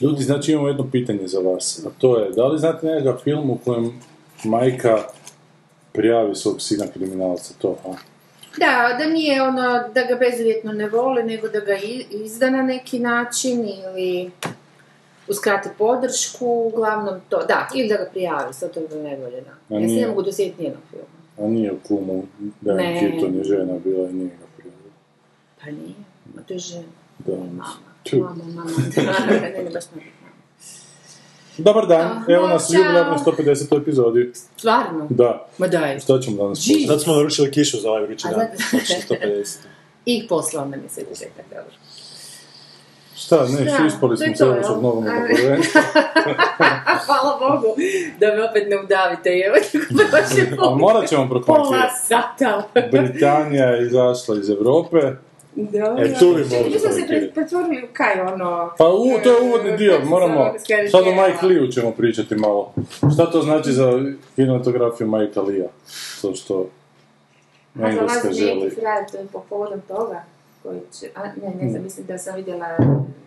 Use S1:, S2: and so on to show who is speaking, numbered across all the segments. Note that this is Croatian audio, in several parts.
S1: Ljudi, znači imamo jedno pitanje za vas, a to je, da li znate nekakav film u kojem majka prijavi svog sina kriminalca, to, a?
S2: Da, da nije ono, da ga bezuvjetno ne voli, nego da ga i- izda na neki način ili uskrati podršku, uglavnom to, da, ili da ga prijavi, sad to bi bilo najbolje, da. Ja
S1: A
S2: se
S1: nije.
S2: ne mogu dosjetiti nijednog filma.
S1: A nije u kumu, da je
S2: Ne.
S1: Keaton je žena bila i nije ga prijavila.
S2: Pa nije, ma to je žena,
S1: Da.
S2: mama.
S1: Tu.
S2: Mama, mama, da, ne, ne, baš ne.
S1: Dobar dan,
S2: Ah,
S1: evo nas u
S2: čao.
S1: jubilarnoj 150. epizodi.
S2: Stvarno?
S1: Da,
S2: Ma Pa daj.
S1: šta ćemo danas
S2: Jesus.
S1: Zato smo naručili kišu za ovaj vrući
S2: A
S1: dan,
S2: zato-
S1: znači 150.
S2: I poslao nam je sve da čekaj, dobro.
S1: Šta, ne,
S2: Da,
S1: svi ispali
S2: to
S1: smo
S2: je
S1: cijelo
S2: to,
S1: od
S2: jel?
S1: nogometnog
S2: Ajde.
S1: prvenstva.
S2: A hvala Bogu da me opet ne udavite, evo, baš je
S1: Ali morat ćemo
S2: pola
S1: propatiti.
S2: sata.
S1: Britanija je izašla iz Europe.
S2: Dobro.
S1: E, tu bi mogli
S2: Čekaj, mi smo se
S1: komentirati.
S2: pre- pretvorili u kaj, ono...
S1: Pa u, to je uvodni dio,
S2: Kako se
S1: moramo,
S2: zove, skrajni
S1: sad o
S2: dio?
S1: Mike Lee-u ćemo pričati malo. Šta to znači za kinematografiju Mike Lee-a? To što
S2: A za
S1: Engleska
S2: vas je
S1: želi.
S2: neki frajer po povodom toga? Koji će, a ne, ne znam, mislim da sam vidjela...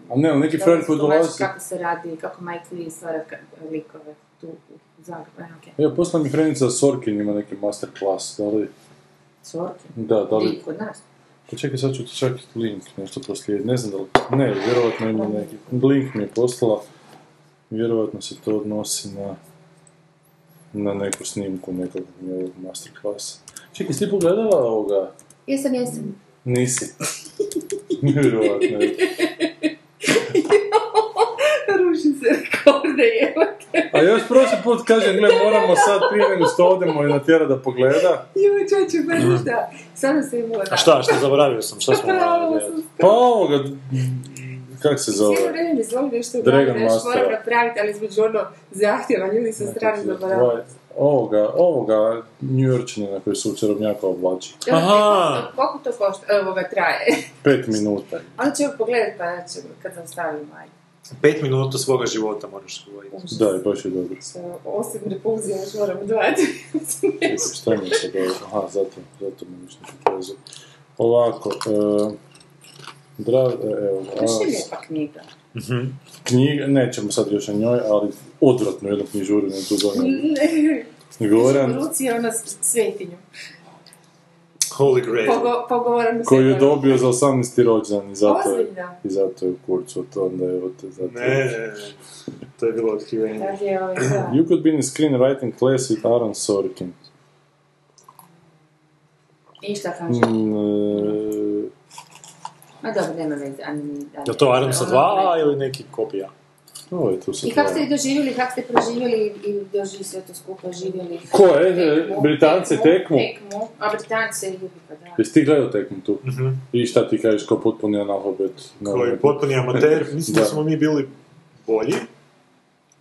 S1: A ne, ali neki
S2: da
S1: frajer koji
S2: tumači
S1: dolazi...
S2: Kako se radi, kako Mike Lee stvara ka- likove tu u Zagrebu, e, okej.
S1: Evo, posla mi frenica Sorkin ima neki masterclass, da li...
S2: Sorki,
S1: Da, da li...
S2: lik kod nas.
S1: Pa čekaj, sad ću ti čak link nešto proslijediti, ne znam da li... Ne, vjerovatno ima neki... Link mi je poslala, vjerovatno se to odnosi na... na neku snimku nekog njegovog masterclassa. Čekaj, si ti pogledala ovoga...
S2: Jesam, jesam.
S1: Nisi. Vjerovatno.
S2: Ruši se rekorde, evo te.
S1: A još prošli put kažem, ne moramo sad prije nego što odemo i natjera da pogleda.
S2: Joj, čoče, pa ništa. Sada se imala. A
S1: šta zaboravio sam, šta
S2: Pravo sam
S1: Pa ovoga, kak se
S2: Cijelo
S1: zove?
S2: vrijeme mi zlovi nešto u
S1: Dragon
S2: glavi da još
S1: Mastera.
S2: moram napraviti, ali između ono zahtjeva ljudi
S1: Znači,
S2: sa strane zaboravili.
S1: Ovoga, ovoga New Yorkčanina koji su u čarobnjaka oblači.
S2: Aha! Koliko to košta? Evo ga traje.
S1: Pet minuta.
S2: Onda ću pogledat pa znači kad sam stavila maj.
S3: Pet minuta svoga života moraš govoriti.
S1: Da, je baš je dobro.
S2: Osim repulzije još moram odvajati.
S1: Čekaj, Šta mi se dobro? Aha, zato, zato mi ništa ne pokazuje. Ovako, e, drav, e, evo,
S2: Baš je
S1: a,
S2: lijepa knjiga.
S1: knjiga, nećemo sad još o njoj, ali odvratno jednu knjižuru ne tu donijeli.
S2: Ne,
S1: Goran,
S2: u ruci je ona s svetinjom.
S3: Holy Grail.
S2: Pogo, pogovoran
S1: koji je dobio za 18. rođendan i zato je,
S2: Ozbiljno.
S1: i zato je u kurcu, to onda je od zato.
S3: Ne, ne, ne. To je bilo otkrivanje.
S2: Tad je ovaj, da.
S1: You could be in a screenwriting class with Aaron Sorkin.
S2: I šta kaže?
S1: Mm, e,
S2: Ma dobro, nema veze. a ni- a ni-
S3: Je to Aram sa
S2: Ono,
S3: 2 ili neki kopija?
S1: ovo je tu se
S2: I kako ste ih doživjeli, kako ste proživjeli i doživjeli sve to skupa, živjeli?
S1: Ko je? Britance tekmu?
S2: Tekmu, a Britance i Ljubika, da.
S1: Jesi ti gledao tekmu tu? I šta ti kažeš kao potpuni analfabet?
S3: Mhm. Koji je potpuni amater. Mislim
S1: Da.
S3: da smo mi bili bolji.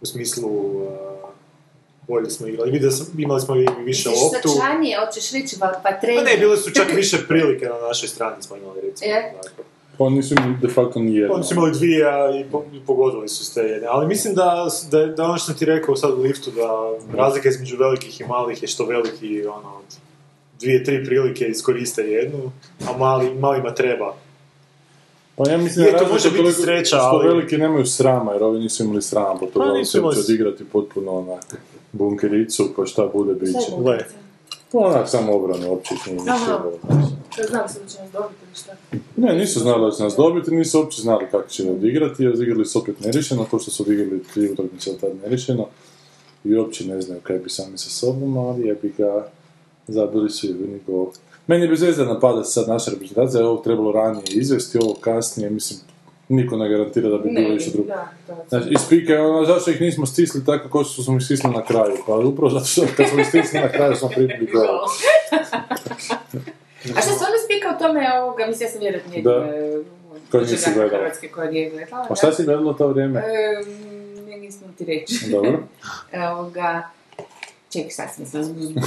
S3: U smislu... uh, bolje smo igrali. Vidio sam, imali smo i više
S2: Misliš
S3: loptu.
S2: Sačanije, hoćeš reći, pa, pa
S3: Pa
S2: trening.
S3: ne, bile su čak više prilike na našoj strani smo imali recimo.
S2: Je.
S3: Tako.
S1: Pa oni su imali de facto nijedno.
S3: Oni su imali dvije a i po- i pogodili su s te jedne. Ali mislim da, da, da ono što sam ti rekao sad u liftu, da razlika između velikih i malih je što veliki ono, od dvije, tri prilike iskoriste jednu, a mali, malima treba.
S1: Pa ja mislim
S3: Je,
S1: da
S3: to
S1: razlika
S3: može biti
S1: toliko
S3: sreća,
S1: što
S3: ali- Pa
S1: veliki nemaju srama, jer ovi nisu imali srama, po toga
S3: nisu
S1: nisu imali...
S3: imali
S1: će
S3: s-
S1: odigrati potpuno onak bunkericu, pa šta bude bit će.
S2: Šta
S3: Gle,
S1: Pa onak samo obrane, uopće ih nije
S2: Aha.
S1: ništa bilo.
S2: To znam se da će nas dobiti ili šta.
S1: Ne, nisu znali da će nas dobiti, nisu uopće znali kako će odigrati, jer odigrali su opet nerišeno, to što su odigrali tri utakmice tad nerišeno. I uopće ne znaju kaj bi sami sa sobom, ali je bi ga zabili su jebeni gol. Meni je bez veze da napada sad naša reprezentacija, ovo trebalo ranije izvesti, ovo kasnije, mislim, niko ne garantira da bi bilo više drugo.
S2: da, to.
S1: Znači, ispika je ono, zašto ih nismo stisli tako kao što smo ih stisli na kraju. Pa upravo zato što kad smo ih stisli na kraju smo pribili gol.
S2: A šta se onda spika o tome ovoga, mislim, ja sam vjerojatno nije...
S1: Da. Ko nisi gledala.
S2: Hrvatske koje nije gledala.
S1: A šta
S2: da.
S1: E, si gledalo to vrijeme?
S2: Ehm, mi nismo ti reći. E,
S1: Dobro.
S2: Ovoga, čekaj, sad sam se zbunila.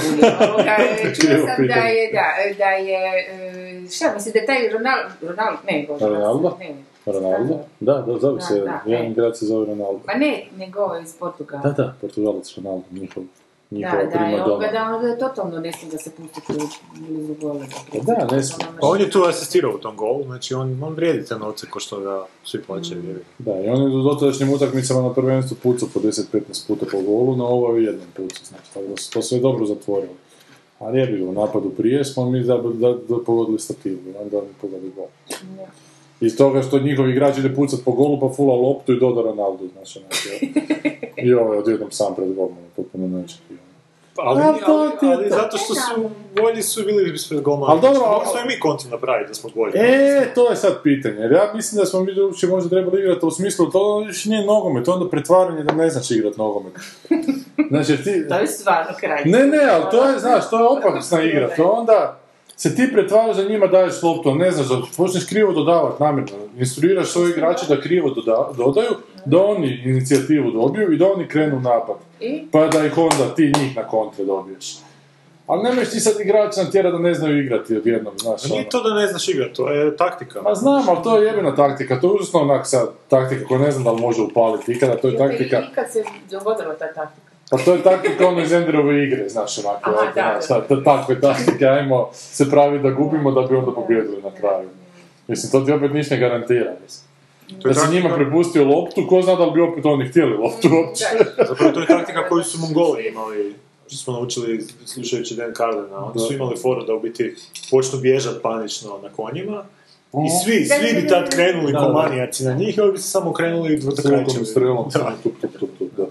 S2: Ovoga, e, Čula
S1: Krivo
S2: sam da
S1: pitanje.
S2: je, da, da je, e, šta mislim, da je taj Ronaldo, Ronaldo, ne, Bože,
S1: Ronaldo?
S2: ne, ne.
S1: Ronaldo? Da, da, zove
S2: Da,
S1: se,
S2: da,
S1: jedan
S2: e.
S1: igrač se zove Ronaldo.
S2: Ma ne, nego ovaj iz Portugala.
S1: Da, da, Portugalac Ronaldo, njihov,
S2: Da,
S1: njihova
S2: da, je
S1: prima
S2: ovoga,
S1: doma.
S2: da, ono da je totalno ne smije da se pustiti u blizu gola.
S1: Pa da, ne smije.
S2: Ono
S3: Pa on je tu asistirao u tom golu, znači on, on vrijedi te novce ko što ga svi plaćaju. Mm.
S1: Da, i on je u dotadašnjim utakmicama na prvenstvu pucao po 10-15 puta po golu, na ovo je jednom pucao, znači, tako da su to sve dobro zatvorili. Ali je bilo, u napadu prije smo mi da, da, da pogodili stativu, i onda oni pogodili gol. Iz toga što njihov igrač ide pucat po golu, pa fula loptu i doda Ronaldo, znači, znači, i ovo je odjednom sam pred golom, ono, potpuno neočekivano.
S3: Pa, Ali,
S1: A,
S3: ali,
S1: Pa to
S3: ali,
S1: ti je to.
S3: zato što su bolji su bili ispred golmana.
S1: Ali dobro,
S3: Mogli
S1: ali-
S3: smo i mi konti napraviti da smo bolji.
S1: E, to je sad pitanje, jer ja mislim da smo mi drugčije možda trebali igrati u smislu, to još nije nogomet, to je onda pretvaranje da ne znaš igrat nogomet. Znači, jer ti...
S2: To je stvarno kraj.
S1: Ne, ne, ali to je, znaš, to je opasna igra, to onda se ti pretvaraš da njima daješ loptu, ali ne znaš, da počneš krivo dodavati namjerno, instruiraš svoje igrače da krivo doda- dodaju, da oni inicijativu dobiju i da oni krenu u napad,
S2: I?
S1: pa da ih onda ti njih na kontre dobiješ. Ali nemaš ti sad igrača natjera da ne znaju igrati odjednom, znaš,
S3: Pa
S1: ono.
S3: Nije to da ne znaš igrat, to je taktika.
S1: Ma znam, ali to je jebena taktika, to je užasno onak sad taktika koja ne znam da li može upaliti ikada, to je taktika,
S2: Nikad se dogodila ta taktika.
S1: pa to je taktika ono iz Enderove igre, znaš onako,
S2: Aha,
S1: ovako,
S2: da,
S1: znaš,
S2: da,
S1: ta- ta- takve taktike, ajmo se pravi da gubimo da bi onda pobjedili na kraju. Mislim, to ti opet ništa ne garantira, mislim.
S3: To je
S1: Da si
S3: taktika-
S1: njima prepustio loptu, ko zna da li bi opet oni htjeli loptu
S2: Mm,
S1: uopće.
S3: Zapravo to je taktika koju su Mongoli imali, što smo naučili slušajući Dan Cardena. Oni
S1: Da.
S3: su imali foru da u biti počnu bježat panično na konjima. I
S1: Mm.
S3: svi,
S2: Da, da,
S3: svi bi
S2: da, da.
S3: tad krenuli
S1: Da,
S3: ko
S1: da.
S3: manijaci na njih, i ovi bi se samo krenuli i
S1: Svukom
S3: dvrtokrajčili.
S1: strelom,
S3: Da.
S1: tup, tup, tup, tup, da.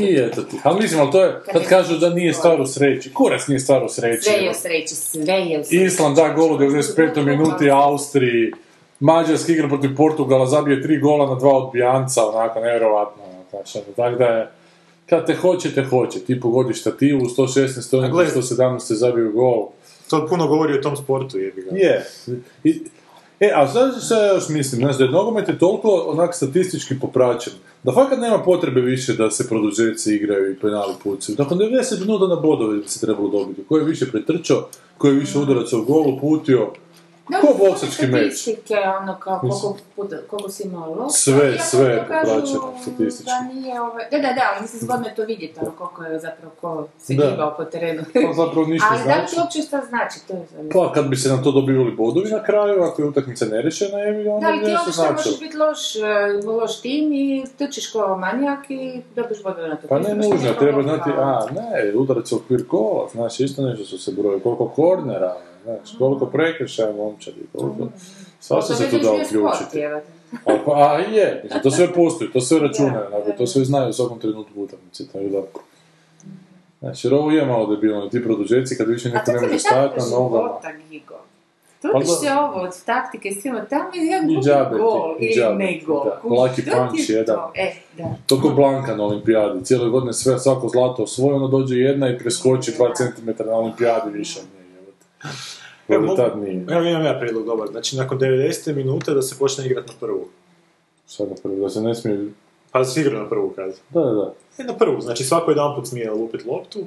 S1: I eto ti. Ali mislim, ali to je, kad kažu da nije stvar u sreći, kurac nije stvar u sreći.
S2: Sve je
S1: ono.
S2: u sreći, sve je u sreći.
S1: Island da gol u 95. minuti Austriji, Mađarski igra protiv Portugala, zabije tri gola na dva odbijanca, onako, nevjerovatno. ono, Znači, ono, tako da je, kad te hoće, te hoće. Ti pogodiš stativu, u 116.
S3: A
S1: oni
S3: gle-
S1: 117. zabiju gol.
S3: To puno govori o tom sportu, jebi ga.
S1: Je. I- E, a znaš što ja još mislim, znaš, da je nogomet je toliko onak statistički popraćen, da fakat nema potrebe više da se produžeci igraju i penali pucaju. Nakon 90 minuta na bodove bi se trebalo dobiti. Ko je više pretrčao, ko je više udaraca u gol uputio,
S2: Da,
S1: ko
S2: sve
S1: boksački meč.
S2: Statistike, ono, kao koliko, puta, koliko si imao lopta.
S1: Sve,
S2: iako
S1: sve je
S2: to kažu
S1: popraćeno statistički.
S2: Da, nije, ovaj, da, da, da, ali mislim, zgodno je to vidjeti, ono, koliko je zapravo ko se
S1: Da.
S2: gibao po terenu.
S1: to zapravo ništa
S2: ali da li
S1: znači.
S2: to uopće šta znači, to je za
S1: Pa kad bi se na to dobivali bodovi na kraju, ako je utakmica nerešena, je
S2: Da,
S1: onda
S2: ali
S1: bi
S2: ti
S1: nešto
S2: onda što
S1: značilo.
S2: možeš biti loš, e, loš tim i trčiš kao manijak i dobiš bodove na ono, to.
S1: Pa ne nužno, treba znati, a ne, udarac u okvir kola, znaš, isto nešto su se broje, koliko kornera, znaš, koliko
S2: Mhm.
S1: prekršaja momčadi, koliko... Svašta se tu da uključiti. A, pa, a je, mislim, to sve postoji, to sve računa, onako, to sve znaju u svakom trenutku utakmice, tako da... Znači, jer ovo je malo debilno, ti produžeci kad više
S2: A
S1: neko
S2: to
S1: ne
S2: ti
S1: može
S2: mi
S1: stajati
S2: tako
S1: na nogama.
S2: života, Gigo.
S1: Pa
S2: Trudiš
S1: da.
S2: se ovo od taktike i svima, tamo je jedan
S1: I džabe ti,
S2: gol
S1: i
S2: ili
S1: džabe
S2: ne
S1: ti,
S2: gol.
S1: da.
S2: Kužiš,
S1: Lucky
S2: to ti
S1: punch
S2: je
S1: jedan.
S2: to. E, da.
S1: To ko Blanka na olimpijadi, cijele godine sve, svako zlato osvoji, onda dođe jedna i preskoči 2 cm na olimpijadi više nije, jebote.
S3: Evo,
S1: Dobro,
S3: E, mogu-
S1: tad nije.
S3: Evo imam ja prijedlog dobar. Znači, nakon 90. minute da se počne igrat na prvu.
S1: Šta da prvo, da se ne smije...
S3: Pa se igra na prvu kad.
S1: Da, da, da.
S3: E, na prvu, znači svako jedan put smije lupit loptu.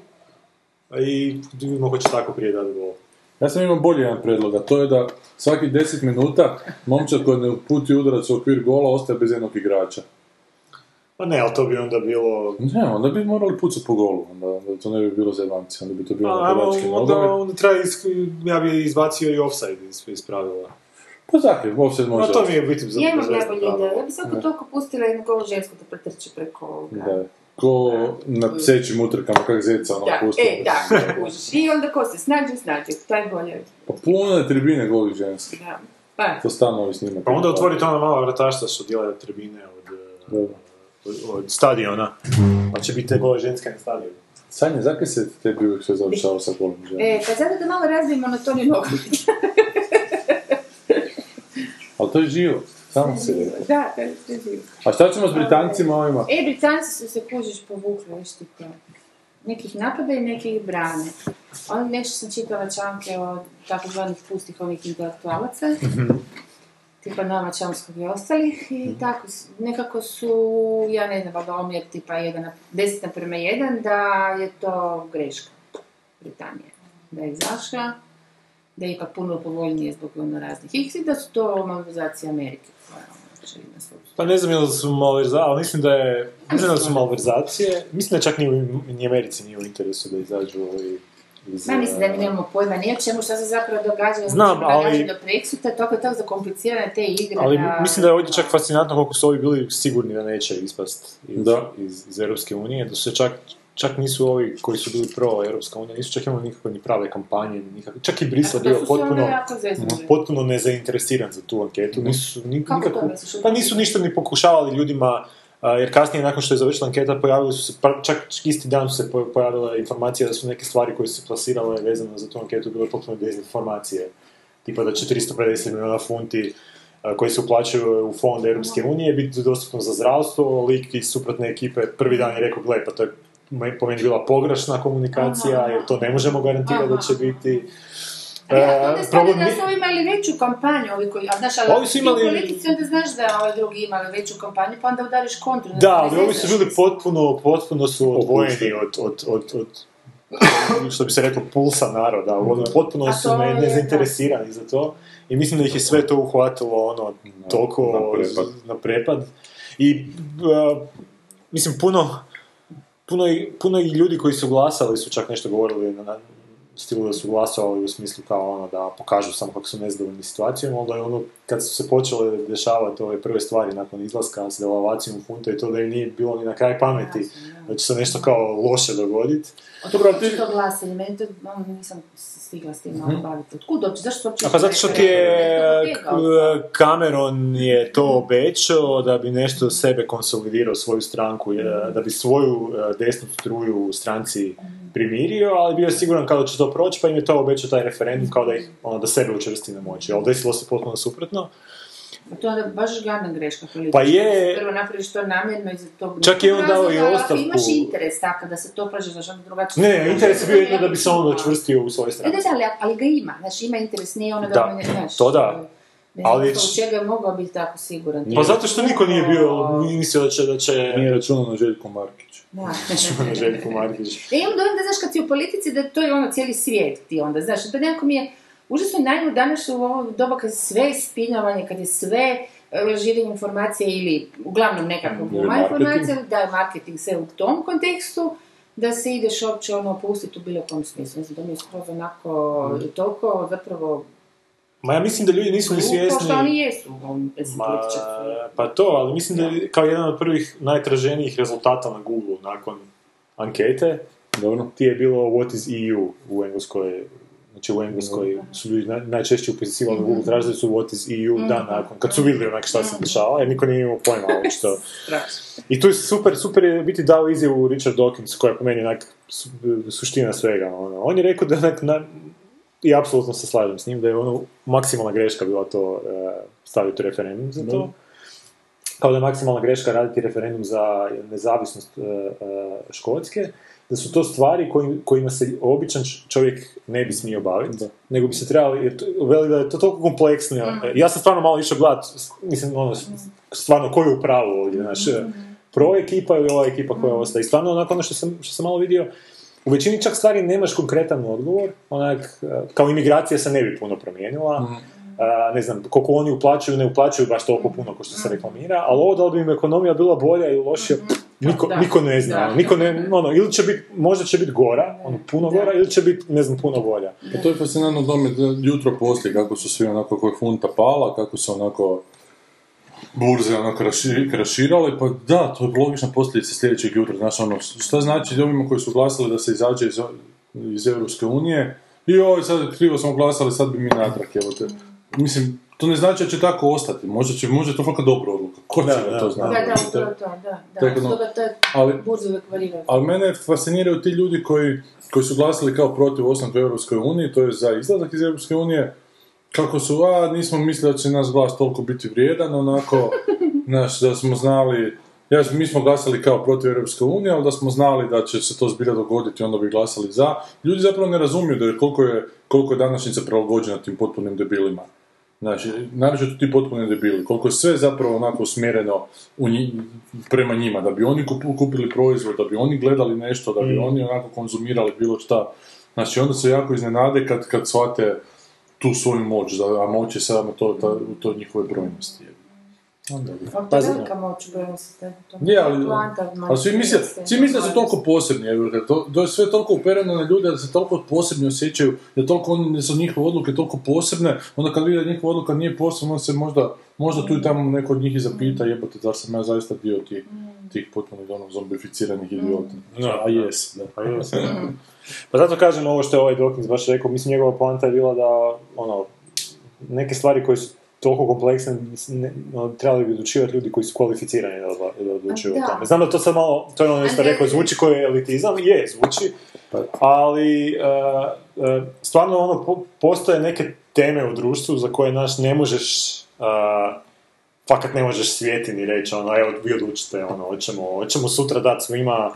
S3: a I vidimo ko će tako prije dati gol.
S1: Ja sam imao bolji jedan predlog, a to je da svaki 10 minuta momčad koji ne uputi udarac u okvir gola ostaje bez jednog igrača.
S3: Pa ne, ali to bi onda bilo...
S1: Ne, onda bi morali pucati po golu, onda, onda to ne bi bilo za jebanci, onda bi to bilo
S3: Pa,
S1: napadački
S3: ajmo, onda,
S1: nogomet.
S3: onda treba isk- ja bi izbacio i offside iz, iz pravila.
S1: Pa zakaj, offset može.
S3: No to mi je u biti za
S2: Ja imam
S3: bezvezno
S2: najbolje
S3: pravilo.
S2: ideje. Ja bi svako toliko pustila jednu gol žensku da pretrči preko ovoga.
S1: Da. Ko na psećim utrkama, kak zeca, ono,
S2: Da,
S1: pusti.
S2: e, da, kužiš. I onda ko se snađe, snađe. To je bolje.
S1: Pa puno je tribine golih ženski.
S2: Da. Pa,
S1: To stalno ovi snimaju.
S3: Pa onda otvorite ona mala vratašta što dijela tribine od, e,
S1: Dobro.
S3: od, od stadiona. Pa će biti te gole ženske na stadionu.
S1: Sanja, zakaj se tebi uvijek sve završava sa golom ženskim?
S2: e, pa zato da malo razvijem monotoniju nogometa.
S1: Ali to je živo, samo se je.
S2: Da, da, to je živo.
S1: A šta ćemo s Britancima ovima?
S2: E, Britanci su se kužiš povukli, viš ti to. Nekih napada i nekih brane. Ono nešto sam čitala članke o takozvanih pustih ovih intelektualaca. tipa Nova Čomskog i ostalih i tako s- nekako su, ja ne znam, valjda omjer tipa 1 na, 10 na prema 1 da je to greška Britanije, da je izašla, da je ipak puno povoljnije zbog ono raznih X i da su to malverzacije Amerike koja je ono očigledna su.
S1: Pa ne znam je li su malverzacije, ali mislim da je, mislim da su malverzacije, mislim da čak ni, u- ni Americi nije u interesu da izađu ovi iz... eh,
S2: Ma mislim da mi nemamo pojma ni o čemu šta se zapravo događa. što
S1: Znam,
S2: se događa
S1: ali-
S2: Do Brexita, toliko je tako zakomplicirane te igre.
S1: Ali mislim da je ovdje čak fascinantno koliko su ovi bili sigurni da neće ispast iz,
S3: Da.
S1: iz, iz Europske unije, da se čak, čak nisu ovi koji su bili pro Europska unija, nisu čak imali nikakve ni prave kampanje, nikakve, čak i Brisla bio potpuno, Mm, potpuno nezainteresiran za tu anketu, nisu ni-
S2: Mhm. Kako to
S1: nikakvu,
S2: misliš?
S1: pa nisu ništa ni pokušavali ljudima a, jer kasnije, nakon što je završila anketa, pojavili su se, pa čak isti dan su se poja- pojavila informacija da su neke stvari koje su se plasirale vezano za tu anketu bile potpuno dezinformacije. Tipa da će 350 milijuna funti a, koji se uplaćuju u fond Europske
S2: Mhm.
S1: unije biti dostupno za zdravstvo, lik iz suprotne ekipe prvi dan je rekao, gle, pa to je me- po meni bila pogrešna komunikacija,
S2: Aha.
S1: jer to ne možemo garantirati da će
S2: Aha.
S1: biti.
S2: E,
S1: E,
S2: ja,
S1: problem
S2: problem da
S1: ni-
S2: su ovi imali veću kampanju, ovi koji, a znaš, ali
S1: Ovi su imali-
S2: ti u politici onda znaš da ovaj drugi imali veću kampanju, pa onda udariš kontru.
S1: Da,
S2: znači,
S1: ali
S2: ne
S1: ovi
S2: znaš.
S1: su bili potpuno, potpuno su odvojeni
S3: Opušteni.
S1: od, od, od, od- što bi se reklo, pulsa naroda. Ono, potpuno
S2: A
S1: su
S2: to
S1: ne,
S2: je, da.
S1: nezainteresirani za to. I mislim da ih je sve to uhvatilo ono, toliko
S3: na prepad.
S1: z- na prepad. I, a, mislim, puno, puno, i- puno i ljudi koji su glasali su čak nešto govorili na, na stilu da su glasovali u smislu kao ono da pokažu samo kako su nezadovoljni situacijom, onda je ono kad su se počele dešavati ove prve stvari nakon izlaska s devalvacijom funta i to da im nije bilo ni na kraj pameti da će se nešto kao loše dogoditi.
S2: Od dobro, ti... To glasa, ili meni to, ono, nisam stigla s tim malo baviti. Od kud doći, zašto uopće...
S1: Mhm. A pa zato što ti je
S2: Neko pobjegao.
S1: k- Cameron je to obećao da bi nešto sebe konsolidirao svoju stranku, je- da bi svoju e, desnu struju u stranci primirio, ali bio je siguran kao da će to proći, pa im je to obećao taj referendum kao da ih ono, da sebe učvrsti na moći. Ali desilo se potpuno suprotno.
S2: A To je onda baš gadna greška politička.
S1: Pa je,
S2: Prvo napraviš to namjerno iz tog...
S1: Čak je on dao i
S2: razloga, ali ako
S1: ostavku.
S2: Imaš interes tako da se to plaže, znaš, onda drugačije...
S1: ne, ne, interes je bio jedno da bi se on učvrstio u svojoj
S2: E, da,
S1: stranci.
S2: da, ali, ali ga ima, znači ima interes, nije ono da,
S1: Da,
S2: on ne znaš.
S1: to da.
S2: Ne
S1: Ali-
S2: znam zbog čega je mogao biti tako siguran.
S1: Pa zato što niko nije bio, nije mislio da će, da će
S3: Nije računao na Željko Markić.
S2: Da.
S1: Željko Markić.
S2: Ja imam dojam da, znaš, kad si u politici, da to je ono cijeli svijet ti onda, znaš, da nekako mi je užasno najmo danas u ovo doba kad je sve spinovanje, kad je sve e, lažiranje informacije ili uglavnom nekako
S3: Ili
S2: guma
S3: marketing.
S2: informacija, da je marketing sve u tom kontekstu, da se ideš uopće ono opustiti u bilo kom smislu. Znači, da mi je skroz onako
S3: Mm.
S2: toliko zapravo
S1: Ma ja mislim da ljudi nisu ni
S2: glupo
S1: svjesni...
S2: što oni jesu. on, mislim,
S1: Ma,
S2: političari.
S1: pa to, ali mislim da je kao jedan od prvih najtraženijih rezultata na Google nakon ankete,
S3: Dobro.
S1: ti je bilo What is EU u Engleskoj, znači u Engleskoj su ljudi naj- najčešće upisivali na Google, tražili su What is EU dan nakon, kad su vidjeli onak šta se dešava, jer niko nije imao pojma očito. I tu je super, super je biti dao izjavu Richard Dawkins, koja je po meni onak su- suština svega. Ono. On je rekao da onak, na, i apsolutno se slažem s njim, da je ono maksimalna greška bila to e, staviti u referendum za to. Kao da je maksimalna greška raditi referendum za nezavisnost e, e, Škotske, da su to stvari koji- kojima se običan č- čovjek ne bi smio baviti, nego bi se trebali, jer to, veli da je to toliko kompleksno. Ja sam stvarno malo išao gledat, s- mislim, ono, s- stvarno ko je u pravu ovdje, znaš, e, pro ekipa ili ova ekipa koja ostaje. I stvarno, onako ono što sam, što sam malo vidio, u većini čak stvari nemaš konkretan odgovor, onak, e, kao imigracija se ne bi puno promijenila, a, ne znam, koliko oni uplaćuju, ne uplaćuju baš toliko puno ko što se
S2: Mhm.
S1: reklamira, ali ovo da li bi im ekonomija bila bolja ili lošija, niko,
S2: Da.
S1: niko ne zna,
S2: Da.
S1: niko ne, ono, ili će biti, možda će biti gora, ono, puno
S2: Da.
S1: gora, ili će biti, ne znam, puno bolja.
S3: Pa to je fascinantno dome, jutro poslije kako su svi onako, kako je funta pala, kako su onako burze onako raši- kraširale, pa da, to je logična posljedica sljedećeg jutra, znaš ono, šta znači ljudima koji su glasali da se izađe iz, iz Europske unije, i ovo sad krivo smo glasali, sad bi mi natrag, evo te. Mislim, to ne znači da će tako ostati, možda će, možda je to fakat dobra odluka, ko će
S1: Da,
S3: ga
S1: da,
S3: to
S1: da.
S3: znati?
S2: Da, da, to je to, da, da.
S3: Tako da-
S2: Stoga to je
S3: Ali,
S2: burza uvijek varira.
S3: ali mene fasciniraju ti ljudi koji, koji su glasili kao protiv ostanka u Europskoj uniji, to je za izlazak iz Europske unije, kako su, a, nismo mislili da će nas glas toliko biti vrijedan, onako, znaš, da smo znali, ja, mi smo glasali kao protiv Europske unije, ali da smo znali da će se to zbilja dogoditi, onda bi glasali za. Ljudi zapravo ne razumiju da je koliko je, koliko je današnjica prilagođena tim potpunim debilima. Znači, naravno tu ti potpuno debili, koliko je sve zapravo onako usmjereno u nji- prema njima, da bi oni kup- kupili proizvod, da bi oni gledali nešto, da bi oni onako konzumirali bilo šta. Znači, onda se jako iznenade kad, kad shvate tu svoju moć, da, a moć je samo to, ta, u toj njihove brojnosti. Onda,
S2: Ali to je
S3: Pazi,
S2: velika moć, bojim se da je to.
S3: je, ali,
S2: Poanta
S3: ali svi misle,
S2: manipulacije.
S3: svi misle da su toliko posebni, jer da to, da je sve toliko upereno na ljude, da se toliko posebni osjećaju, da toliko oni, da su njihove odluke toliko posebne, onda kad vide da njihova odluka nije posebna, onda se možda, možda tu i tamo neko od njih i
S2: Mm.
S3: zapita, jebote, zar sam ja zaista dio tih, tih potpuno ono, zombificiranih idiota.
S2: Mm.
S3: A jes, da.
S1: Pa jes, da. Pa zato kažem ovo što je ovaj Dawkins baš rekao, mislim njegova poanta je bila da ono, neke stvari koje su toliko kompleksne ne, ono, trebali bi odlučivati ljudi koji su kvalificirani da, odla- da odlučuju
S2: A da.
S1: o tome. Znam da to sad malo, to je ono što
S2: A ne-
S1: rekao, zvuči koji je elitizam, je, zvuči, ali uh, uh, stvarno ono, po- postoje neke teme u društvu za koje naš ne možeš uh, fakat ne možeš svijeti ni reći, ono, evo, vi odlučite, ono, hoćemo, hoćemo sutra dati svima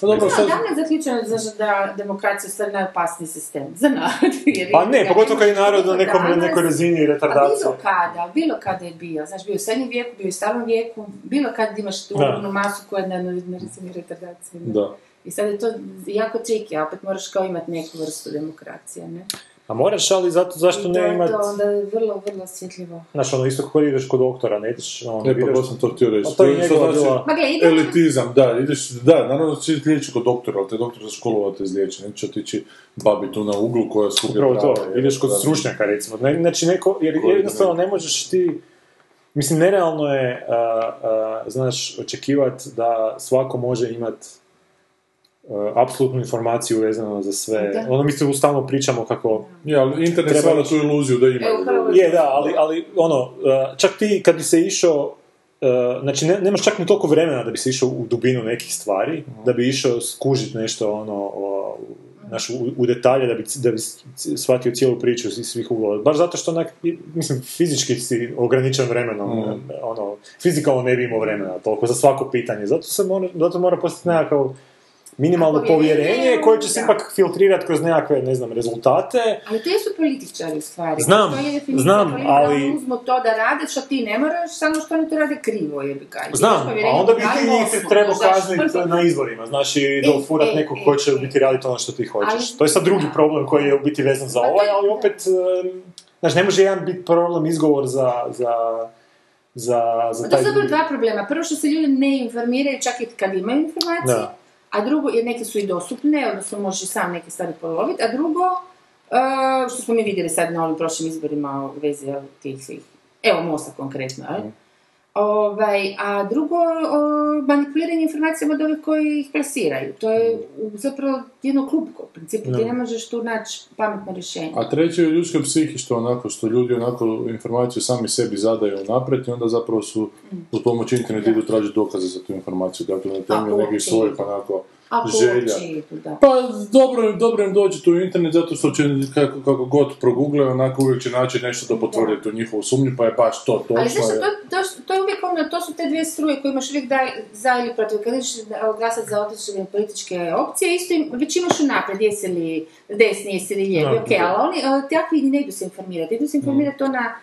S3: Pa
S1: No,
S3: dobro, sad,
S2: Da li je zaključeno za- da demokracija je najopasniji sistem za narod? Jer
S1: Pa ne,
S2: ga-
S1: pogotovo kad je narod na nekom,
S2: Danas-
S1: nekoj razini
S2: A
S1: retardacije.
S2: bilo kada, bilo kada je bio, znaš, bio je u srednjem vijeku, bio je u starom vijeku, bilo kada imaš tu
S1: Da.
S2: ogromnu masu koja je na na razini retardacije. ne?
S3: da.
S2: I sad je to jako triki, a opet moraš kao imati neku vrstu demokracije, ne?
S1: A moraš, ali zato, zašto
S2: I to
S1: ne
S2: je
S1: imat...
S2: To onda je vrlo, vrlo osjetljivo.
S1: Znaš, ono, isto kako ideš kod doktora, ne ideš, ono,
S3: E, pa
S1: biraš-
S3: baš sam to htio reći.
S1: Pa to je
S3: sad znači
S1: njegova bila-
S2: Ma gle, idemo-
S3: Elitizam, da, ideš, da, naravno će ti liječi kod doktora, ali te doktor za školu te izliječi, neće otići babi tu na uglu koja skuplja
S1: Upravo to,
S3: prava,
S1: ideš kod
S3: da.
S1: stručnjaka, recimo. Ne, znači, neko, jer
S3: Koji
S1: jednostavno
S3: ne-
S1: ne možeš ti... Mislim, nerealno je, a, a, znaš, očekivat da svako može imat a, E, apsolutnu informaciju vezano za sve.
S2: Da.
S1: Ono, mi se stalno pričamo kako...
S3: Ja, ali internet
S1: Treba
S3: stvara
S1: ići-
S3: tu iluziju da ima.
S2: E, upravo
S1: Je, da, ali, ali ono, uh, čak ti kad bi se išao, uh, znači ne, nemaš čak ni toliko vremena da bi se išao u dubinu nekih stvari, da bi išao skužit nešto ono, o, u- znaš, u, u detalje, da bi, c- da bi s- c- shvatio cijelu priču iz svih uglova. Baš zato što, onak, i- mislim, fizički si ograničen vremenom,
S3: Mm.
S1: e, ono, fizikalno ne bi imao vremena toliko za svako pitanje, zato, se mora, zato mora postati nekakav minimalno
S2: Povjerenje,
S1: povjerenje koje će se
S2: da.
S1: ipak filtrirati kroz nekakve, ne znam, rezultate,
S2: Ali to su političari u stvari.
S1: Znam,
S2: to je definicija
S1: znam,
S2: politika, ono,
S1: ali-
S2: Uzmu to da rade što ti ne moraš, samo što oni to rade krivo, je bi
S1: Znam, a onda bi ti njih trebao kazniti na izborima, znači
S2: E,
S1: dofurat
S2: e,
S1: nekog
S2: e,
S1: ko će
S2: e.
S1: u biti raditi ono što ti hoćeš.
S2: Ali-
S1: To je sad drugi problem koji je u biti vezan za
S2: Pa to
S1: ovaj,
S2: je-
S1: ali opet, em, znaš, ne može jedan biti problem izgovor za, za, za, za
S2: Pa To
S1: taj
S2: su zapravo
S1: drugi.
S2: dva problema. Prvo što se ljudi ne informiraju čak i kad imaju informacije,
S1: Da.
S2: a drugo, jer neke su i dostupne, odnosno možeš sam neke stvari poloviti, a drugo, e, što smo mi vidjeli sad na ovim prošlim izborima u vezi evo, tih svih, evo Mosta konkretno, jel? Ovaj, a drugo, o, manipuliranje informacijama od ovih koji ih plasiraju. To je u- zapravo jedno klupko, u principu, ti ne možeš tu naći pametno rješenje.
S3: A treće je ljudska psihi, što onako, što ljudi onako informaciju sami sebi zadaju naprijed i onda zapravo su uz pomoć interneta idu tražiti dokaze za tu informaciju, dakle na temelju
S2: uopće
S3: nekih svojih onako
S2: Ako
S3: želja.
S2: uopće idu, da.
S3: Pa dobro, im- dobro im dođe tu internet zato što će kako, kako god progugle, onako uvijek će naći nešto da potvrdi tu njihovu sumnju, pa je baš to točno.
S2: Ali znaš,
S3: je.
S2: to, to, to je uvijek ono, to su te dvije struje koje imaš uvijek da, za ili protiv. Kad ideš glasati za određene političke opcije, isto im, već imaš unaprijed, jesi li desni, jesi li lijevi,
S1: Da,
S2: ok,
S1: da.
S2: ali oni, e, takvi ne idu se informirati, idu se informirati ona,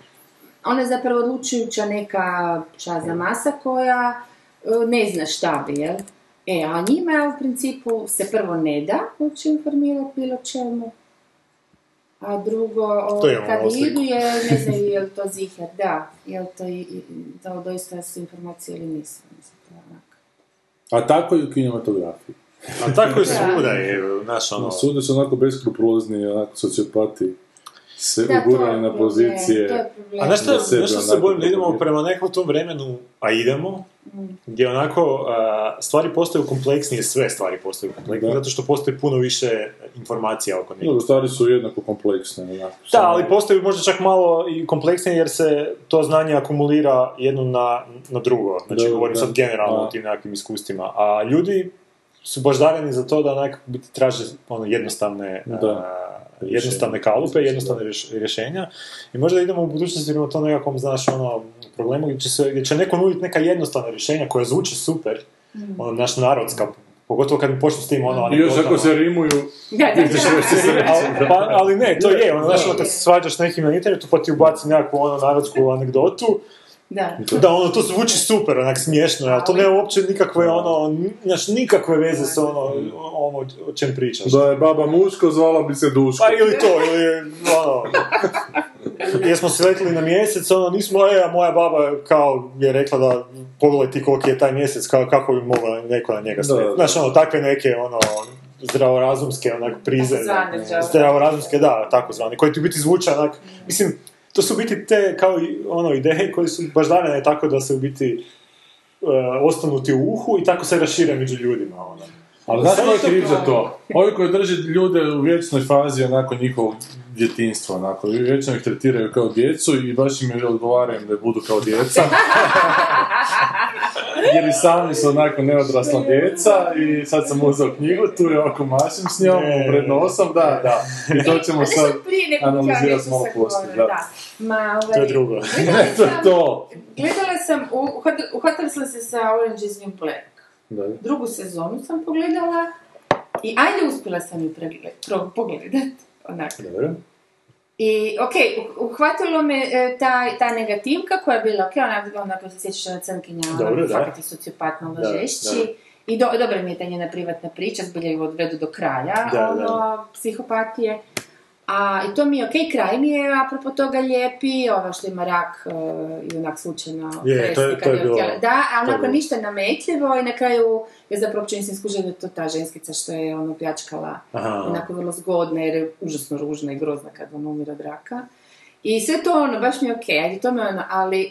S2: ona je zapravo odlučujuća neka, šta za masa koja e, ne zna šta bi, jel? E, a njima u principu se prvo ne da uopće informirati bilo čemu, a drugo, o,
S1: To je ono
S2: kad
S1: osliku.
S2: idu je, ne znaju je li to ziher, da, je li to, i- i- da li doista su informacije ili nisu. Mislim, to je onak.
S3: A tako i u kinematografiji.
S1: A tako je svuda, je, znaš, ono,
S3: Ono, sude su onako beskrupulozni, onako sociopati se
S2: Da, to je
S3: ugurali na
S2: problem,
S3: pozicije.
S2: to je problem.
S1: A znaš
S3: Da
S1: šta,
S3: sebe
S1: znaš šta se
S3: onako
S1: bojim, da idemo
S3: promovirati.
S1: prema nekom tom vremenu, a idemo, gdje onako a, stvari postaju kompleksnije, sve stvari postaju kompleksnije,
S3: Da.
S1: zato što postoji puno više informacija oko njega.
S3: Dobro, stvari su jednako kompleksne. Onako,
S1: Da, ali postaju možda čak malo i kompleksnije jer se to znanje akumulira jedno na, na drugo. Znači,
S3: Da,
S1: govorim
S3: da.
S1: sad generalno
S3: Da.
S1: o tim nekakvim iskustvima. A ljudi su baždareni za to da nekako biti traže ono, jednostavne,
S3: Da.
S1: a, jednostavne kalupe, jednostavne rješ- rješenja. I možda idemo u budućnosti prema tom nekakvom, znaš, ono, problemu gdje će, se, gdje će neko nuditi neka jednostavna rješenja koja zvuči super, ono, naš narodska
S3: Pogotovo kad mi počnu s tim ono
S1: I još
S3: anegdotama.
S1: ako se rimuju,
S2: Da, da,
S1: Vidiš
S2: da.
S1: već se sreći.
S3: Ali- pa, ali ne, to je, ono, znaš, ono, kad se svađaš s nekim na internetu, pa ti ubaci nekakvu ono narodsku anegdotu,
S2: da.
S3: da, ono, to zvuči super, onak smiješno, ali to nema uopće nikakve, ono, ni- znaš, nikakve veze sa ono, ono o čem pričaš.
S1: Da je baba muško, zvala bi se Duško.
S3: Pa ili to, ili ono... Jesmo sletili na mjesec, ono, nismo, e, a moja baba kao je rekla da pogledaj ti koliki je taj mjesec, kao, kako bi mogla neko na njega
S1: da.
S3: sletiti. Znaš, ono, takve neke, ono, zdravorazumske, onak, prize.
S2: Takozvane zdravorazumske.
S3: Zdravorazumske, da, takozvane, koje ti u biti zvuče, onak, mislim, to su u biti te, kao, i, ono, ideje koje su baš darene tako da se u biti e, ostanu ti u uhu i tako se rašire među ljudima, ono.
S1: Ali znaš ko je kriv za to? Ovi koji drže ljude u vječnoj fazi onako njihovog djetinstva, onako, i vječno ih tretiraju kao djecu i baš im je odgovaraju da budu kao djeca. Jer i sami su onako neodrasla djeca i sad sam uzeo knjigu, tu je ovako mašim s njom,
S3: Ne.
S1: pred nosom, da, da. I to ćemo
S2: A
S1: sad
S2: nešto prije nego ti ja
S1: analizirati
S2: nešto
S1: malo
S2: sad govorim,
S1: poslije, da.
S2: da. Ma, ovaj,
S3: To je drugo.
S2: gledala
S1: To je
S2: sam-
S1: to.
S2: Gledala sam, u- uhvat- uhvatila sam se sa Orange is the New Black.
S1: Da.
S2: Drugu sezonu sam pogledala i ajde uspjela sam ju pregled- pro- pogledat. Onako.
S1: Dobro.
S2: I, ok, uhvatilo me e, ta, ta negativka koja je bila, ok, ona, ona koja se sjećaš ona crnkinja,
S3: Dobro,
S2: ona
S3: da.
S2: fakat je sociopatna
S3: da.
S2: lažešći. I do, dobra mi je ta njena privatna priča, zbilja je od redu do kraja,
S3: Da,
S2: ono, psihopatije. A, I to mi je ok, kraj mi je, apropo toga lijepi, ono što ima rak e, i onak slučajno
S3: Je, to je-
S2: preslikano
S3: to je
S2: od
S3: bilo-
S2: tijela. Da, a
S3: to je
S2: onako
S3: bilo.
S2: ništa nametljivo i na kraju, ja zapravo uopće nisam skužila da je to ta ženskica što je ono pljačkala
S3: Aha.
S2: onako vrlo zgodna jer je užasno ružna i grozna kad on umire od raka. I sve to ono, baš mi je okej, ali to me ono, ali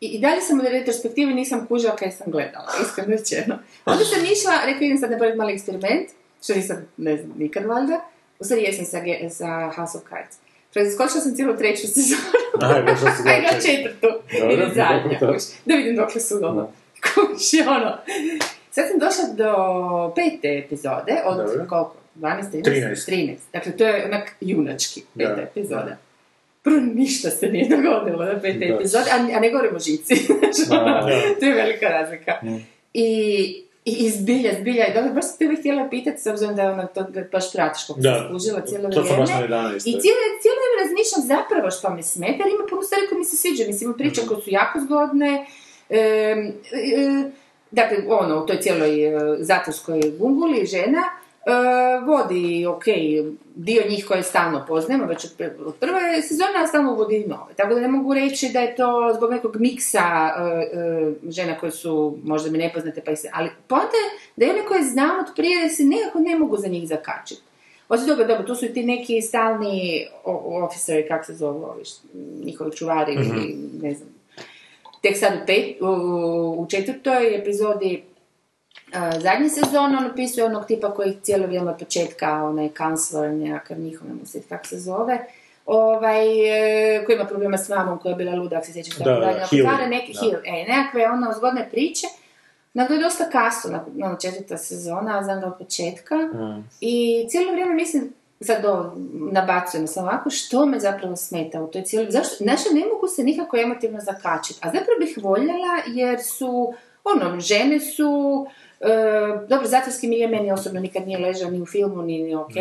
S2: i, i dalje sam u retrospektivi nisam kužila kaj sam gledala, iskreno rečeno. Onda sam išla, rekla idem sad napraviti mali eksperiment, što nisam, ne znam, nikad valjda. U stvari jesam sa, Ge- sa House of Cards. Preskočila sam cijelu treću sezonu,
S3: Aha, je baš da se gleda
S2: a igra
S3: četiri.
S2: četvrtu. Ili zadnja,
S1: dobro.
S2: kuš, da vidim dokle su ono. Kuš, ono. Sad sam došla do pete epizode, od
S3: Dobro.
S2: koliko? 12, 13?
S3: 13.
S2: 13. Dakle, to je onak junački peta
S3: Da,
S2: epizoda. Prvo ništa se nije dogodilo na pete
S1: Da.
S2: epizode, a, a ne govorimo o žici. Znači,
S1: Da,
S2: ono,
S3: da.
S2: to je velika razlika.
S1: Mm.
S2: I, i, i zbilja, zbilja, i dobro, baš sam te uvijek htjela pitati, s obzirom da je ono, to baš pratiš kako
S3: Da.
S2: se skužila cijelo
S3: To sam
S2: vrijeme.
S3: baš na 11.
S2: I cijelo, cijelo vrijeme razmišljam zapravo što me smeta, jer ima puno stvari koje mi se sviđa. Mislim, ima priče koje su jako zgodne. em, e, e, dakle, ono, u toj cijeloj e, zatvorskoj gunguli žena e, vodi, ok, dio njih koje stalno poznajemo, već od pr- od prve sezone, a stalno vodi i nove. Tako da ne mogu reći da je to zbog nekog miksa e, e, žena koje su možda mi nepoznate, pa ih se... Ali poanta je da i one koje znam od prije da se nekako ne mogu za njih zakačiti. Osim toga, dobro, tu su i ti neki stalni o- o- officeri, kako se zovu, ovi, št- njihovi čuvari,
S3: Mhm.
S2: ili ne znam. Tek sad u, pet, u, u četvrtoj epizodi a, zadnje sezone on opisuje onog tipa koji cijelo vrijeme od početka, onaj kancler, nekakav njihov, ne mogu se sjetiti kako se zove, ovaj, e, koji ima problema s mamom, koja je bila luda, ako se sjećaš,
S3: Da,
S2: tako
S3: da,
S2: dalje, onako,
S3: Hill.
S2: stvara neke,
S3: Da.
S2: Hill, e, nekakve ono zgodne priče, Dakle, to je dosta kasno, nakon- ono četvrta sezona, a znam ga od početka.
S3: Mhm.
S2: I cijelo vrijeme mislim, sad ovo nabacujem sam ovako, što me zapravo smeta u toj cijeloj... Zašto? Znaš, ne mogu se nikako emotivno zakačiti. A zapravo bih voljela jer su, ono, žene su... e, dobro, zatvorski milje meni osobno nikad nije ležao ni u filmu, ni, ni ok.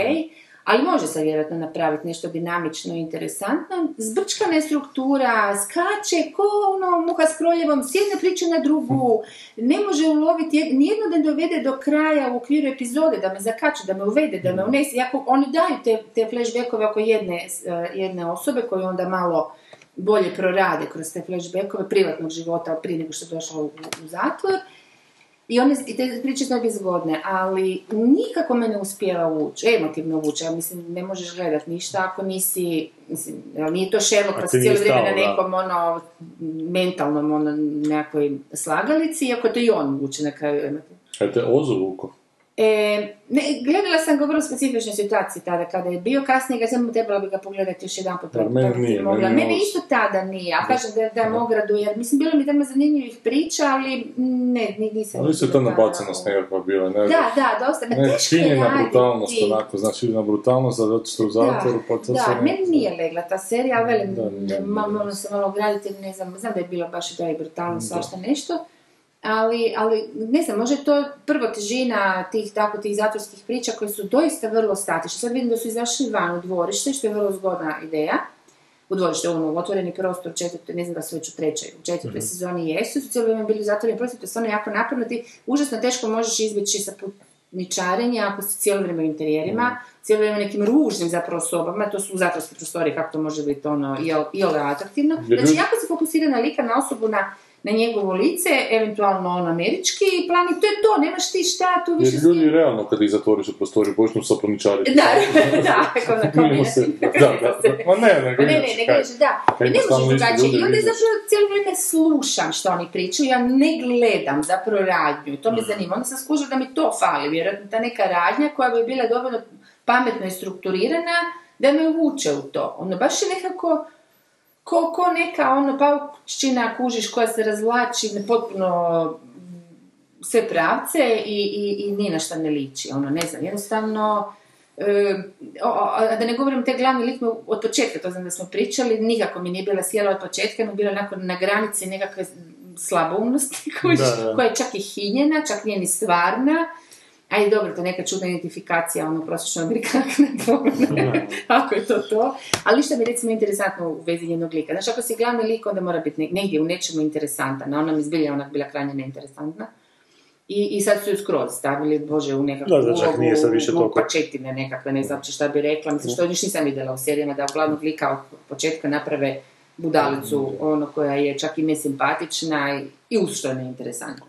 S2: Ali može se vjerojatno napraviti nešto dinamično i interesantno. Zbrčkana je struktura, skače ko ono muha s proljevom, s jedne priče na drugu, ne može uloviti, jed- nijedno da dovede do kraja u okviru epizode, da me zakače, da me uvede, da me unese. Iako oni daju te, te flashbackove oko jedne, eh, jedne osobe koju onda malo bolje prorade kroz te flashbackove privatnog života prije nego što je došla u, u zatvor. I one i te priče su zgodne, ali nikako me ne uspijeva uvući, emotivno uvući, ja mislim ne možeš gledat ništa ako nisi, mislim, jel nije to Sherlock pa
S3: Ako
S2: si
S3: ti nije
S2: cijelo vrijeme na
S3: stalo, da.
S2: nekom ono mentalnom ono nekoj slagalici, iako te i on vuče na kraju emotivno.
S1: Kaj te ozu vuku?
S2: E, ne, gledala sam ga u vrlo specifičnoj situaciji tada kada je bio, kasnije ga sam trebala bi ga pogledati još jedan
S1: Da, meni nije,
S2: mogla.
S1: meni je
S2: Mene
S1: ovo-
S2: isto tada nije, a kažem da, da ogradu, jer mislim bilo mi tamo zanimljivih priča, ali ne, ni- nisam.
S1: Ali su to
S2: uspjela da-
S1: nabacanost nekakva bila, ne znam.
S2: Da, da, dosta. Ma
S1: Ne,
S2: teško je
S1: činjena
S2: raditi.
S1: brutalnost, onako, znaš, ide na brutalnost, a zato što je u zatvoru, pa to
S2: Da,
S1: sve ne-
S2: meni nije legla ta serija, ali velim,
S1: Da, ne, ne.
S2: ma- moram se malo ograditi, jer ne znam, znam da je bilo baš i da je brutalno svašta nešto, ali, ali ne znam, možda je to prvo težina tih, tako, tih zatvorskih priča koje su doista vrlo statične. Sad vidim da su izašli van u dvorište, što je vrlo zgodna ideja. U dvorište, ono, u otvoreni prostor, u četvrtoj, ne znam da su već u trećoj, u četvrtoj
S3: Mhm.
S2: sezoni jesu, su cijelo vrijeme bili u zatvoreni prostor, to je stvarno jako naporno, ti užasno teško možeš izbjeći sa putničarenja ako si cijelo vrijeme u interijerima,
S3: Mhm.
S2: cijelo vrijeme u nekim ružnim zapravo sobama, to su zatvorske prostorije, kako to može biti ono, i ole atraktivno.
S3: Jer
S2: Znači,
S3: ljudi-
S2: jako se fokusira na lika, na osobu, na na njegovo lice, eventualno on američki plan i to je to, nemaš ti šta tu više
S3: Jer
S2: s
S3: ljudi
S2: njim.
S3: realno kad ih zatvoriš u prostoriju počnu sa planičarima.
S2: Da, da, ako na
S3: Kunimo se. Da, da, da. Ma ne, nego
S2: Ne, ne,
S3: inače,
S2: ne,
S3: kaj?
S2: kažeš, da.
S3: Kaj
S2: I ne
S3: imaš stalno
S2: možeš
S3: iste
S2: drugačije.
S3: ljude
S2: I onda
S3: vidiš.
S2: zapravo cijelo vrijeme slušam što oni pričaju, ja ne gledam zapravo radnju. To me
S3: Mm.
S2: zanima. Onda sam skužila da mi to fali, vjerojatno ta neka radnja koja bi bila dovoljno pametno i strukturirana da me uvuče u to. Ono, baš je nekako ko, ko neka ono paučina kužiš koja se razvlači na potpuno mm, sve pravce i, i, i ni na šta ne liči. Ono, ne znam, jednostavno... E, o- o- a da ne govorim, te glavni lik me od početka, to znam da smo pričali, nikako mi nije bila sjela od početka, mi je bila onako na granici nekakve mm, slaboumnosti kojiš,
S1: Da, da.
S2: koja je čak i hinjena, čak nije ni stvarna. Ajde, dobro, to je neka čudna identifikacija, ono, prosječno amerikanka, ako je to to. Ali ništa mi je, recimo interesantno u vezi njenog lika. Znaš, ako si glavni lik, onda mora biti ne- negdje u nečemu interesantan, a ona mi je zbilja onak bila krajnje neinteresantna. I, I sad su ju skroz stavili, bože, u nekakvu
S1: Da, da, čak nije sad više toliko.
S2: pačetine nekakve, ne znam uopće šta bi rekla, mislim što još nisam vidjela u serijama, da glavnog lika od početka naprave budalicu,
S1: Mm.
S2: ono koja je čak i nesimpatična i, i uz što je neinteresantna.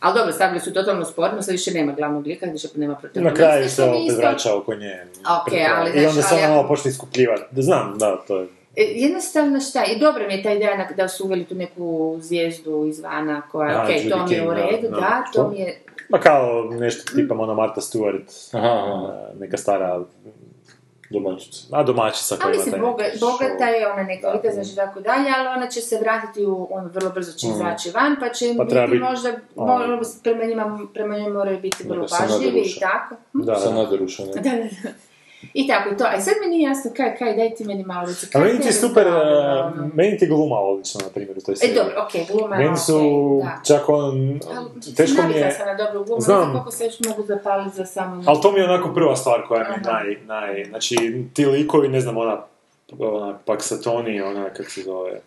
S2: Ali dobro, stavili su totalno sporno, sad više nema glavnog lika, više nema
S1: Na
S2: protagonista,
S1: kraju
S2: što
S1: se
S2: mi
S1: opet
S2: isto-
S1: vraća oko nje.
S2: Ok, ali
S1: I
S2: znaš,
S1: onda se
S2: ali
S1: ona
S2: ako-
S1: malo počne iskupljivati. Da, Znam, da, to je.
S2: E, Jednostavno šta, i dobro mi je ta ideja na- da su uveli tu neku zvijezdu izvana koja je,
S1: A,
S2: okej, to
S1: Judy
S2: mi je u
S1: King, da,
S2: redu,
S1: da.
S2: da,
S1: Što?
S2: to mi je,
S1: Pa kao nešto tipa ona Marta Stewart, eh,
S3: Aha, aha.
S1: neka stara
S3: Domaćice.
S1: a domaćica koja
S2: ali
S1: ima
S2: pa mislim,
S1: taj
S2: boga,
S1: neki
S2: bogata
S1: show.
S2: je ona neka
S1: Da. Mm.
S2: lika, znači tako dalje, ali ona će se vratiti u, on vrlo brzo će izaći van, pa će
S1: Pa treba
S2: biti
S1: biti,
S2: možda,
S1: ono,
S2: moralo bi se prema njima, prema njima moraju biti vrlo
S3: Neka se
S2: pažljivi i
S3: naderuša.
S2: tako. Hm?
S1: Da,
S3: Sa
S1: da.
S3: nadaruša, ne?
S2: Da, da, da. I tako i to. A sad mi nije jasno kaj, kaj, daj ti meni malo reći.
S1: A
S2: kaj
S1: meni ti
S2: tebe
S1: je super,
S2: zabavilo, ono?
S1: eh, meni ti je gluma odlično, na primjer, u toj
S2: E,
S1: seriji.
S2: dobro, okej, gluma,
S1: Meni su
S2: okej, da.
S1: čak on,
S2: Ali,
S1: teško mi
S2: navikla
S1: je,
S2: sam na dobru gumu,
S1: Znam.
S2: ne znam koliko se još mogu zapaliti za samo...
S1: ali to mi je onako prva stvar koja mi je
S2: Aha.
S1: naj, naj, znači ti likovi, ne znam, ona, ona Paksatoni, ona, kak se zove,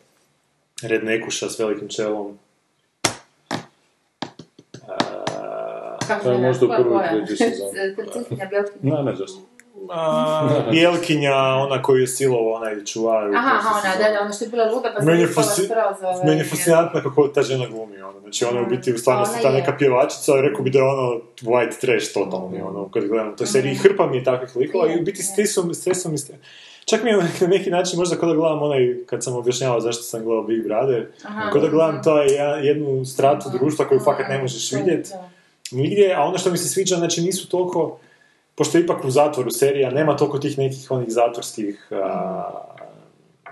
S1: rednekuša s velikim čelom. A,
S2: Kako
S3: To je
S2: je
S3: možda u
S2: koja-
S3: prvoj
S2: koja?
S3: trećoj sezoni.
S2: Crcutkinja, Bjelkinja.
S3: Na, ne, zašto.
S1: a, Bjelkinja, ona koju je silovao, onaj čuvar. u
S2: Aha,
S1: kojoj se
S2: aha, ona,
S1: zove.
S2: da, da, ona što je bila luda, pa
S1: Meni je,
S2: se
S1: fasci-
S2: skroz... ovaj,
S1: meni je fascinantno kako ta žena glumi, ono. znači ona je u biti u stvarnosti
S2: Ona
S1: ta
S2: je.
S1: neka pjevačica, rekao bi da je ono white trash totalni, ono, kad gledam
S2: Mm.
S1: u toj seriji, I hrpa mi je takvih likova i u biti stresom, stresom mi stre- Čak mi je na neki način, možda kada gledam onaj, kad sam objašnjavao zašto sam gledao Big Brother,
S2: Aha. Mm.
S1: kada gledam taj jedan- jednu stratu društva koju fakat ne možeš
S2: Da,
S1: vidjeti,
S2: Mm. da.
S1: nigdje, a ono što mi se sviđa, znači nisu toliko, pošto je ipak u zatvoru serija, nema toliko tih nekih onih zatvorskih a,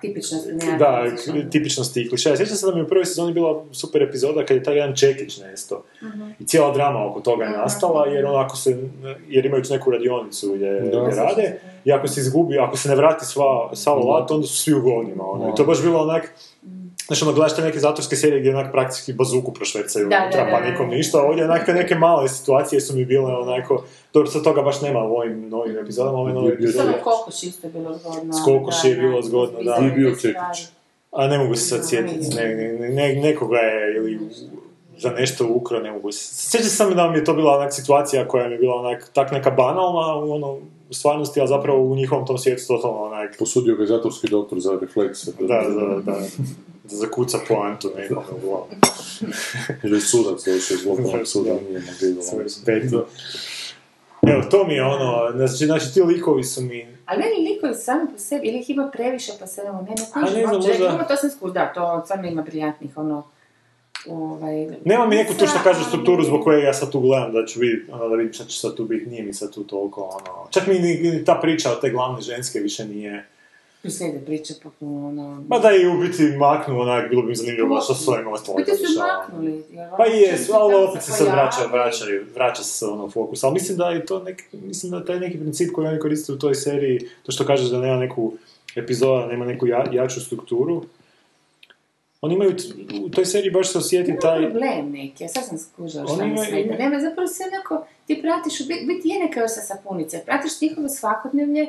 S2: Tipično se
S1: da, k- tipičnosti i klišeja. Sjećam se da mi je u prvoj sezoni bila super epizoda kad je taj jedan Čekić nesto.
S2: Mhm.
S1: I cijela drama oko toga je nastala, jer on ako se, jer imaju tu neku radionicu gdje, gdje rade, i ako se izgubi, ako se ne vrati sva, sva
S3: Mhm.
S1: lat, onda su svi u govnima. ono. I to je baš bilo onak,
S2: Mhm.
S1: Znaš, ono, gledaš te neke zatvorske serije gdje onak praktički bazuku prošvercaju
S2: Da, da,
S1: unutra,
S2: da,
S1: pa
S2: da,
S1: nikom
S2: da.
S1: ništa. Ovdje onak te neke male situacije su mi bile onako, dobro, sad toga baš nema u ovim novim epizodama, ove nove
S3: Gdje je bio
S1: epizode.
S2: Samo kokoš isto je bilo zgodno.
S1: S kokoš
S2: da,
S1: je
S2: da,
S1: bilo zgodno, da.
S2: bizarne
S3: Gdje je bio
S2: stvari.
S3: Čekić?
S1: A ne mogu se sad sjetiti, ne, ne, ne- nekoga je ili za nešto ukro, ne mogu se. Sjećam se samo da mi je to bila onak situacija koja mi je bila onak, tak neka banalna u ono, u stvarnosti, a zapravo u njihovom tom svijetu totalno onak,
S3: Posudio ga je zatvorski doktor za reflekse.
S1: da, da, da, da zakuca poantu ono, nekome u glavu.
S3: Ili sudac došao iz lokalnog
S1: Da.
S3: suda, nije mogao
S1: Svoj spet. Evo, to mi je ono, znači, znači ti likovi su mi,
S2: Ali meni likovi sami po sebi, ili ih ima previše pa se ono, ne, ne
S1: A ne
S2: kužim,
S1: znam,
S2: uopće,
S1: možda-
S2: Ima to sam sku, da, to stvarno ima briljantnih, ono, ovaj...
S1: nema mi neku tu što kažu
S2: ali-
S1: strukturu zbog koje ja sad tu gledam da ću vidjeti, ono, da vidim šta će sad tu biti, nije mi sad tu toliko, ono, čak mi ni, ni ta priča o te glavne ženske više nije,
S2: Tu slijede priče, no. potpuno, ono...
S1: Pa da i u biti maknu onak, bilo bi mi zanimljivo baš što s ovim ostalim
S2: Biti su maknuli. jer ono,
S1: Pa i je,
S2: čim
S1: ali
S2: tamo
S1: opet se sad vraća,
S2: pojavili-
S1: vraća, vraća se ono fokus, ali mislim da je to nek, mislim da taj neki princip koji oni koriste u toj seriji, to što kažeš da nema neku epizoda, nema neku ja- jaču strukturu, Oni imaju, t- u toj seriji baš se osjeti
S2: Ima
S1: taj...
S2: problem neki, a sad sam skužila
S1: Oni
S2: šta mi
S1: imaju-
S2: smeta. Nema, zapravo se onako, ti pratiš, u biti biti je neka još sa sapunice, pratiš njihovo svakodnevlje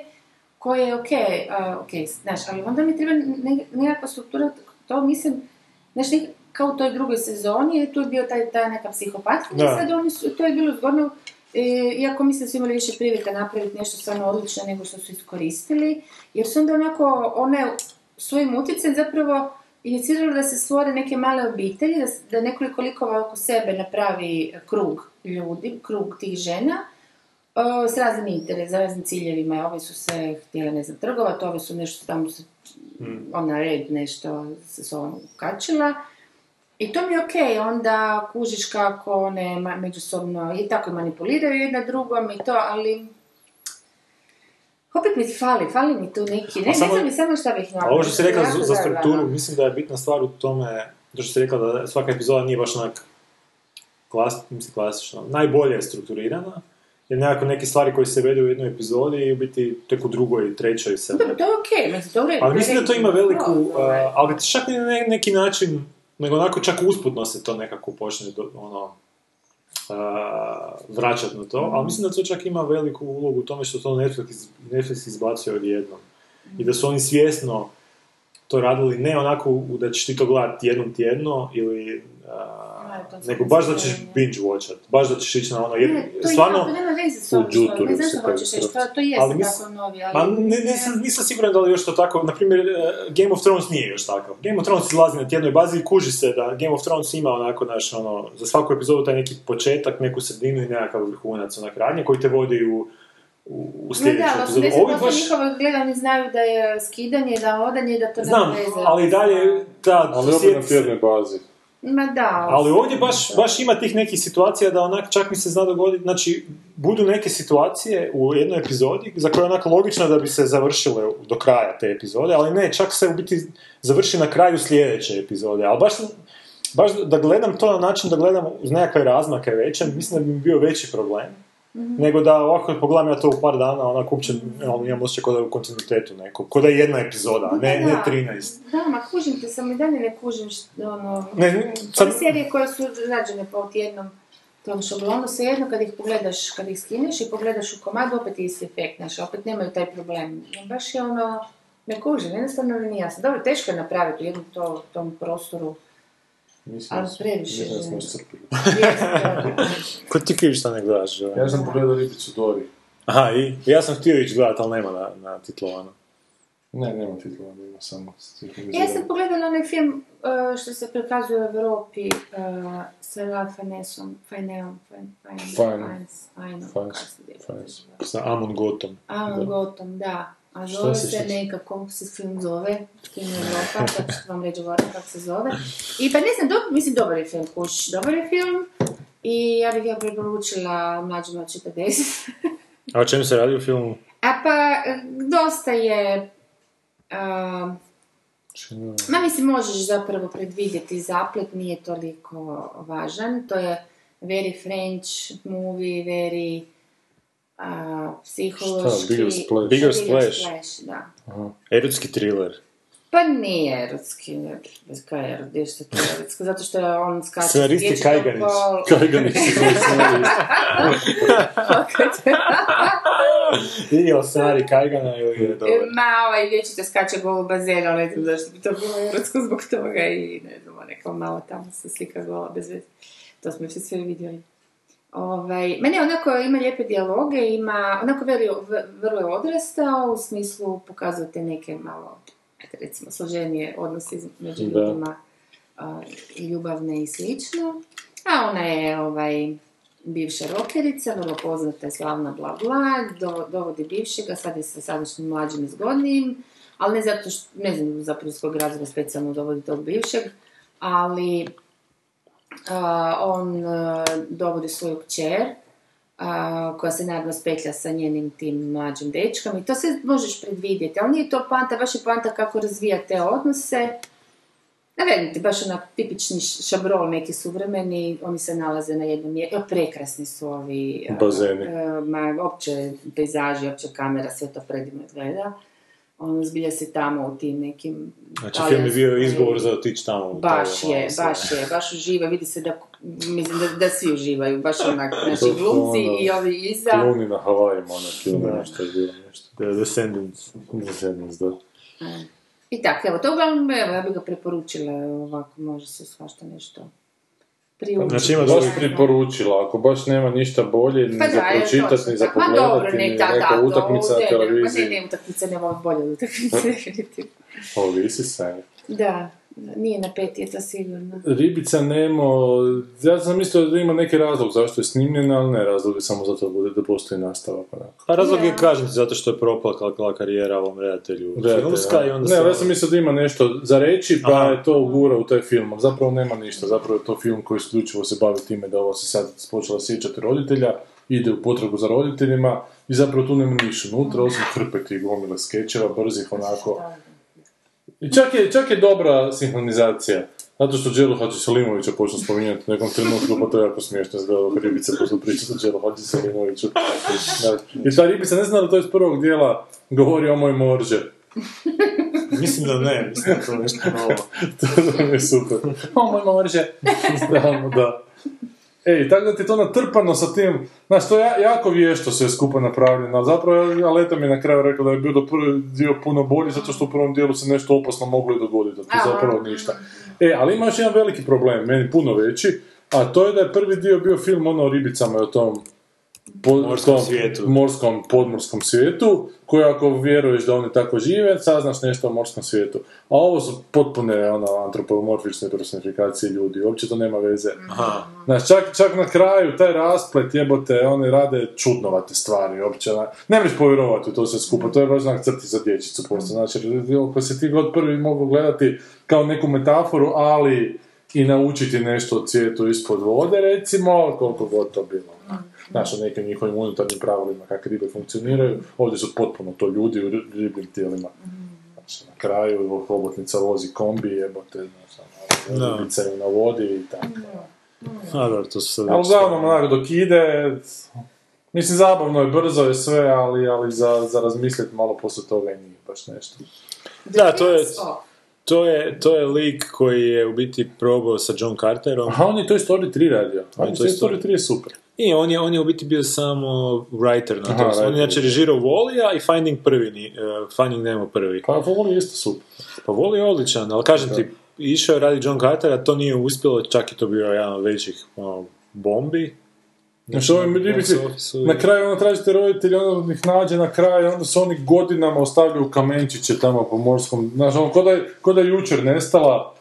S2: koje je okej, a, okej, znaš, ali onda mi treba ne- nekakva struktura, to mislim, znaš, nek- kao u toj drugoj sezoni, jer tu je bio taj, ta neka psihopatkinja,
S1: Da.
S2: sad oni su, to je bilo zgodno, e, iako mislim da su imali više prilika napraviti nešto stvarno odlično nego što su iskoristili, jer su onda onako, one svojim utjecajem zapravo iniciralo da se stvore neke male obitelji, da, s- da nekoliko likova oko sebe napravi krug ljudi, krug tih žena, o, s raznim interesa, raznim ciljevima. Ove su se htjele, ne znam, trgovati, ove su nešto tamo, se,
S1: Hmm.
S2: ona red nešto se s ovom ukačila. I to mi je okej, onda kužiš kako one ma- međusobno i tako manipuliraju jedna drugom i to, ali opet mi fali, fali mi tu neki, ne, ne
S1: samo-
S2: znam ni samo šta bih
S1: A ovo što si rekla
S2: Jako
S1: za, za
S2: zajebano.
S1: strukturu, mislim da je bitna stvar u tome, to što si rekla da svaka epizoda nije baš onak klas, mislim, klasična, najbolje je strukturirana, jer nekako neke stvari koje se vedu u jednoj epizodi i u biti tek u drugoj, trećoj se...
S2: Dobro, to je okej, mislim, to je u redu,
S1: Ali mislim da to ima veliku,
S2: Dobro, ovaj.
S1: a, ali čak ne na neki način, nego onako čak usputno se to nekako počne do- ono, a, vraćat na to,
S2: Mhm.
S1: ali mislim da to čak ima veliku ulogu u tome što to Netflix, iz- Netflix izbacio odjednom. I da su oni svjesno to radili ne onako u- da ćeš ti to gledati jednom tjedno ili a,
S2: Da, to sam
S1: nego baš da
S2: mislila,
S1: ćeš
S2: ne.
S1: binge watchat, baš da ćeš ići na ono, jer
S2: Ne, to
S1: stvarno...
S2: je jako, nema veze s ovim
S3: U
S2: što,
S3: đuture
S2: ne znaš
S3: se
S2: što
S3: kaže
S2: hoćeš reći, to,
S3: hrvatski.
S2: to je
S1: Ali
S2: tako
S1: mislim-
S2: novi, ali...
S1: Ma ne, nisam, nisam siguran da li još to tako, na primjer eh, Game of Thrones nije još takav. Game of Thrones izlazi na tjednoj bazi i kuži se da Game of Thrones ima onako naš, ono, za svaku epizodu taj neki početak, neku sredinu i nekakav vrhunac onak radnje koji te vodi u, u, u
S2: Ma
S1: sljedeću
S2: da,
S1: epizodu.
S2: ali
S1: Ovi
S2: 80%
S1: baš,
S2: njihovog gledanja znaju da je skidanje, da odanje, da to nema
S1: znam,
S2: veze.
S1: ali i dalje ta
S3: Ali opet na
S1: osjeti se-
S3: tjednoj bazi.
S2: Ma da.
S1: Ali ovdje baš, baš ima tih nekih situacija da onak čak mi se zna dogoditi, znači budu neke situacije u jednoj epizodi za koje je onak logično da bi se završile do kraja te epizode, ali ne, čak se u biti završi na kraju sljedeće epizode, ali baš, sam- baš da gledam to na način da gledam uz nekakve razmake veće, mislim da bi mi bio veći problem. Nego da ovako pogledam ja to u par dana, onak uopće ono, imam osjećaj kao da je u kontinuitetu neko, ko da je jedna epizoda, a ne,
S2: Ma
S1: ne
S2: da.
S1: 13.
S2: Da, ma kužim te, sam i dalje ne kužim što, ono...
S1: Ne,
S2: Sad...
S1: sad,
S2: serije koje su rađene po tjednom tom šablonu, svejedno kad ih pogledaš, kad ih skineš i pogledaš u komadu, opet je isti efekt, znaš, opet nemaju taj problem. Baš je ono, ne kužim, jednostavno mi nije jasno. Dobro, teško je napraviti u jednom to, tom prostoru.
S3: Mislim,
S2: Ali previše
S3: mislim da
S2: je.
S3: smo iscrpili.
S1: ko ti kriviš šta ne gledaš? ovaj? Jovan?
S3: Ja sam pogledao Ribicu Dori.
S1: Aha, i ja sam htio ići gledat, ali nema na, na titlovano.
S3: Ne, nema titula, nema samo sinhronizirano.
S2: ja sam pogledala onaj film uh, što se prikazuje u Europi uh, sa Ralph Finesom, Fineom, Fine,
S3: Fine.
S2: Fine, Fine,
S3: Fajs, fajs.
S2: Fine,
S1: Sa Amon Gotom.
S2: A,
S1: Da.
S2: Gotom, da. A
S1: Šta
S2: zove
S1: se-
S2: se
S1: šta se-
S2: nekako, se film zove, Film Europa, sad ću vam reći ovako kako se zove. I pa ne znam, do, mislim, dobar je film, kuć, dobar je film. I ja bih ga preporučila mlađima od 40.
S1: A o čemu se radi u filmu?
S2: A pa, eh, dosta je... a,
S1: Čemu?
S2: Ma mislim, možeš zapravo predvidjeti zaplet, nije toliko važan. To je very French movie, very a, psihološki...
S3: Bigger Splash?
S1: Bigger Splash.
S2: Splash, da.
S1: Erotski thriller.
S2: Pa nije erotski, ne, bez kaj je erotski, što je to erotski, zato što je on skače...
S1: Scenarist je
S2: dječji
S1: Kajganić.
S2: topol.
S1: Kajganić. Vidio scenarij Kajgana ili je dobro.
S2: Ma, ovaj vječito skače gol u bazenu, ali ne znam zašto bi to bilo erotsko zbog toga i ne znam, on kao malo tamo se slika gola bez veze. To smo svi sve vidjeli. Ovaj, mene onako ima lijepe dijaloge, ima, onako veli, v- vrlo je odrastao, u smislu pokazuje te neke malo, eto, recimo, složenije odnose među
S3: Da.
S2: ljudima, a, i ljubavne i slično. A ona je, ovaj, bivša rokerica, vrlo poznata je slavna bla bla, do- dovodi bivšega, sad je sa sadašnjim mlađim i zgodnijim, ali ne zato što, ne znam zapravo iz kojeg razloga specijalno dovodi tog bivšeg, ali a, on e, dovodi svoju kćer, a, koja se naravno spetlja sa njenim tim mlađim dečkom i to sve možeš predvidjeti, ali nije to poanta, baš je poanta kako razvija te odnose. Ne velim ti, baš onak tipični š- šabrol neki suvremeni, oni se nalaze na jednom mjestu, prekrasni su ovi... e, a,
S3: Bazeni.
S2: e, ma, opće pejzaži, opće kamera, sve to predivno izgleda. ono zbilja se tamo u tim nekim...
S3: Znači, film je bio
S2: talijanskim-
S3: izgovor za otići tamo. u taj
S2: Baš je, Znači,
S3: Valhalla.
S2: baš je, baš uživa, vidi se da, mislim da, da svi uživaju, baš onak,
S1: To
S2: naši
S1: su
S2: glumci
S1: ono,
S2: i ovi iza.
S1: Kluni na Havajima, onak, ili
S3: Da.
S1: nešto je bilo nešto.
S3: The Descendants.
S1: Descendants, da.
S2: I tako, evo, to uglavnom, evo, ja bih ga preporučila, ovako, može se svašta nešto priučiti.
S3: Znači, ima
S1: Baš
S3: dosta-
S1: priporučila, ako baš nema ništa bolje, ni
S2: Pa
S1: za
S2: da, je
S1: pročitat,
S2: točno
S1: ni za
S2: tako. Ma dobro,
S1: pogledati, ni
S2: ne, ta,
S1: neka
S2: da, to
S1: utakmica
S2: ovdje, ne,
S1: na
S2: Pa ne,
S1: televiziji.
S2: ne, utakmice, ne volim bolje od utakmice.
S1: Ovisi se.
S2: da, nije na pet je to sigurno.
S1: Ribica Nemo, ja sam mislio da ima neki razlog zašto je snimljena, ali ne razlog je samo zato da bude da postoji nastavak onako.
S3: A Pa razlog je,
S2: Da.
S3: kažem ti, zato što je propala kakla karijera ovom redatelju filmska
S1: Redatelja.
S3: i onda
S1: ne,
S3: se...
S1: ali ja sam mislio da ima nešto za reći, pa
S3: Aha.
S1: je to ugura u taj film. ali Zapravo nema ništa, zapravo je to film koji isključivo se bavi time da ovo se sad počela sjećati roditelja, ide u potragu za roditeljima i zapravo tu nema ništa unutra, osim hrpe tih gomile skečeva, brzih onako. I čak je, čak je dobra sinhronizacija. Zato što Đelo Hadži Salimovića počnu spominjati u nekom trenutku, pa to je jako smiješno izgledalo kad ribice počnu pričati o Đelo Hadži Salimoviću. Da. I ta ribica, ne znam da li to iz prvog dijela govori o moj morže.
S3: Mislim da ne, mislim da je to nešto novo.
S1: to mi je super. O moj morže. Stalno, da. Ej, tako da ti je to natrpano sa tim, znaš, to je ja- jako vješto sve skupa napravljeno, ali zapravo Aleta mi je na kraju rekla da je bio prvi dio puno bolji, zato što u prvom dijelu se nešto opasno moglo i dogoditi, a to zapravo ništa. E, ali ima još jedan veliki problem, meni puno veći, a to je da je prvi dio bio film ono o ribicama i o tom po-
S3: Morskom
S1: tom
S3: svijetu.
S1: morskom, podmorskom svijetu, koji ako vjeruješ da oni tako žive, saznaš nešto o morskom svijetu. A ovo su potpune ono, antropomorfične personifikacije ljudi, uopće to nema veze.
S3: Aha.
S1: Znaš, čak, čak na kraju, taj rasplet jebote, oni rade čudnovate stvari, uopće, na- ne možeš povjerovati u to sve skupa, to je baš znak crti za dječicu, posto, znači, ako se ti god prvi mogu gledati kao neku metaforu, ali i naučiti nešto o cvijetu ispod vode, recimo, koliko god to bilo. Znaš, o nekim njihovim unutarnjim pravilima, kako ribe funkcioniraju, ovdje su potpuno to ljudi u ri- ribljim tijelima. Znači, na kraju, hobotnica vozi kombi, jebote, znaš, ono,
S3: Da.
S1: ribica je na vodi i tako.
S3: A dobro, to su sad...
S1: Ali
S3: već-
S1: uglavnom, onako, dok ide, mislim, zabavno je, brzo je sve, ali, ali za, za razmislit malo poslije toga i nije baš nešto.
S3: Da, to je,
S2: Djetinjstvo.
S3: to, je, to je lik koji je u biti probao sa John Carterom.
S1: Aha, on je Toy Story 3 radio.
S3: On
S1: On
S3: je
S1: je
S3: Toy
S1: Toy
S3: Pa, Story.
S1: Story 3 je super.
S3: I on je, on je u biti bio samo writer na
S1: Aha,
S3: to. On je
S1: writer.
S3: inače režirao Wall-a i Finding, prvi, ni- eh, Finding Nemo prvi.
S1: Pa, Voli je isto super.
S3: Pa Wall je odličan, ali kažem ti, išao je radi John Cartera, to nije uspjelo, čak je to bio jedan od većih ono, bombi.
S1: Znači, ovim ribici,
S3: box officeu i-
S1: na kraju ono tražite roditelji, onda ih nađe na kraju, onda se oni godinama ostavljaju kamenčiće tamo po morskom, znaš, ono, ko da, je- ko da je jučer nestala,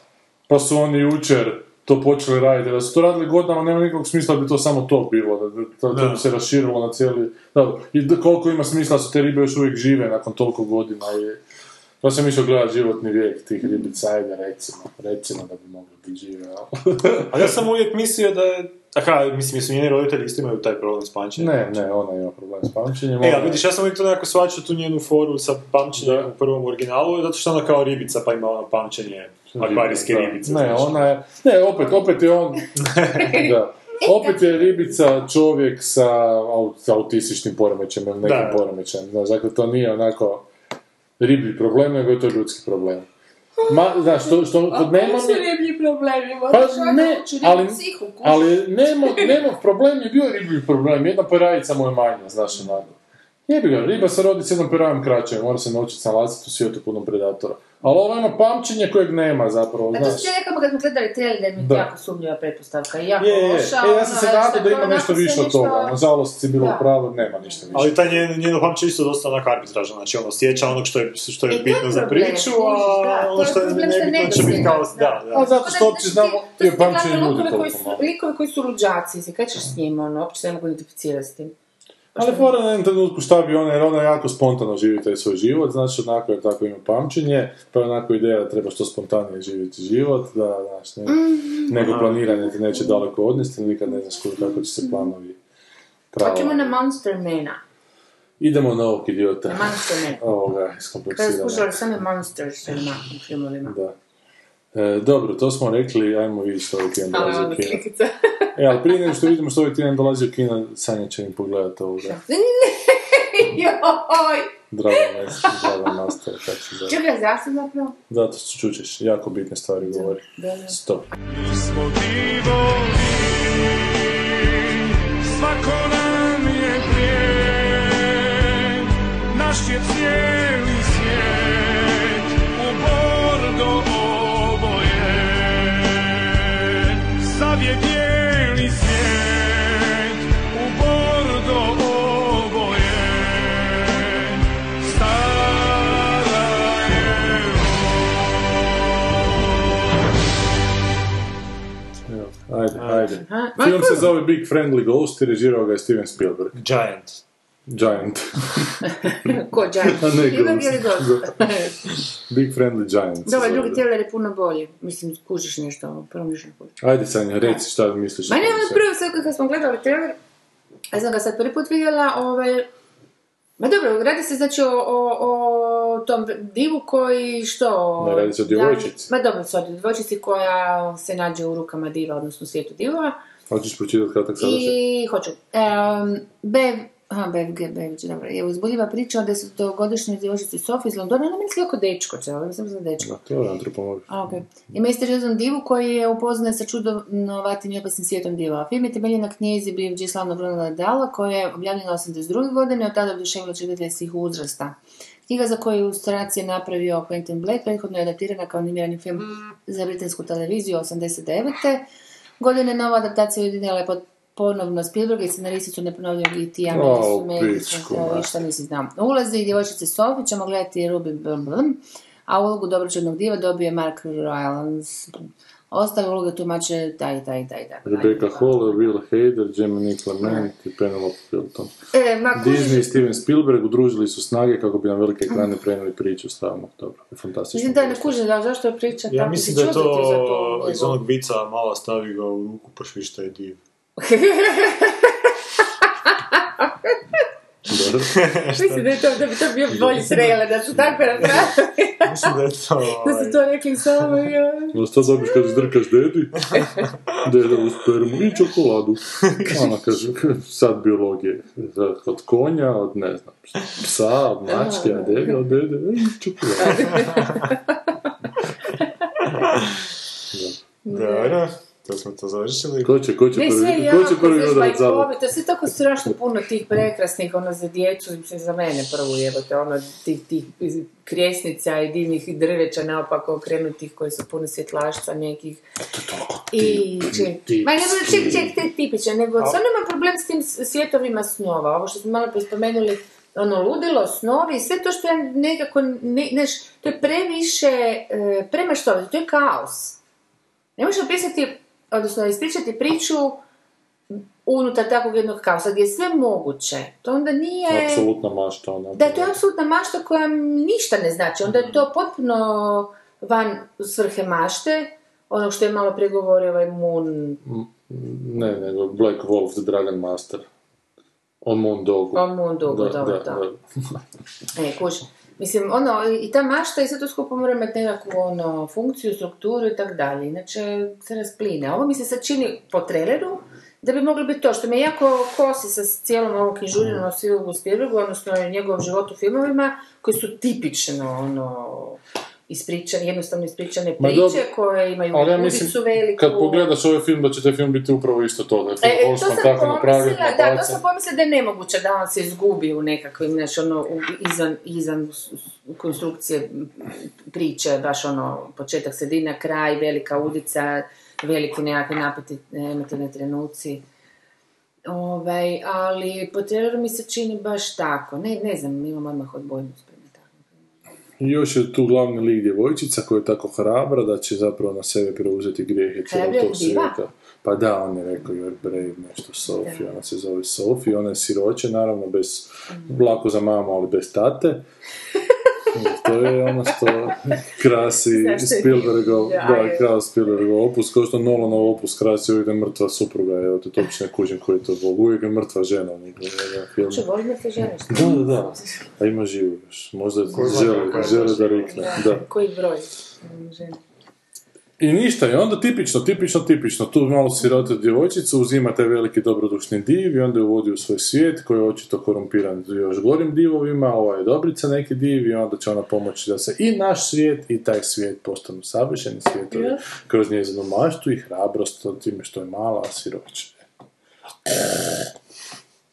S1: pa su oni jučer to počeli raditi, da su to radili godinama, nema nikakvog smisla da bi to samo to bilo, da, da- to, to
S3: Da.
S1: bi se raširilo na cijeli, da, i da, koliko ima smisla da su te ribe još uvijek žive nakon toliko godina i... Pa sam išao gledati životni vijek tih ribica, ajde, recimo, recimo da bi mogli biti žive, ali...
S3: A ja sam uvijek mislio da je... Aha, mislim, jesu njeni roditelji isto imaju taj problem s pamćenjem.
S1: Ne, ne, ona ima problem s pamćenjem.
S3: E,
S1: ona-
S3: ali vidiš, ja sam uvijek to nekako svačao tu njenu foru sa pamćenjem
S1: Da.
S3: u prvom originalu, zato što ona kao ribica pa ima ono pamćenje akvarijske
S1: Da.
S3: ribice.
S1: Ne,
S3: znaš.
S1: ona je, ne, opet, opet je on, da.
S2: E,
S1: Opet je ribica čovjek sa aut- autističnim poremećajem ili nekim
S3: Da.
S1: poremećajem. Znaš, dakle, to nije onako riblji problem, nego je to ljudski problem. Ma, znaš, što, što kod Nemo
S2: Što
S1: mi-
S2: riblji problemi, moraš
S1: Pa
S2: odmah
S1: ne,
S2: ući u riblju
S1: ali,
S2: psihu, kužiš.
S1: ali Nemo, Nemov problem je bio riblji problem, jedna perajica mu je manja, znaš onako. Jebi ga, riba se rodi s jednom perajom kraće, mora se naučiti snalaziti u svijetu punom predatora. Ali ovo je ono pamćenje kojeg nema zapravo,
S2: Pa to
S1: znaš.
S2: sam ja rekao kad smo gledali trailer da je mi
S1: Da.
S2: jako sumnjiva pretpostavka i jako
S1: Je, je,
S2: loša.
S1: E, ja sam
S2: ono,
S1: se
S2: znaš,
S1: nadao da
S2: tako
S1: ima
S2: onako
S1: nešto
S2: sve
S1: više od toga.
S2: nešto-
S1: Nažalost si bilo
S2: Da.
S1: u pravu, nema ništa više.
S3: Ali taj njen, njeno pamćenje isto dosta onako arbitražno, znači ono sjeća onog što je, što je
S2: E, to je
S3: bitno za
S2: problem,
S3: priču,
S2: kužiš,
S3: a
S2: da, to
S3: ono
S2: je
S3: što je
S2: problem Pa što je
S3: nebitno
S1: Znači,
S3: će biti kao...
S2: nedosljedno,
S3: Da,
S2: da.
S3: da.
S1: A zato što uopće znamo je pamćenje ljudi
S2: koji
S1: toliko
S2: su,
S1: malo.
S2: likove koji su luđaci, se kaj ćeš s njim, ono, uopće se ne mogu identificirati s tim.
S1: Ali fora na jednom trenutku šta bi ona, jer ona jako spontano živi taj svoj život, znači onako je tako ima pamćenje, pa je onako ideja da treba što spontanije živjeti život, da, znaš, ne,
S2: Mhm.
S1: nego planiranje te neće daleko odnesti, nikad ne znaš koliko- kako će se planovi pravo.
S2: Hoćemo Mhm. Pa na Monster Mana.
S1: Idemo na ovog idiota.
S2: Na Monster Mana.
S1: Ovoga,
S2: Kada
S1: iskompleksirano.
S2: smo slušali samo Monster Mana u filmovima.
S1: Da. E, dobro, to smo rekli, ajmo vidjeti što ovaj tjedan
S2: Ali
S1: dolazi
S2: ono
S1: u kino.
S2: slikica.
S1: E, ali prije nego što vidimo što ovaj tjedan dolazi u kino, Sanja će mi pogledati ovoga.
S2: Joj, Oj,
S1: Drago me, drago nastaje, kak se zove.
S2: čekaj, zašto zapravo?
S1: Zato što čučeš, jako bitne stvari govori.
S2: Da, da.
S1: Stop. Evo, Ajde, ajde.
S2: Aha, ma
S1: Film se
S2: ko-
S1: zove Big Friendly Ghost i režirao ga je Steven Spielberg.
S3: Giant.
S1: Giant.
S2: Ko Giant?
S1: A ne
S2: Spielberg
S1: Ghost.
S2: ili Ghost?
S1: Big Friendly Giant. se
S2: Dobar,
S1: zove,
S2: drugi
S1: da.
S2: tjeler je puno bolje. Mislim, kužiš nešto, ono, promišljam kužiš.
S1: Ajde Sanja, reci šta misliš.
S2: Ma
S1: o
S2: ne,
S1: tom
S2: ono
S1: sve.
S2: prvo sad kad smo gledali trailer, ja sam ga sad prvi put vidjela, ovaj... Ma dobro, radi se znači o, o, o tom divu koji što...
S1: Ne, radi se o djevojčici.
S2: Ma dobro, sorry, djevojčici koja se nađe u rukama diva, odnosno u svijetu divova.
S1: Hoćeš pročitati kratak sadržaj?
S2: I hoću. Em, Bev, aha, BFG, BFG, dobro, je uzbudljiva priča o desetogodišnjoj djevojčici Sofi iz Londona, ona misli jako dečko, čel, ona mislim za dečko.
S1: Ma, to je antropologija.
S2: A, okej. I misterioznom divu koji je upoznat sa čudnovatim i opasnim svijetom diva. Film je temeljen na knjizi BFG slavnog Ronalda Dala koja je objavljena 82. godine i od tada oduševila čitatelje svih uzrasta. Knjiga za koju ilustracije napravio Quentin Blake prethodno je adaptirana kao animirani film za britansku televiziju 89. godine. Nova adaptacija ujedinila je pod ponovno Spielberga i scenaristicu neponovljivog i ti ja
S1: Au,
S2: meni su mediji,
S1: pičku,
S2: sve,
S1: ma.
S2: šta nisi znao. U ulozi djevojčice Sofi ćemo gledati Ruby Blum Blum, a ulogu dobročudnog diva dobio je Mark Rylance. Ostale uloge tumače taj, taj, taj, taj.
S1: Rebecca Hall, Will Hader, Gemini Clement i Penelope Hilton.
S2: E, ma kužiš,
S1: Disney i Steven Spielberg udružili su snage kako bi na velike ekrane prenijeli priču stavnog dobro. Fantastično.
S2: Mislim da ne kužim, da zašto je priča
S3: Ja
S2: tako,
S3: mislim da
S2: si
S3: je
S2: čuo ti za
S3: to iz
S2: njegovu-
S3: onog bica mala stavi ga u ruku pa švišta je div.
S1: Dobro.
S2: Mislim da, je to, da bi to bio bolji trailer, da su tako razpravili,
S3: Mislim da je ovaj, to...
S2: da su to rekli samo i ono.
S1: No šta zabiš kad zdrkaš dedi? Deda u spermu i čokoladu. Ona kaže, sad biologije. Od konja, od ne znam, psa, od mačke, a dede, od dede, e, i čokoladu.
S3: Dobro, to smo to završili.
S1: Ko će, ko će
S2: Ne, sve
S1: prvi,
S2: je
S1: ko će
S2: jako,
S1: prvi
S2: znaš,
S1: udarat
S2: pa i
S1: zavod?
S2: COVID, to je sve tako strašno puno tih prekrasnih, ono, za djecu, mislim, za mene prvo jebate, ono, tih, tih krijesnica i divnih drveća naopako okrenutih koji su puno svjetlašca nekih. I ček, ma ne bude ček, ček, te tipične, nego stvarno imam problem s tim s- svjetovima snova, ovo što smo malo prije spomenuli, ono, ludilo, snovi, sve to što ja nekako, ne, neš, to je previše, e, premaštovito, to je kaos. Ne možeš opisati, odnosno ispričati priču unutar takvog jednog kaosa gdje je sve moguće. To onda nije...
S1: Apsolutna mašta ona.
S2: Da, to je apsolutna mašta koja ništa ne znači. Onda je to potpuno van svrhe mašte, ono što je malo prije govorio ovaj Moon,
S1: Ne, nego Black Wolf, The Dragon Master. O mom dogu.
S2: o Moon Dugu, dobro, da. E, kuš. Mislim, ono, i ta mašta i sve to skupo mora imati nekakvu ono, funkciju, strukturu i tako dalje. Inače, se raspline. Ovo mi se sad čini po traileru, da bi moglo biti to što me jako kosi sa cijelom ovom knjižuljenom o
S1: Mm.
S2: Silvu Spielbergu, odnosno njegovom životu u filmovima, koji su tipično, ono, ispričane, jednostavno ispričane
S1: Ma
S2: priče
S1: dobro,
S2: koje imaju
S1: Ali ja
S2: udicu
S1: mislim,
S2: veliku.
S1: kad pogledaš ovaj film, da će taj film biti upravo isto to, da je
S2: E,
S1: Phil
S2: to sam
S1: Horstman tako napravio,
S2: pomislila, da, to
S1: nabacan.
S2: sam pomislila da je nemoguće da on se izgubi u nekakvim, znači ono, u- izvan, izvan s- s- konstrukcije m, priče, baš ono, početak, sredina, kraj, velika udica, veliki nekakvi napeti, emotivni trenuci. Ovaj, ali po teroru mi se čini baš tako. Ne, ne znam, imam odmah odbojnost prema takvim.
S1: I još je tu glavni lik djevojčica koja je tako hrabra da će zapravo na sebe preuzeti grijehe cijelog
S2: Hrabra
S1: tog
S2: diva?
S1: svijeta. Pa da, on je rekao You're brave, nešto Sophie, ona se zove Sophie, ona je siroće, naravno bez,
S2: Mhm.
S1: lako za mamu, ali bez tate. I to je ono što krasi
S2: Zašto je
S1: Spielbergov,
S2: divno,
S1: da,
S2: ajde.
S1: krasi Spielbergov opus, kao što Nolanov opus krasi uvijek da je mrtva supruga, evo te točno kužim koji je to bog, uvijek je mrtva žena ono, u njegovom filmu.
S2: Če, volim da se želiš.
S1: Da, da, da. A ima živu još. Možda žele, žele da rikne. Da.
S2: Koji broj? Mm, žena.
S1: I ništa, i onda tipično, tipično, tipično, tu malo sirotu djevojčicu, uzima taj veliki dobrodušni div i onda ju uvodi u svoj svijet koji je očito korumpiran još gorim divovima, ova je dobrica neki div i onda će ona pomoći da se i naš svijet i taj svijet postanu savršeni svijetovi kroz njezinu maštu i hrabrost od time što je mala, a siroče.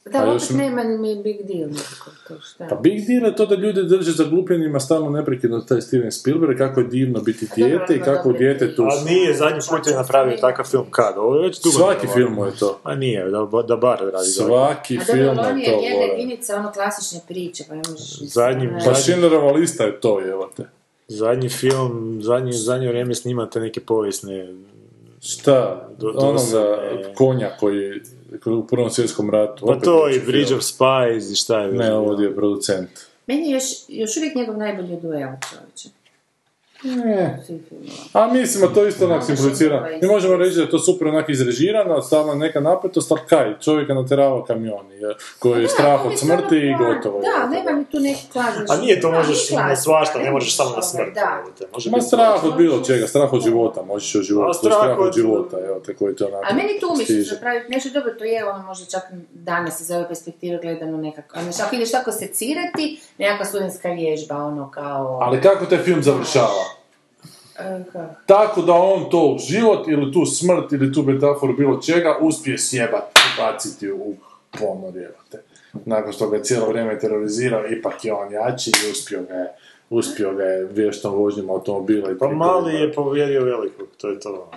S2: Da,
S1: Pa još
S2: opet
S1: m-
S2: nema ni mi big deal nikako to šta.
S1: Pa big deal je to da ljude drže zaglupljenima stalno neprekidno taj Steven Spielberg, kako je divno biti dijete i
S2: ima
S1: kako u
S2: dobre
S1: djetetu...
S3: A nije, zadnji put je napravio takav film kad? Ovo je već dugo
S1: Svaki
S3: nije
S1: film
S3: ovo.
S1: je to.
S3: A nije, da, da bar radi.
S1: Svaki
S2: A
S1: film
S2: dobro, on
S1: je
S2: je
S1: to,
S2: jedna
S1: Goran.
S2: jedinica ono klasične priče, pa ne možeš...
S3: Zadnji-
S2: Ne.
S1: Pa
S3: Zadnji-
S1: Schindlerova lista je to, evo te.
S3: Zadnji film, zadnji, zadnje vrijeme snimate neke povijesne...
S1: Šta?
S3: Do- do
S1: Onoga
S3: se-
S1: konja koji koji u Prvom svjetskom ratu.
S3: Pa
S1: opet
S3: to
S1: je
S3: i Bridge of Spies i šta je... već
S1: Ne,
S3: bilo.
S1: ovdje je producent.
S2: Meni je još, još uvijek njegov najbolji duel, čovječe.
S1: Ne.
S2: Svih filmova.
S1: A mislimo, to isto onak
S2: Možeš
S1: simplicira.
S2: ovaj-
S1: Mi možemo reći da je to super onak izrežirano, stavljena neka napetost, ali kaj, čovjeka naterava kamioni, je, koji je strah
S2: on je
S1: od smrti i
S2: stvarno plan.
S1: gotovo.
S2: Da,
S1: je,
S2: nema mi tu neki klasični...
S3: A nije to
S2: Da,
S3: možeš
S2: nije
S3: na
S2: klasični,
S3: svašta,
S2: da,
S3: ne možeš samo na
S2: ovaj,
S3: smrt.
S2: Da.
S3: jebote. Može
S1: Ma
S3: biti
S1: strah od bilo čega, strah od života, možeš od
S3: A
S1: života, strah,
S3: strah
S1: od
S3: od-
S1: života, evo te koji te onako
S2: A meni tu umiješ
S1: stiže.
S2: napraviti nešto dobro, to je ono možda čak danas iz ove perspektive gledano nekako. Znači, ako ideš tako secirati, nekakva studentska vježba, ono kao...
S1: Ali kako taj film završava?
S2: E, kako?
S1: tako da on to u život ili tu smrt ili tu metaforu bilo čega uspije sjebati i baciti u ponor jebate. Nakon što ga je cijelo vrijeme terorizirao, ipak je on jači i uspio ga je, uspio ga je vještom vožnjom automobila i
S3: Pa
S1: trikovima.
S3: mali je povrijedio velikog, to je to.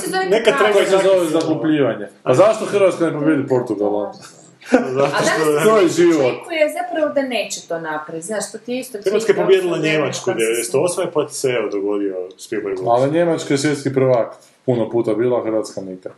S2: se zove
S3: Neka treba
S2: To
S1: To se
S3: takvi
S1: zove
S3: film.
S1: zaglupljivanje. A zašto Hrvatska ne pobjedi Portugal? onda?
S3: Zato
S2: A
S3: što-
S2: danas
S1: To je
S2: se
S1: život.
S2: očekuje zapravo da neće to napraviti. Znaš, to ti je isto...
S3: Hrvatska je
S2: čitao,
S3: pobjedila
S2: što je
S3: Njemačku
S2: nekako se-
S3: 98. pa se evo dogodio Spielbergu.
S1: Pa Ali Njemačka je svjetski prvak. Puno puta bila, a Hrvatska nikad.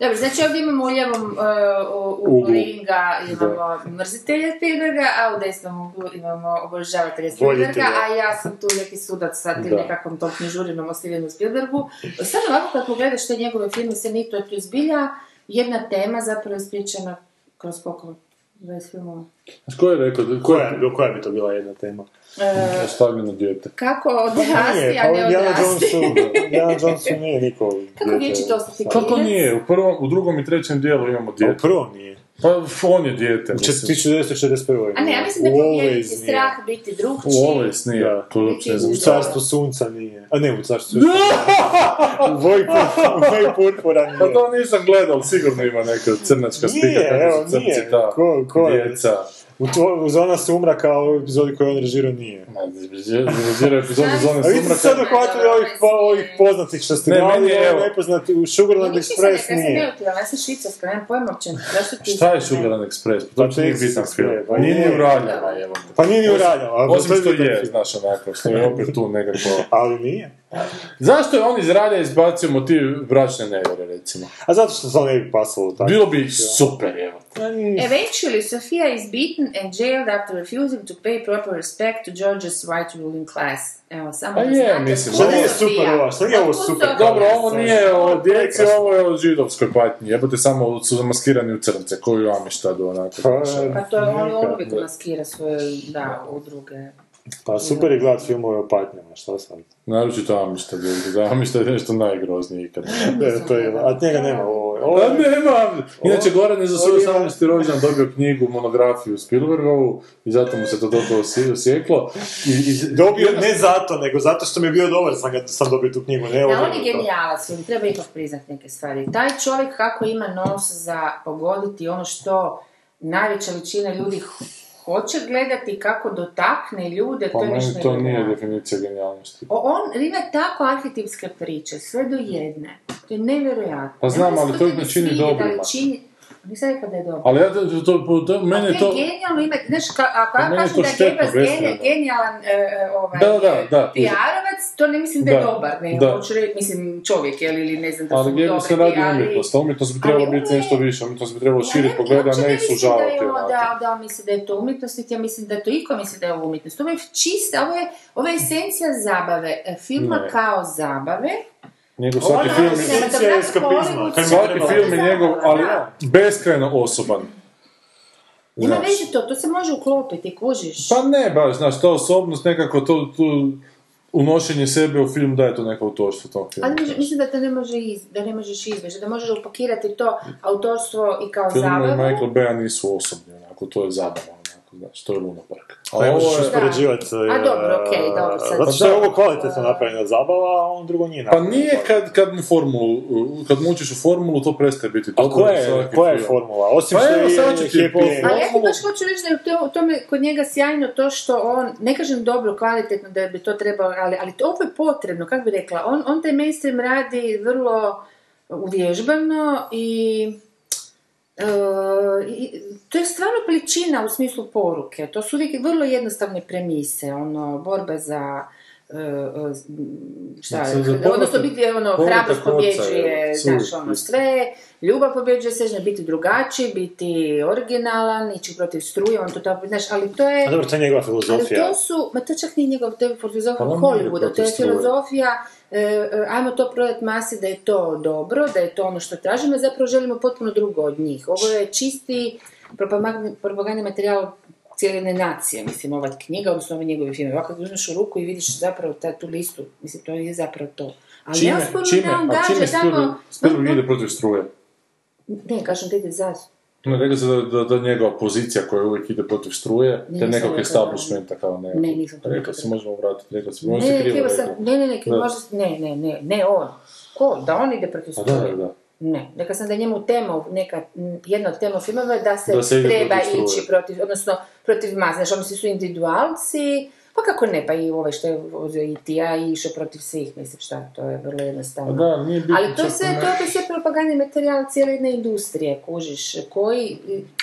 S2: Dobro, znači ovdje imamo u ljevom uh, u-
S1: Uglu.
S2: uglu Ringa imamo mrzitelja Spielberga, a u desnom uglu imamo obožavatelja Spielberga,
S3: Voljitelja.
S2: a ja sam tu neki sudac sa tim
S1: Da.
S2: nekakvom tom knjižurinom o Stevenu Spielbergu. Sad ovako kad pogledaš te njegove filme se ni to tu zbilja, jedna tema zapravo ispričana kroz koliko 20 filmova.
S1: Znaš, Ko je rekao? da- Ko
S3: Koja,
S1: je
S3: koja bi to bila jedna tema?
S2: E,
S1: ostavljeno dijete?
S2: kako odrasti, a ne
S3: Pa E, Indiana
S2: odrasti.
S3: Jonesu, Indiana Jonesu nije niko...
S2: Kako vječi to ostati
S1: Kako
S2: klinac?
S1: Pa nije? U, prvom, u drugom i trećem dijelu imamo
S3: Pa u
S1: dijete.
S3: prvom Znači, nije.
S1: Pa f- on je dijete.
S3: U
S1: mislim.
S3: 1941.
S2: A ne, ja mislim da
S3: U
S2: je pobjediti
S3: Always nije.
S2: strah biti drugčiji.
S1: U ovoj snije,
S3: Da.
S1: to uopće ne znam.
S3: U
S2: Neki-
S3: carstvu sunca nije. A ne, u carstvu sunca. u boji pur- u boji purpura
S1: Pa
S3: nije.
S1: to nisam gledal, sigurno ima neka crnačka
S3: Nije,
S1: stika, kako
S3: evo,
S1: su crnci,
S3: nije.
S1: da,
S3: Ko- ko je?
S1: djeca.
S3: U, to, u Zona sumra kao u epizodi koju je on režirao nije.
S1: Ma, Zero epizodu Zone
S3: A vi ste se sad
S1: sumraka.
S3: uhvatili ovih, pa, ovih poznatih što ste
S1: Ne,
S3: dali,
S1: meni je,
S3: ovaj
S1: evo.
S3: nepoznati u Sugarland
S2: Nikad nisam
S3: Express
S2: rekla, ja sam
S3: nije.
S2: neutralna, ja sam švicarska, nemam pojma uopće. zašto ti-
S1: Šta je Sugarland Express? Pa to
S3: Pa
S1: uopće nije
S3: Texas
S1: bitan film.
S3: Express, pa
S1: Nije
S3: nije.
S1: ni u Raljama, evo.
S3: Pa nije ni uradjeno. ali
S1: Osim
S3: to je
S1: što
S3: bitan
S1: je,
S3: film.
S1: znaš onako, što je opet tu nekako...
S3: Ali nije.
S1: Zašto je on iz Ralja izbacio motiv bračne nevjere, recimo?
S3: A zato što to ne bi pasalo tako. Pa
S1: Bilo bi super, evo.
S2: E, Eventually, Sophia is beaten and jailed after refusing to pay proper respect to George's white ruling class. Evo, samo
S1: Pa
S2: da
S1: je,
S2: znate
S1: mislim,
S2: tko
S1: ovo je
S2: Sophia.
S3: super ova, sad je ovo
S2: Od kud
S3: super.
S2: Sophia?
S1: Dobro, ovo nije o djeci, ovo je o židovskoj patnji. Jebote, samo su zamaskirani u crnce, koju amistadu onako.
S3: Pa,
S2: Pa to je, on, on uvijek maskira svoje, da, udruge.
S3: Pa super je gledat filmove o patnjama, šta sam.
S1: Naročito Amistad, jebote, da Amistad je nešto najgroznije ikad.
S3: Ne, E, to je, a njega nema ovo. ovo
S1: Pa
S3: je-
S1: nema! Inače, Goran je za svoju
S3: ovo je-
S1: 18. rođendan dobio knjigu, monografiju Spielbergovu i zato mu se to toliko osi- osjeklo. I, i,
S3: Dobio, ne zato, nego zato što mi je bio dobar, sam, ga, sam dobio tu knjigu, ne ovo.
S2: Da, on je genijalac, on treba ipak priznat neke stvari. Taj čovjek kako ima nos za pogoditi ono što najveća većina ljudi hoće gledati, kako dotakne ljude,
S1: Pa
S2: to je
S1: meni
S2: nešto
S1: to nije
S2: nevjerojatno.
S1: definicija genijalnosti.
S2: O- On ima tako arhetipske priče, sve do jedne. To je nevjerojatno.
S1: Pa znam,
S2: Ne znam
S1: ali
S2: što
S1: to ih
S2: ti
S1: ne čini
S2: svidi, da li
S1: dobrima.
S2: čini- Nisam rekla da je dobro.
S1: Ali ja, to, to, to, to- mene
S2: A
S1: je to...
S2: To Pa je genijalno ima, znaš, ka, ako
S1: Pa
S2: ja
S1: meni je
S2: kažem
S1: to
S2: da je
S1: štetno,
S2: Gebers
S1: beskrajno.
S2: geni- genijalan e, e, ovaj,
S1: Da, da, da.
S2: PR-ovac, to ne mislim da je
S1: Da,
S2: dobar, ne,
S1: da.
S2: hoću reći, mislim čovjek, jel, ili ne znam da su
S1: Ali
S2: mu
S1: gdje bi se
S2: dobri,
S1: radi
S2: ali-
S1: umjetnost, a umjetnost bi
S2: ali
S1: trebala
S2: on
S1: biti
S2: je-
S1: nešto više, umjetnost bi trebalo
S2: Ja
S1: širiti
S2: ne-
S1: pogleda, a
S2: uopće
S1: ne ih
S2: mislim
S1: sužavati.
S2: Da, je ovo-
S1: onako.
S2: da, da, on misli da je to umjetnost, niti ja mislim da to iko misli da je ovo umjetnost. Ovo je čista, ovo je, ovo je esencija zabave, e, filma
S1: Ne.
S2: kao zabave.
S1: Njegov svaki film je...
S2: se-
S3: Esencija je eskapizma. kad mi
S1: Svaki
S3: treba-
S1: film je njegov, ali
S2: Da.
S1: beskrajno osoban.
S2: Ima
S1: Znaš.
S2: veze to, to se može uklopiti, kužiš.
S1: Pa ne baš, znaš, ta osobnost nekako to, tu unošenje sebe u film daje to neko autorstvo tom filmu.
S2: Ali mi- mislim da te ne može iz, da ne možeš izbjeći, da možeš upakirati to autorstvo i kao
S1: Filmovi
S2: zabavu.
S1: Michael Baya nisu osobni, onako, to je zabava, onako, znaš, to je Luna Park. A
S3: Ne
S1: ovo
S3: možeš
S1: je,
S2: Da.
S3: uspoređivati...
S2: A dobro, okej, dobro, sad.
S3: e, Zato što je
S1: Pa da.
S3: ovo kvalitetno napravljena zabava, a on drugo nije
S1: pa
S3: napravljeno.
S1: nije kad, kad mu formulu, kad mu učiš u formulu, to prestaje biti
S3: A
S1: dobro.
S3: koja
S1: za
S3: je,
S1: svaki
S3: koja je
S1: film.
S3: formula? Osim
S1: Pa
S3: što
S1: evo,
S3: je
S1: sad ću ti
S3: happy end.
S1: poslati.
S2: Ali ja ti baš hoću reći da je to, u tome kod njega sjajno to što on, ne kažem dobro, kvalitetno da bi to trebao, ali, ali to ovo je potrebno, kako bi rekla, on, on taj mainstream radi vrlo uvježbano i, e, i- to je stvarno pličina u smislu poruke, to su uvijek vrlo jednostavne premise, ono, borba za e, e, z- m, šta
S1: Znači,
S2: je,
S1: za povratak-
S2: odnosno biti ono,
S1: povratak
S2: hrabrost
S1: oca,
S2: pobjeđuje,
S1: je,
S2: znaš,
S1: apsolutno.
S2: ono, sve, ljubav pobjeđuje sve, znači, biti drugačiji, biti originalan, ići protiv struje, on to tako, znaš, ali to
S3: A
S2: je...
S3: dobro, to je njegova
S2: Ali
S3: filozofija.
S2: to su, ma to čak nije njegov, to je filozofija
S1: Pa on nije
S2: Hollywooda,
S1: protiv
S2: to je
S1: struje.
S2: filozofija, e, e, ajmo to prodati masi da je to dobro, da je to ono što tražimo, a zapravo želimo potpuno drugo od njih. Ovo je čisti propamag- propagandni materijal cijele jedne nacije, mislim, ova knjiga, odnosno ovi njegovi filmi. Ovako kad uzmeš u ruku i vidiš zapravo ta, tu listu, mislim, to je zapravo to. Ali
S1: Čime,
S2: neosporno
S1: čime,
S2: da on
S1: a čime
S2: gađa
S1: Spielberg,
S2: tako...
S1: Spielberg ide protiv struje?
S2: Ne, kažem, ti ide za
S1: Ne, rekao se da, da, da njegova pozicija koja uvijek ide protiv struje, te
S2: Nisam
S1: nekog
S2: rekla.
S1: establishmenta kao nekako.
S2: Ne, nisam to
S1: Rekao
S2: nikad
S1: si,
S2: rekla.
S1: možemo vratiti, rekao si,
S2: Ne,
S1: možda si
S2: ne,
S1: krivo
S2: krivo sam,
S1: rekao.
S2: ne, ne, ne,
S1: Da.
S2: krivo, možda, ne, ne, ne, ne, on. Ko? Da on ide protiv
S1: Pa da,
S2: struje?
S1: da, da.
S2: Ne, rekla sam da je njemu tema, neka, m, jedna od tema filmova je da se,
S1: Da se ide
S2: treba
S1: protiv struje.
S2: ići protiv, odnosno protiv mas, znaš, oni svi su individualci, pa kako ne, pa i ovaj što je vozio i tija i išao protiv svih, mislim šta, to je vrlo
S1: Pa
S2: jednostavno.
S1: da, nije bitno.
S2: Ali to je
S1: čak
S2: sve,
S1: ne-
S2: to je sve propagandni materijal cijele jedne industrije, kužiš, koji...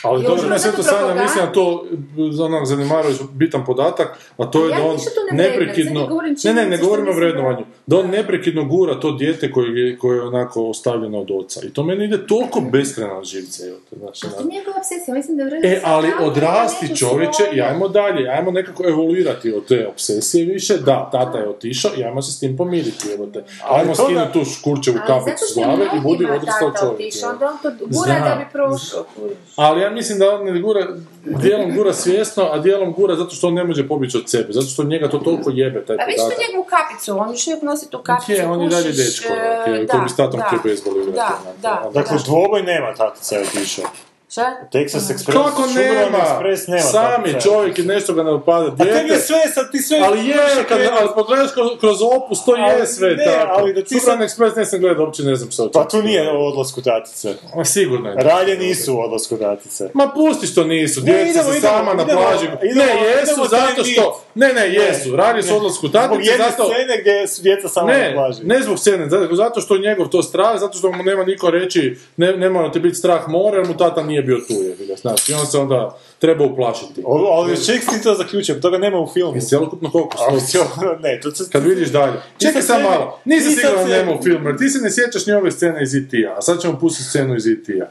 S1: Ali
S2: i
S1: dobro,
S2: ono
S1: ne sve
S2: što
S1: to
S2: je
S1: sada,
S2: propaganda-
S1: mislim da to eh, za onak zanimarajuć bitan podatak, a to je
S2: Ja
S1: da on
S2: ništa tu ne vrednujem, sad ne
S1: neprekidno...
S2: govorim
S1: Ne, ne, ne
S2: činjenice što
S1: govorim o
S2: mislim da-
S1: vrednovanju. Da on neprekidno gura to dijete koje, je- koje je onako ostavljeno od oca. I to meni ide toliko beskreno na živce. evo te, znaš,
S2: Pa to
S1: onak.
S2: nije bila obsesija, mislim da je vredno
S1: E,
S2: sad
S1: ali
S2: nauka,
S1: odrasti
S2: neću
S1: čovječe
S2: svoje.
S1: i ajmo dalje, ajmo nekako evoluirati od te obsesije više, da, tata je otišao i ajmo se s tim pomiriti, evo te. Ajmo
S3: Ali to da-
S1: skinuti tu škurčevu
S2: Ali
S1: kapicu s glave i budi
S2: mnogima
S1: odrastao
S2: tata
S1: čovjek.
S2: otišao,
S1: evo.
S2: onda on to gura
S1: Znam.
S2: da bi prošao. kužiš.
S1: Ali ja mislim da on ne gura, dijelom gura svjesno, a dijelom gura zato što on ne može pobjeći od sebe, zato što njega to toliko jebe, taj
S2: A vidiš Pa tu
S1: podatak.
S2: njegovu kapicu, on još uvijek nosi tu kapicu.
S1: Je, on je
S2: kužiš,
S1: dalje dečko,
S2: e,
S1: onak, je,
S2: da,
S1: koji bi s tatom
S2: da.
S1: htio bejsbol igrati,
S2: Da,
S1: onak,
S2: da.
S1: onak.
S3: Dakle, u dvoboj nema tatica je otišao.
S2: Šta?
S3: Texas Express,
S1: Kako
S3: Sugarland
S1: nema?
S3: Express nema
S1: Sam je
S3: tatice.
S1: čovjek i nešto ga ne opada.
S3: A tebi
S1: Dijete-
S3: je sve sad, ti sve...
S1: Ali je, kad, ali pogledaš kroz, kroz opus, to je
S3: Ali
S1: sve
S3: ne,
S1: tako.
S3: ali da ti
S1: Suprano Express nisam gledao, uopće ne znam što
S3: Pa tu nije o odlasku tatice.
S1: Sigurno je.
S3: Ralje nisu u odlasku tatice.
S1: Ma pusti što nisu,
S3: Ne,
S1: djeca
S3: idemo,
S1: se
S3: idemo,
S1: sama na
S3: idemo,
S1: plaži.
S3: idemo,
S1: Ne, jesu
S3: idemo
S1: zato
S3: taj
S1: što... Ne, ne, jesu. Radi se
S3: Ne.
S1: odlasku
S3: Zbog
S1: tatice,
S3: jedne
S1: zato...
S3: scene gdje su djeca samo na
S1: Ne,
S3: plaži.
S1: ne zbog scene, zato, zato što je njegov to strah, zato što mu nema niko reći, ne, nema ti biti strah mora, jer mu tata nije bio tu, je, ga, znaš, i on se onda treba uplašiti.
S3: Ovo- Ali ček si ti to zaključujem, toga nema u filmu.
S1: Iz cjelokupno koliko?
S3: Ali
S1: Sto-
S3: cijelo- ne, to se...
S1: Kad vidiš dalje. Čekaj
S3: sad
S1: sam
S3: mene-
S1: malo, nisam
S3: ti sad
S1: siguran da
S3: se-
S1: nema u filmu, jer ti se ne sjećaš ni ove scene iz IT-a, a sad ćemo pustiti scenu iz IT-a.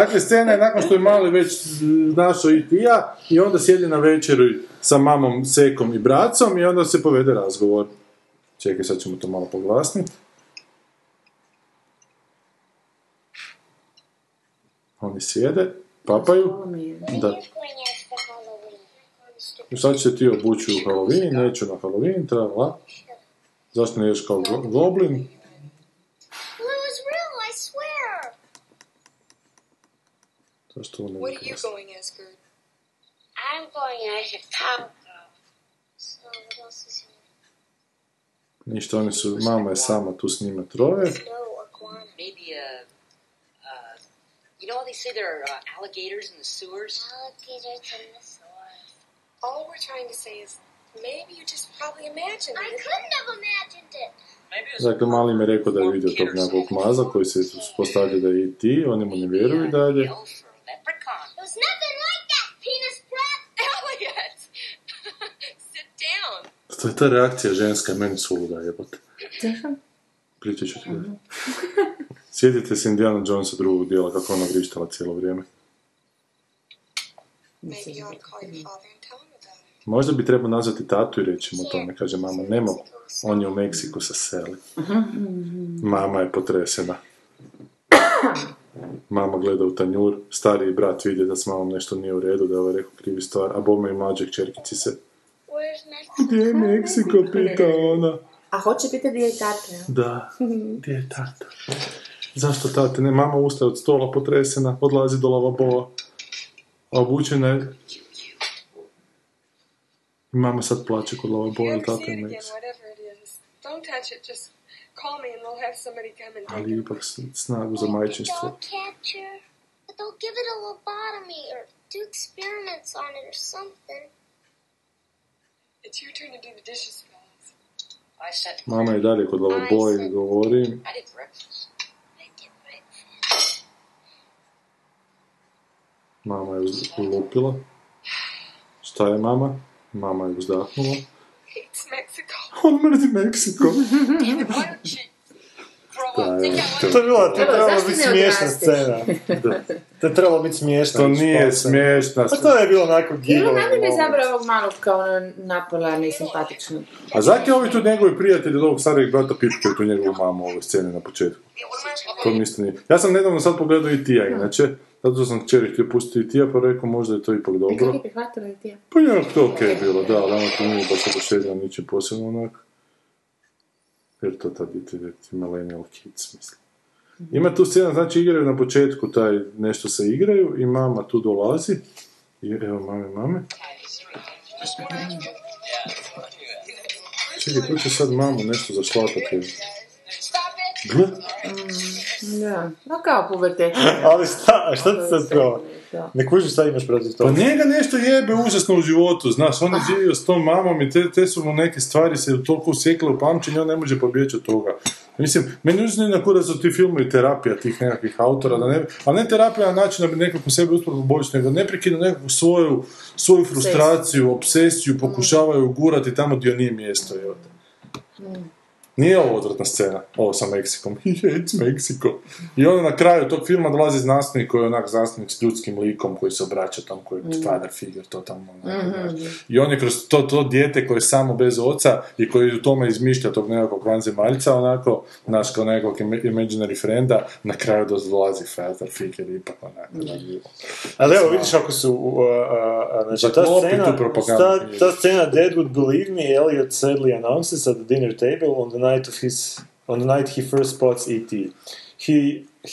S1: Dakle, scena je nakon što je mali već mm, našao IT-a i onda sjedi na večeru sa mamom, sekom i bracom i onda se povede razgovor. Čekaj, sad ćemo to malo poglasniti. Oni sjede, papaju. Da. I sad će ti obući u Halloween, neću na Halloween, tra la. Zašto ne ješ kao glo- goblin? Zašto ovo ne
S4: What are you going as, Gerd? I'm going as a cowgirl. So what else is
S1: Ništa, oni su, mama je sama tu s njima troje. Dakle,
S4: in no iguana? Maybe a. Uh, you know how they say there are uh, alligators in the sewers? Alligators in the sewers. All we're trying to say is maybe you just probably imagined it. I couldn't have imagined it. Maybe it
S1: Dakle, mali mi je rekao da je vidio tog nekog maza koji se postavlja da je i ti, oni mu ne vjeruju i dalje.
S4: There's nothing like that, penis breath! Elliot! Oh Sit down.
S1: To je ta reakcija ženska, meni su luda jebote. Pričat ću ti. dalje. Sjedite s Indiana Jonesa drugog dijela, kako ona vrištala cijelo vrijeme.
S4: Maybe you ought to call your father and tell him about it.
S1: Možda bi trebao nazvati tatu i reći mu o tome. Kaže, mama, ne mogu. On je u Meksiku sa seli. Mama je potresena. Mama gleda u tanjur, stariji brat vidi da s mamom nešto nije u redu, da je ovaj rekao krivi stvar, a bome i mlađoj čerkici se
S4: Where Where's Mexico?
S1: Gdje je Meksiko, pita ona.
S2: A hoće biti gdje je tata. jel?
S1: Da, gdje je tata? Zašto tate ne? Mama ustaje od stola potresena, odlazi do lavaboa. A obučena je... I mama sad plaće kod lavaboa, jer tata je Meksiko.
S4: whatever it is, don't touch it. Just call me and we'll have somebody come and
S1: Ali ipak s- snagu za majčinstvo.
S4: capture, but they'll give it a lobotomy or do experiments on it or something. It's your turn to do the dishes, guys. I said
S1: Mama je dalje kod lavaboa i govori.
S4: I did breakfast. I did breakfast.
S1: Mama je uz- ulupila. Šta je mama? Mama je uzdahnula.
S4: It's Mexico.
S1: On mrzi Meksiko.
S4: Why don't you grow
S1: Da,
S4: up? Think
S1: evo,
S4: I
S1: to-
S3: To je bila, to je
S2: Evo,
S3: trebala
S2: zašto
S3: biti
S2: ne
S3: smiješna
S2: odrasteš?
S3: scena.
S1: Da.
S3: To je trebalo biti smiješna.
S1: To
S3: već
S1: nije
S3: pasna.
S1: smiješna.
S3: Pa to je bilo onako
S2: Bilo
S1: ovaj
S3: gigalo.
S2: nam je zabrao ovog malog kao ono napola nesimpatičnog.
S1: A zato je ovi tu njegovi prijatelji od ovog starijeg brata pičkaju tu njegovu mamu u ovoj sceni na početku. To mi isto nije. Ja sam nedavno sad pogledao i Tija, inače. Zato što sam kćeri htio pustiti i Tija, pa rekao možda je to ipak
S2: I kako
S1: dobro.
S2: je prihvatila i ti?
S1: Pa je to okej bilo, da, ali ono to nije baš obošedno ničim posebno onak. Jer to tad je ti millennial kids, mislim. Ima tu scena, znači igraju na početku taj, nešto se igraju i mama tu dolazi. I evo mame, mame. Čekaj, ko će sad mamu nešto zašlapati? Gle,
S2: Da, no kao pubertet.
S3: Ali šta, a šta ti sad prava?
S2: Da.
S3: Ne kužiš šta imaš protiv
S1: Pa
S3: toga.
S1: njega nešto jebe užasno u životu, znaš, on je živio s tom mamom i te, te su mu neke stvari se toliko usjekle u pamćenje, on ne može pobjeći od toga. Mislim, meni užasno je na kurac su ti filmovi terapija tih nekakvih autora, da ne, ali ne terapija na način da bi nekako sebe uspjelo poboljšati, nego neprekidno nekakvu svoju, svoju frustraciju, obsesiju pokušavaju gurati tamo gdje nije mjesto. Evo. Nije ovo odvratna scena, ovo sa Meksikom. It's Meksiko. I onda na kraju tog filma dolazi znanstvenik koji je onak znanstvenik s ljudskim likom koji se obraća tom koji je father figure totalno. onak, znaš. I on je kroz to, to dijete koje je samo bez oca i koji u tome izmišlja tog nekakvog vanzemaljca onako, naš kao nekog im- imaginary frienda, na kraju do- dolazi father figure ipak onako. Mm.
S3: Ali evo, vidiš kako su, uh, uh, uh, znači, ta
S1: Zaklopi
S3: scena,
S1: tu
S3: ta,
S1: propagandu.
S3: ta scena Dead would believe me, Elliot sadly announces at the dinner table on the night of his, on the night he first spots E.T. He,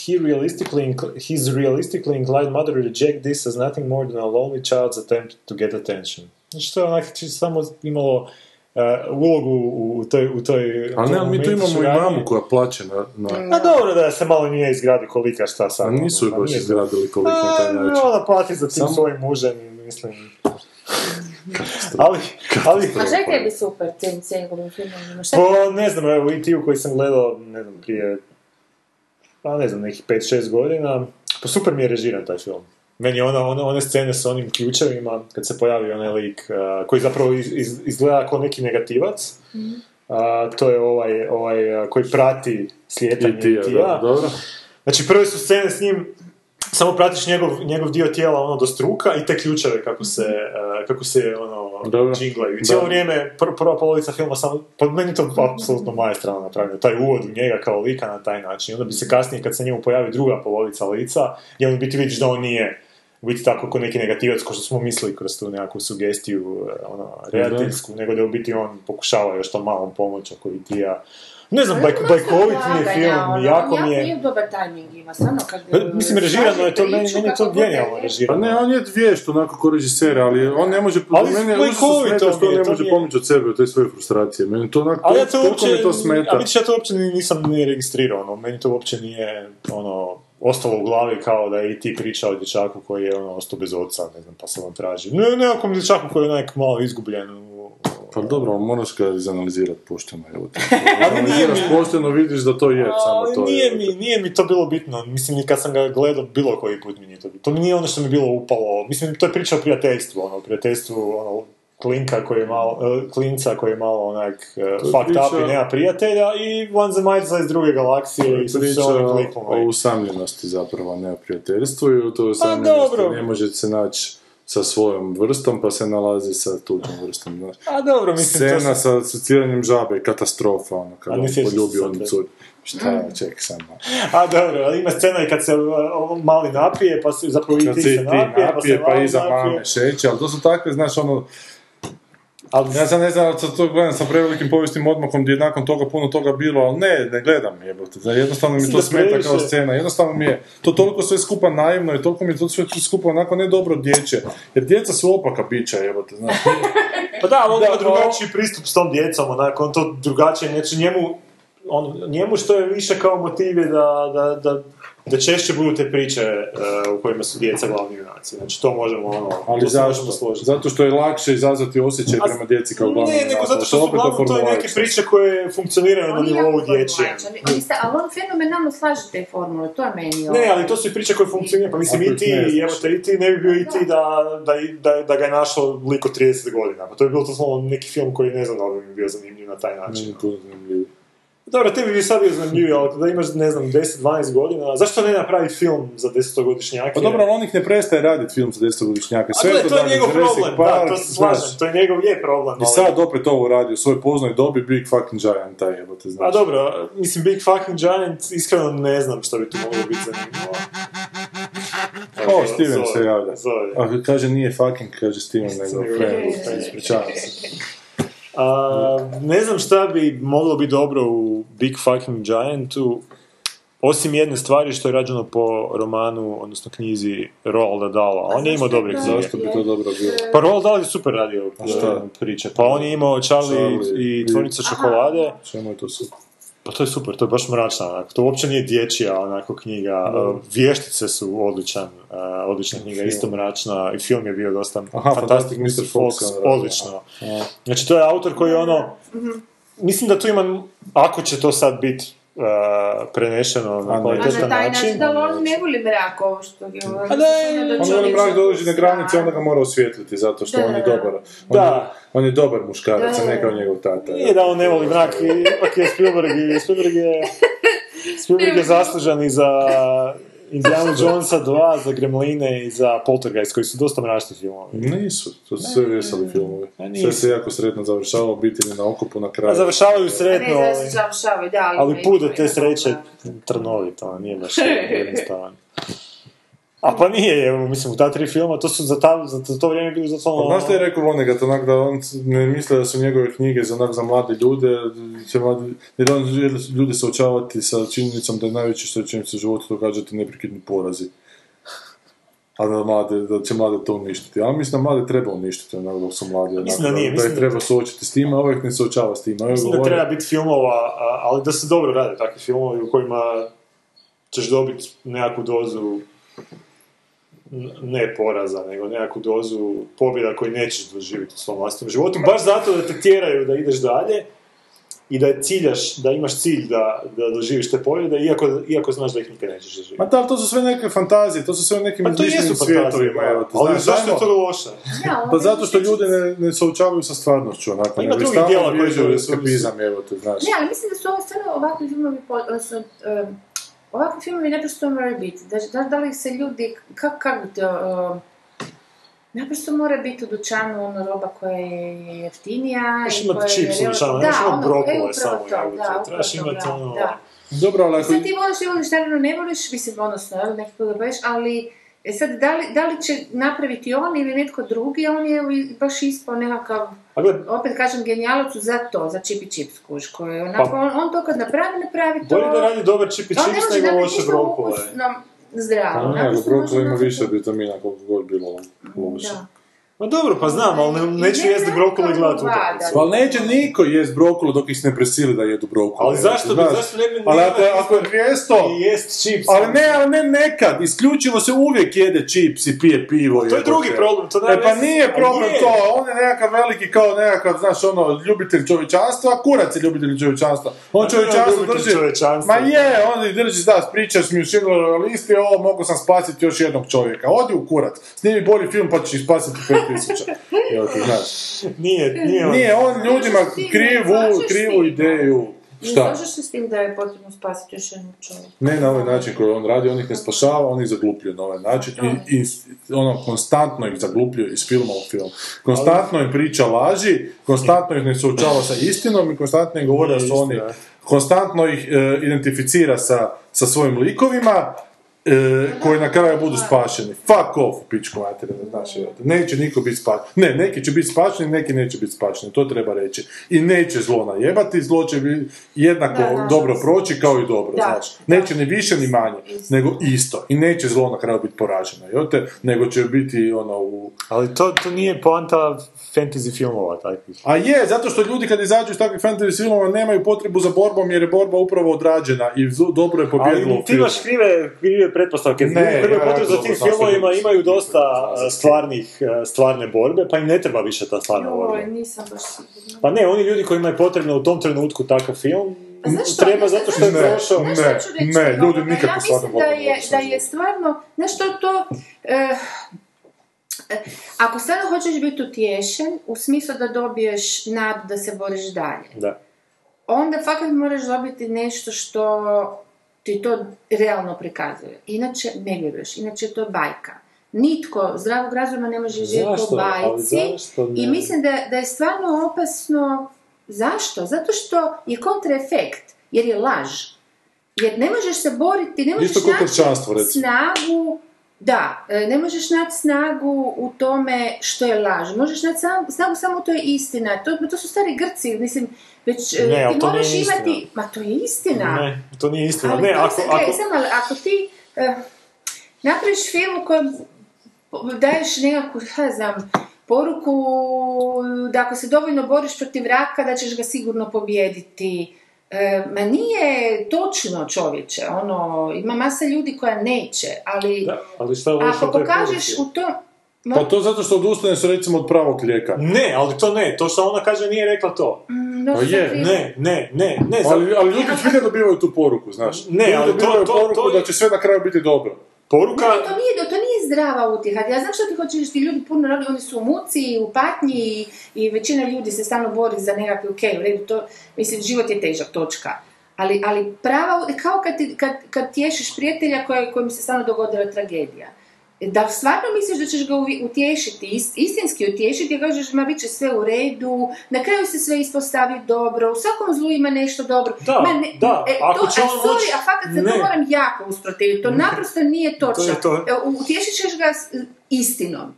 S3: he realistically, inc- his realistically inclined mother reject this as nothing more than a lonely child's attempt to get attention. Znači, to je onak, čisto samo imalo uh, ulogu u, u toj, u toj...
S1: Ali ne, ali mi
S3: momentu
S1: tu imamo i
S3: suradnje.
S1: mamu koja plaće na... na
S3: A dobro da se malo nije izgradi kolika šta sad.
S1: a nisu je
S3: ono,
S1: baš
S3: nije-
S1: izgradili koliko na taj
S3: a,
S1: način.
S3: ona plati ono, za tim
S1: Samo-
S3: svojim mužem, mislim. ali, ali,
S2: A Pa čekaj bi super tim cijelim filmom. Šta
S3: po, ne znam, evo, i ti u koji sam gledao, ne znam, prije, pa ne znam, nekih 5-6 godina, pa super mi je režiran taj film. Meni je ona, ona, one scene s onim ključevima, kad se pojavi onaj lik, a, koji zapravo iz, iz- izgleda kao neki negativac, a, to je ovaj, ovaj a, koji prati slijetanje
S1: I Tija,
S3: E.T.-a.
S1: da, dobro.
S3: Znači, prve su scene s njim, samo pratiš njegov, njegov dio tijela ono do struka i te ključeve kako se, eh, kako se ono,
S1: Dobro.
S3: džinglaju. I cijelo
S1: Da.
S3: vrijeme, pr- prva polovica filma samo, pa meni je to apsolutno maestralno napravljeno, taj uvod u njega kao lika na taj način. I onda bi se kasnije, kad se njemu pojavi druga polovica lica, gdje on u biti vidiš da on nije u biti tako ko neki negativac, ko što smo mislili kroz tu nekakvu sugestiju, eh, ono, redateljsku, nego da u biti on pokušava još tom malom pomoć ako i ti ja. Ne znam, bajk, bajkovit mi je
S2: ono,
S3: film, jako mi je...
S2: Nije dobar tajming ima, stvarno kad...
S3: E, Mislim, režirano je to,
S2: Priču
S3: meni, meni je to
S2: kako god
S3: genijalno
S2: je.
S1: Pa
S3: režirano.
S1: ne, on je vješt onako ko režiser, ali on ne može,
S3: Ali
S1: mene
S3: slikovito
S1: užasno smeta što
S3: mi
S1: on
S3: je, to
S1: ne
S3: mi
S1: može
S3: je-
S1: pomoći od sebe, od te svoje frustracije. Meni to onako,
S3: Ali ja
S1: koliko,
S3: to uopće,
S1: mi to
S3: a
S1: smeta.
S3: vidiš, ja to uopće ni- nisam ni registrirao, ono, meni to uopće nije, ono, ostalo u glavi kao da je i ti priča o dječaku koji je, ono, ostao bez oca, ne znam, pa se on traži. Ne, nekakvom dječaku koji je onak malo izgubljen u...
S1: Pa dobro, ali moraš ga izanalizirati pošteno, evo te.
S3: Ali nije
S1: Izanaliziraš
S3: mi-
S1: pošteno, vidiš da to je, samo
S3: Ali
S1: to
S3: nije
S1: je.
S3: mi, nije mi to bilo bitno, mislim, ni kad sam ga gledao bilo koji put mi nije to bilo. To mi nije ono što mi je bilo upalo, mislim, to je priča o prijateljstvu, ono, prijateljstvu, ono, klinka koji je malo, eh, klinca koji je malo onak eh,
S1: To je
S3: fucked up
S1: priča-
S3: i nema prijatelja i vanzemaljca iz druge galaksije i sa
S1: Priča
S3: svojim klikom. ovaj.
S1: o usamljenosti zapravo, ne o prijateljstvu i o toj
S3: Pa
S1: usamljenosti
S3: dobro.
S1: ne može se naći sa svojom vrstom, pa se nalazi sa tuđom vrstom. znaš.
S3: A dobro, mislim, to
S1: Scena
S3: se-
S1: sa asociranjem žabe, katastrofa, ono,
S3: A
S1: kada
S3: ne
S1: on
S3: sjećaš se
S1: poljubi
S3: sad
S1: onu
S3: te.
S1: curu. Šta je, ček samo.
S3: A dobro, ali ima scena i kad se eh, o, mali napije, pa se zapravo i
S1: Kad
S3: ti
S1: se i
S3: se
S1: ti
S3: napije, pa se
S1: napije, pa
S3: mali
S1: iza
S3: napije.
S1: mame šeće, ali to su takve, znaš, ono, Ali ja sam ne znam, ali sad to gledam sa prevelikim povijesnim odmakom gdje je nakon toga puno toga bilo, ali ne, ne gledam jebote. Da jednostavno mi to
S3: Da
S1: smeta
S3: previše.
S1: kao scena. Jednostavno mi je to toliko sve skupa naivno i toliko mi je to sve skupa onako ne dobro dječje. Jer djeca su opaka bića jebote, znaš.
S3: Pa da, ali ono- on
S1: Da,
S3: ima
S1: pa-
S3: drugačiji pristup s tom djecom, onako, on to drugačije, znači njemu, on, njemu što je više kao motiv je da, da, da, da češće budu te priče e, u kojima su djeca glavni junaci, znači to možemo, ono,
S1: Ali
S3: to se
S1: zašto?
S3: možemo složiti.
S1: Zato što je lakše izazvati osjećaj
S3: A-
S1: prema djeci kao glavnom.
S3: Ne, nego
S1: junaku,
S3: zato što
S1: je
S3: su
S1: opet to
S3: uglavnom to je neke
S1: formularično.
S3: priče koje funkcioniraju na
S2: On je
S3: nivou
S2: jako
S3: dječjem.
S2: formulačan, ali sta- Ali on fenomenalno slaže te formule, to je meni ono. ovo.
S3: Ne, ali to su i priče koje funkcioniraju, pa mislim
S1: Ako
S3: i
S1: ih
S3: ti,
S1: ne znaš.
S3: evo te, i ti ne bi bio i ti da, da, da, da ga je našao liko 30 godina, pa to bi bilo doslovno neki film koji ne znam da li bi mi bio zanimljiv na taj način.
S1: Meni je to zanimljivo.
S3: Dobro, tebi bi sad bio zanimljiviji, ali da imaš, ne znam, 10-12 godina, zašto ne napravi film za 10-godišnjake?
S1: Pa dobro, ali on ih ne prestaje raditi film za desetogodišnjake.
S3: A
S1: Sve
S3: to je, to je
S1: dan,
S3: njegov
S1: Jurassic
S3: problem, da,
S1: Park,
S3: to se
S1: znaš.
S3: slažem, to je njegov je problem.
S1: I
S3: ali-
S1: sad opet ovo radi u svojoj poznoj dobi Big fucking Giant, taj jebote, znaš.
S3: A dobro, mislim, Big Fucking Giant, iskreno ne znam što bi tu moglo biti zanimljivo.
S1: O, Steven se javlja.
S3: Zove.
S1: A kaže nije fucking, kaže Steven, nego
S3: Nego
S1: friend,
S3: friend.
S1: friend, ispričavam se.
S3: A, ne znam šta bi moglo biti dobro u Big Fucking Giantu, osim jedne stvari što je rađeno po romanu, odnosno knjizi Roalda Dala. On je imao dobre knjige.
S1: Zašto bi to dobro bilo?
S3: Pa Roald Dahl je super radio
S1: A šta?
S3: priče. Pa on je imao Charlie,
S1: Charlie
S3: i
S1: i-
S3: Tvornica čokolade.
S1: Čemu je to super?
S3: Pa to je super, to je baš mračna onako. To uopće nije dječja onako knjiga. Uh, Vještice su odličan, uh, odlična knjiga, isto mračna. I film je bio dosta
S1: Aha,
S3: Fantastic Mr. Fox,
S1: on radio,
S3: odlično. Znači to je autor koji je ono...
S2: Mhm.
S3: Mislim da tu ima, ako će to sad biti uh, prenešeno
S1: A ne.
S3: na
S2: A na
S3: kvalitetan
S2: taj način
S3: način...
S2: da on ne voli mrak ovo što je... ono,
S3: Pa da,
S1: On veli mrak do određene granice, onda ga mora osvijetliti, zato što
S2: Da,
S1: on je
S2: da, da.
S1: dobar. On,
S3: Da.
S1: je, on je dobar muškarac, a
S2: Da.
S1: ne kao njegov tata.
S3: Nije da on ne voli mrak, i- ipak je Spielberg, i Spielberg je, Spielberg je zaslužan i za Indiana Jonesa 2, za Gremline i za Poltergeist, koji su dosta mračni filmovi.
S1: Nisu, to su sve veseli filmovi.
S3: Ne,
S1: Sve
S3: nisu.
S1: se jako sretno završava, obitelji na okupu, na kraju. Pa
S3: A završavaju
S2: Ne,
S3: sretno, ali,
S2: zašto završavaju, da, ali...
S3: ovaj, ali
S2: ne,
S3: put do
S2: ne,
S3: te
S2: ne,
S3: sreće
S2: da.
S3: trnovit, ono, nije baš jednostavan. A pa nije, evo, mislim, u ta tri filma, to su za, ta, za to vrijeme bili
S1: Pa
S3: doslovno...
S1: znaš što je rekao Vonnegut, onak da on ne misle da su njegove knjige za onak za mlade ljude, će mladi, jer on želi ljude suočavati sa činjenicom da je najveće što će im se u životu događati neprekidni porazi. A da, mlade, da će mlade to uništiti. Ali mislim da mlade treba uništiti, onak dok su mladi. Onak,
S3: Mislim da nije,
S1: da
S3: mislim
S1: ih
S3: da-
S1: treba suočiti s time, a uvijek ne suočava s time. Uvijek
S3: Mislim da
S1: govori-
S3: treba biti filmova, a- ali da se dobro rade takvi filmovi u kojima ćeš dobiti nekakvu dozu n- ne poraza, nego nekakvu dozu pobjeda koju nećeš doživjeti u svom vlastitom životu, baš zato da te tjeraju da ideš dalje i da je ciljaš, da imaš cilj da, da doživiš te pobjede, iako, iako znaš da ih nikad nećeš doživjeti.
S1: Ma da, ali to su sve neke fantazije, to su sve u nekim
S3: Pa to
S1: izmišljenim
S3: jesu fantazije, pa
S1: svijetovima. evo, ti
S3: ali
S1: znaš,
S3: zašto je
S1: ajmo-
S3: to loše?
S2: Da, on
S1: Pa
S2: je
S1: zato što
S2: osjećao-
S1: ljudi ne, ne suočavaju sa stvarnošću, onako,
S3: Pa ima
S1: nego
S3: drugih
S1: stalno
S3: djela koji
S1: bježe u
S3: su-
S1: eskapizam, evo te, znaš.
S2: Ne, ali mislim da su ovo stvarno ovakvi filmovi, po- odnosno, em, ovakvi filmovi naprosto moraju biti. Da, da, da li se ljudi, kako kak bi to... em, Naprosto mora biti u dućanu ono roba koja je jeftinija
S3: Trebaš
S2: i koja
S3: imati
S2: je...
S3: čips u
S2: rela-
S3: dućanu,
S2: da,
S3: nemaš ono
S2: ono, e,
S3: brokule
S2: upravo
S3: samo,
S2: to,
S3: jebote,
S2: da, upravo
S3: trebaš
S2: to,
S3: imati
S2: bravo,
S3: ono-
S2: da.
S1: Dobro, ali
S2: I
S1: ako...
S2: sad ti voliš, ne voliš, naravno ne voliš, mislim, odnosno, jel, nekako ga voliš, ali e, sad, da li, da li će napraviti on ili netko drugi, on je u- baš ispao nekakav,
S3: A gle,
S2: opet kažem, genijalac za to, za čipi čip skuš, koji je onako,
S3: Pa-
S2: on, on to kad napravi, napravi to...
S3: bolje da radi dobar čip i
S2: on ne
S3: čips
S2: može
S3: nego
S2: napraviti
S3: loše
S2: ništa
S3: brokule.
S2: ukusno, Zdravo.
S1: A Pa ne, ali
S2: naprosto može
S1: brokoli ima
S2: napraviti-
S1: više vitamina koliko god bilo ono, loše.
S2: Da.
S3: Ma dobro, pa znam, ali ne, neću
S2: Ne,
S3: jesti
S2: ne,
S3: brokoli i
S2: kao
S3: gledati
S2: vada.
S3: utakmicu.
S1: Pa neće niko jest brokolo dok ih ne presili da jedu brokolo.
S3: Ali zašto bi-
S1: znaš.
S3: zašto ne bi-
S1: Ali
S3: ne
S1: ako,
S3: bi-
S1: ako je 200...
S3: I jest čips.
S1: Ali ne, ali ne nekad, isključivo se uvijek jede čips i pije pivo.
S3: To je
S1: jebote.
S3: drugi problem, to nema
S1: E pa
S3: veze.
S1: nije
S3: A
S1: problem
S3: je.
S1: to, on je nekakav veliki kao nekakav, znaš, ono, ljubitelj čovječanstva, a kurac je ljubitelj čovječanstva. On
S3: Ma nije on
S1: čovječanstvo
S3: ljubitelj
S1: drži,
S3: čovječanstva.
S1: ma je, on ih drži, da, pričaš mi u Schindlerove listi, ovo, mogu sam spasiti još jednog čovjeka. Odi u kurac, snimi bolji film pa ćeš ih spasiti 5000. Evo ti, znaš.
S3: Nije, nije. ono- on-
S1: Nije, on ljudima
S2: Možeš s tim,
S1: krivu,
S2: možeš s
S1: krivu
S2: tim.
S1: ideju.
S2: I
S1: Šta?
S2: slažeš se s tim da je potrebno spasiti još jednog čovjeka?
S1: Ne na ovaj način koji on radi, on ih ne spašava, on ih zaglupljuje na ovaj način i, i ono, konstantno ih zaglupljuje iz filma u film. Konstantno im priča laži, konstantno ih ne suočava sa istinom i konstantno im govori da su oni, konstantno ih e, identificira sa, sa svojim likovima, e, koji na kraju budu spašeni. Fuck off, pičku materinu, znaš, jel te. neće niko biti spašen. Ne, neki će biti spašeni, neki neće biti spašeni, to treba reći. I neće zlo najebati, zlo će bi- jednako
S2: Da, da.
S1: dobro proći kao i dobro,
S2: Da,
S1: znaš.
S2: da.
S1: Neće ni više ni manje,
S2: Isto.
S1: nego isto. I neće zlo na kraju biti poraženo, jel te, nego će biti ono u...
S3: Ali to, to nije poanta fantasy filmova takvih.
S1: A je, zato što ljudi kad izađu iz takvih fantasy filmova nemaju potrebu za borbom jer je borba upravo odrađena i zo- dobro je pobjedilo
S3: Ali
S1: u
S3: ti imaš
S1: filmu.
S3: krive, krive pretpostavke.
S1: Ne,
S3: Ne,
S1: ja,
S3: krive potrebu za
S1: dobro,
S3: tim
S1: sam
S3: filmovima
S1: se-
S3: imaju dosta
S1: sam
S3: a, stvarnih, a, stvarne borbe, pa im ne treba više ta stvarna borba.
S2: Joj, nisam baš sigurna.
S3: Pa ne, oni ljudi kojima je potrebno u tom trenutku takav film,
S2: Pa znaš što,
S3: treba
S2: ne,
S3: zato
S2: znaš
S3: što je
S2: što-
S3: prošao.
S2: Znaš šta ću reći?
S1: Ne, ne, ljudi
S2: Ovoga,
S1: nikako
S2: Ja
S1: stvarno
S2: mislim da
S1: volim
S2: je,
S1: ovo što
S2: da
S1: je.
S2: je stvarno, znaš što to... eh, eh, ako stvarno hoćeš biti utješen, u smislu da dobiješ nadu da se boriš dalje,
S3: Da.
S2: onda fakat moraš dobiti nešto što ti to realno prikazuje. Inače, ne vjeruješ. Inače, je to bajka. Nitko zdravog razuma ne može živjeti po
S3: Zašto? Ali
S2: bajci.
S3: zašto ne?
S2: I mislim da, da je stvarno opasno. Zašto? Zato što je kontraefekt, jer je laž. Jer ne možeš se boriti, ne možeš
S1: Isto kao kršćanstvo,
S2: naći
S1: recimo.
S2: snagu, da, e, ne možeš naći snagu u tome što je laž. Možeš naći sam- snagu samo u toj istina. To, to su stari Grci, mislim, već e,
S3: Ne, ali
S2: ti
S3: to
S2: moraš
S3: nije
S2: imati...
S3: istina.
S2: Ma to je istina.
S3: Ne, to nije istina.
S2: Ali
S3: Ne,
S2: to
S3: ako,
S2: se- gledaj,
S3: ako,
S2: samo, ali ako ti eh, napraviš film u kojem daješ nekakvu, ja znam, poruku da ako se dovoljno boriš protiv raka, da ćeš ga sigurno pobijediti. Eh, ma nije točno čovječe, ono, ima masa ljudi koja neće, ali
S3: da, ali šta voliš
S2: ako
S3: od te
S2: pokažeš
S3: poruke?
S2: u tom...
S1: Pa to zato što odustane su recimo od pravog lijeka.
S3: Ne, ali to ne, to što ona kaže nije rekla to.
S2: Mm, možda
S1: Pa
S2: sam
S1: je,
S2: krivo.
S3: Ne, ne, ne, ne, zato-
S1: Ali, ali ljudi zbilja dobivaju tu poruku, znaš.
S3: Ne,
S1: Ljudi
S3: ali to-
S1: dobivaju
S3: to-
S1: poruku
S3: to je-
S1: da će sve na kraju biti dobro.
S3: poruka...
S2: Ne, to nije, to nije zdrava utjeha. Ja znam što ti hoćeš, reći, ti ljudi puno radi, oni su u muci, u patnji i, i većina ljudi se stalno bori za nekakve, ok, u redu, to, mislim, život je težak, točka. Ali, ali prava, ut- kao kad, ti- kad, kad tješiš prijatelja koje, kojem se stvarno dogodila tragedija. Da stvarno misliš da ćeš ga uvi- utješiti, ist- istinski utješiti, jer kažeš, ma bit će sve u redu, na kraju se sve ispostavi dobro, u svakom zlu ima nešto dobro.
S3: Da,
S2: ma ne,
S3: da,
S2: e,
S3: ako
S2: to,
S3: će
S2: a
S3: on
S2: sorry,
S3: moći-
S2: a fakat se
S3: ne.
S2: to moram jako usprotiviti, to naprosto nije točno.
S3: je Mhm. to.
S2: E, Utješit ćeš ga s- e, istinom.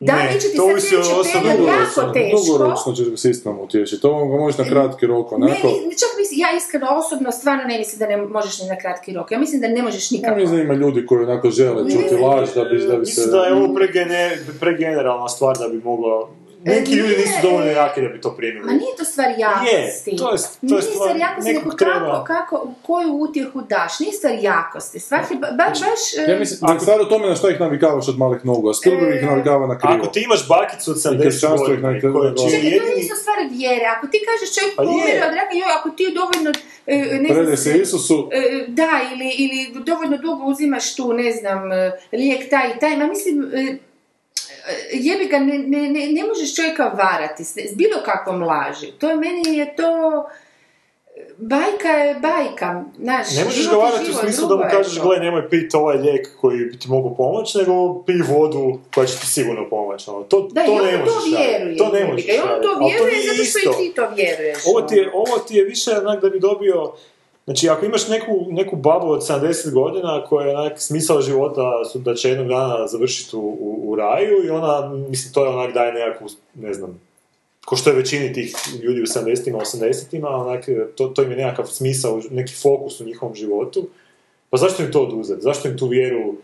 S2: Da,
S3: Ne,
S2: neće ti
S3: to
S2: sad
S3: ovisi o
S2: reći
S3: osobi.
S2: Pedro,
S1: Dugoročno,
S2: jako teško. E,
S1: dugoročno ćeš ga s istinom utješiti. To ga možeš na kratki rok,
S2: Ne,
S1: onako.
S2: ni- čak mislim, ja iskreno osobno stvarno ne mislim da ne možeš ni na kratki rok. Ja mislim da ne možeš
S1: Ja
S2: nikako.
S1: mislim da ima ljudi koji onako žele čuti laž da bi, da bi se...
S3: Mislim da je ovo pregene, pregeneralna stvar da bi moglo... Neki
S2: E,
S3: ljudi nisu
S2: nije.
S3: dovoljno jaki da bi to
S2: Ma
S3: primili.
S2: nije to stvar jakosti.
S3: Je, to je- to je
S2: nije
S3: stvar
S2: stvar jakosti, nego
S3: nekog treba.
S2: kako, kako, u koju utjehu daš. Nije stvar jakosti. Stvar je ba- baš... e, baš
S1: Ja mislim, ako... stvar u tome na što ih navikavaš od malih nogu, a Spielberg ih
S2: E,
S1: navikava na krivo.
S3: Ako ti imaš bakicu od
S1: kršćanstvo
S3: 70
S1: je
S3: godina,
S1: na kraju
S3: koja
S1: dobro.
S3: čiji
S2: Čekaj, to
S3: jedini...
S2: nisu stvari vjere. Ako ti kažeš čovjek
S3: Pa je.
S2: umire od raka, joj, ako ti dovoljno... e, ne znam,
S1: Predaj se Isusu,
S2: E, da, ili, ili dovoljno dugo uzimaš tu, ne znam, e, lijek taj i taj, ma mislim, e, e, jebi ga, ne, ne, ne, ne možeš čovjeka varati s, s bilo kakvom laži. To je, meni je to, e, bajka je bajka, znaš,
S3: Ne možeš
S2: život
S3: ga
S2: je
S3: varati u
S2: život,
S3: smislu da
S2: drugo
S3: mu
S2: je
S3: kažeš,
S2: to.
S3: gle, nemoj piti ovaj lijek koji bi ti mogu pomoći, nego pij vodu koja će ti sigurno pomoći. ono. To,
S2: Da, i
S3: to
S2: on
S3: ne možeš
S2: to vjeruje.
S3: raditi. To ne
S2: jebi ga,
S3: možeš
S2: I on
S3: raditi.
S2: to
S3: Ali
S2: vjeruje
S3: nije
S2: zato što
S3: isto.
S2: i ti to vjeruješ. ono.
S3: Ovo ti, je, ovo ti je više onak da bi dobio... Znači, ako imaš neku, neku babu od 70 godina koja je onak smisao života su da će jednog dana završiti u, u, u raju i ona, mislim, to je onak daje nekakvu, ne znam, ko što je većini tih ljudi u 70-ima, 80-ima, onak, to, to im je nekakav smisao, neki fokus u njihovom životu. Pa zašto im to oduzeti? Zašto im tu vjeru?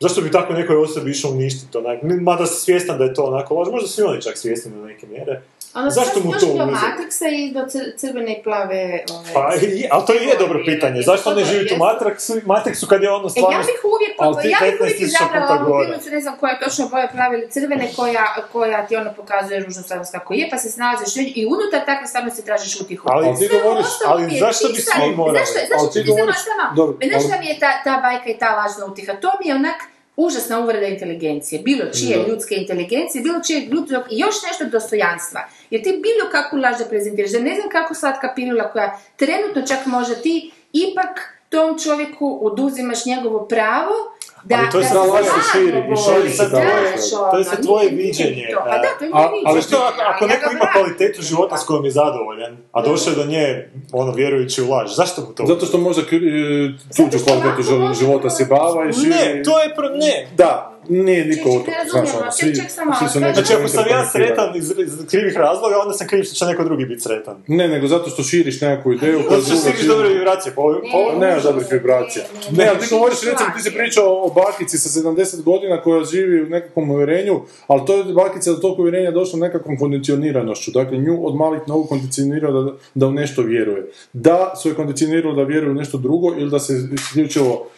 S3: Zašto bi tako nekoj osobi išao uništiti? Onak? Mada si svjestan da je to onako laž, možda su i oni čak svjesni do neke mjere.
S2: Ono,
S3: zašto
S2: sad
S3: mu
S2: došli
S3: to
S2: do
S3: uzeti?
S2: Matrixa i do cr- crvene i plave... ovaj, ove,
S3: Pa, je, ali to je dobro pitanje. Zašto ne živjeti u Matrixu, Matrixu kad je ono
S2: E, ja
S3: stvarno...
S2: bih uvijek,
S3: Ali ti
S2: ja bih
S3: 15
S2: uvijek
S3: tisuća
S2: izabrala
S3: puta
S2: ovu
S3: gore.
S2: pilicu, ne znam koja je točno boja prave ili crvene, koja, koja ti ono pokazuje ružnu stvarnost kako je, pa se snalaziš u njoj i unutar takve stvarnosti tražiš utjehu.
S3: Ali
S1: ti
S2: Sve ovo
S1: govoriš,
S2: ostalo
S3: ali
S2: mi je
S3: zašto bi
S2: čista-
S3: svi morali?
S2: Zašto, zašto
S1: Ali ti
S2: ti samo,
S1: govoriš-
S2: samo,
S1: dobro,
S2: znaš
S1: ali-
S2: šta mi je ta, ta bajka i ta lažna utjeha? To mi je onak užasna uvreda inteligencije, bilo čije ljudske inteligencije, bilo čije ljudskog i još nešto dostojanstva. Jer ti bilo kakvu laž da prezentiraš, da ne znam kako slatka pilula koja trenutno čak možda ti ipak tom čovjeku oduzimaš njegovo pravo Da,
S3: ali to je
S2: da
S3: stvarno
S2: se
S3: se širi i širi se
S2: govori,
S3: dalje.
S2: znaš,
S3: To je sad
S2: ono,
S3: tvoje
S2: nije
S3: viđenje.
S2: to. Pa da, to je moje
S3: A-
S2: viđenje,
S3: Ali što, ako- ako
S2: ali ja
S3: neko
S2: ga
S3: ima
S2: branim.
S3: kvalitetu života s kojom je zadovoljan, a došao je do nje, ono, vjerujući u laž, zašto mu to?
S1: Zato što možda kri- e,
S2: Zato
S1: tuđu
S2: što
S1: kvalitetu
S2: ovako
S1: živ-
S2: može
S1: života si bava i širi...
S3: Ne, to je pro... ne.
S1: Da, nije niko
S2: Ček,
S1: u to,
S2: ček, ne
S1: znaš,
S2: razumijem,
S1: ono,
S2: ček,
S1: svi,
S2: ček, samo
S1: svi su
S2: malo,
S1: nekako
S2: kaži.
S3: Znači, ako sam ja
S1: interpretirani.
S3: sretan iz, iz krivih razloga, onda sam kriv što će neko drugi biti sretan.
S1: Ne, nego zato što širiš nekakvu ideju koja
S3: Zato što
S1: druga
S3: sviđaš
S1: širi-
S3: dobre vibracije, pa ovo- pa ovo-
S1: Ne, nema dobrih vibracija.
S2: ne,
S1: Ne,
S2: ne.
S1: ali ti govoriš, recimo, ti si pričao o bakici sa 70 godina koja živi u nekakvom uvjerenju, ali to je bakica do tog uvjerenja došla nekakvom kondicioniranošću. Dakle, nju od malih nogu kondicionirao da, da u nešto vjeruje. Da su je kondicionirali da vjeruje u nešto drugo ili da se isključivo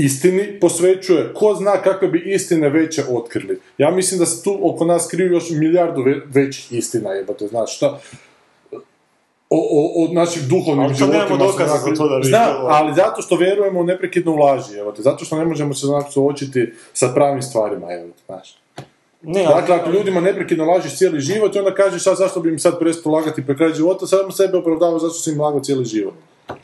S1: istini posvećuje, ko zna kakve bi istine veće otkrili. Ja mislim da se tu oko nas kriju još milijardu ve- većih istina, jebate, znači šta? O, o, o naših duhovnim
S3: Ali to nemamo
S1: životima. smo
S3: dokaza
S1: nekakvi-
S3: za to da bi
S1: Znam,
S3: bilo.
S1: ali zato što vjerujemo u neprekidno ulaži, jebate, zato što ne možemo se znači, suočiti sa pravim stvarima, jebate, znaš.
S3: Ne, ali-
S1: Dakle, ako ljudima neprekidno lažiš cijeli život i onda kažeš, sad zašto bi im sad prestao lagati pre kraja života, samo sebe opravdava zašto si im lagao cijeli život.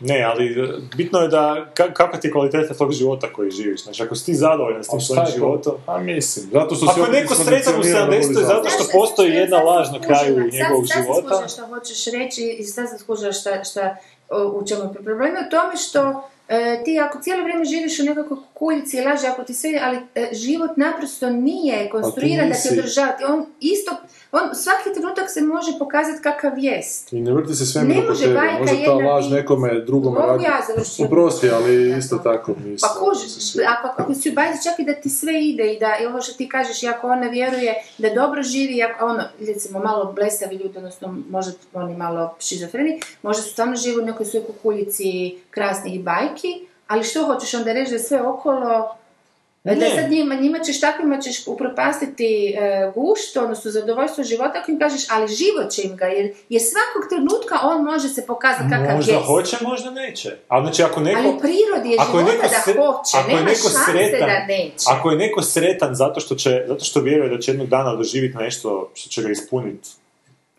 S3: Ne, ali e, bitno je da ka- kakva ti je kvaliteta tog života koji živiš. Znači, ako si ti zadovoljan s tim svojim životom...
S1: A Pa mislim, zato što si
S3: Ako je
S1: opet
S3: neko sretan u
S1: iskondicionirano
S3: 70-oj zato što
S2: Znaš,
S3: postoji
S2: znaš,
S3: jedna
S2: sad
S3: laž
S2: sam
S3: na kraju
S2: skužila, sad-
S3: njegovog
S2: Sad sam
S3: života...
S2: skužila što hoćeš reći i sad sam skužila šta, šta, o, u čemu je problem. Problem je u tome što e, ti ako cijelo vrijeme živiš u nekakvoj kukuljici i laži, ako ti sve, ali e, život naprosto nije konstruiran da
S1: nisi-
S2: se održavati. On isto, on svaki trenutak se može pokazati kakav jest.
S1: I ne vrti se svemir
S2: Ne
S1: oko
S2: može
S1: tebe,
S2: bajka
S1: može ta
S2: jedna
S1: laž
S2: biti-
S1: nekome drugome
S2: Mogu
S1: radi.
S2: ja završiti?
S1: Uprosti, ali isto tako mislim.
S2: Pa kužiš, ako, ako si u bajci, čak i da ti sve ide i da, i ovo što ti kažeš, i ako ona vjeruje da dobro živi, i ako ono, recimo malo blesavi ljudi, odnosno možda oni malo šizofreni, možda su stvarno žive u nekoj svojoj kukuljici krasnih bajki, ali što hoćeš onda reći da je sve okolo, da
S3: Ne.
S2: sad njima, njima ćeš takvima ćeš upropastiti e, gušt, odnosno zadovoljstvo života ako im kažeš, ali život će im ga, jer, jer svakog trenutka on može se pokazati kakav
S3: Možda
S2: jest.
S3: hoće, možda neće. A znači, ako
S2: Ali
S3: neko...
S2: prirodi je
S3: Ako je
S2: života
S3: neko
S2: da
S3: sre-
S2: hoće,
S3: ako je
S2: nema
S3: neko
S2: šanse
S3: sretan-
S2: da neće.
S3: Ako je neko sretan zato što, će, zato što vjeruje da će jednog dana doživjeti nešto što će ga ispuniti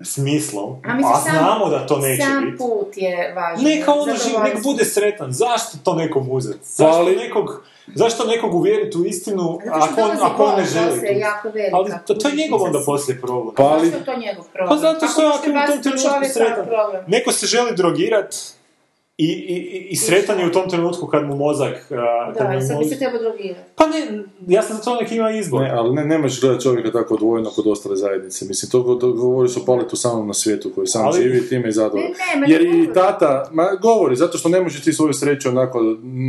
S3: smislom,
S2: A
S3: a,
S2: mislim, sam-
S3: znamo da to neće
S2: Sam
S3: biti.
S2: put je važan.
S3: Neka ono živi, nek
S2: zadovoljstvo.
S3: bude sretan. Zašto to nekom uzeti? Zašto,
S1: Pa Ali-
S3: nekog, zašto nekog uvjeriti u istinu
S2: Zato što
S3: ako on,
S2: dolazi
S3: ako on ne
S2: bol
S3: želi?
S2: poslije,
S3: tu?
S2: jako velika,
S3: Ali to, to je
S2: kužiš,
S3: njegov onda
S2: mislim.
S3: poslije problem.
S1: Pa ali,
S2: Zašto je to njegov problem?
S3: Pa zato što
S2: Ako
S3: ako je u tom
S2: baciti
S3: trenutku
S2: čovjeka,
S3: sretan.
S2: problem.
S3: Neko se želi drogirat i, i, i- i sretan je u tom trenutku kad mu mozak... a, kad
S2: Da,
S3: mu
S2: i sad bi
S3: mozak-
S2: se trebao drogirati.
S3: Pa ne, ja sam za to nek ima izbor.
S1: ne, ali ne, ne možeš gledati čovjeka tako odvojeno kod ostale zajednice. Mislim, to go- to govoriš o paletu samom na svijetu koji sam
S3: Ali-
S1: živi i time je zadovoljan.
S2: Ne, ne, ma
S1: Jer
S2: ne govori.
S1: i tata, ma govori, zato što ne možeš ti svoju sreću onako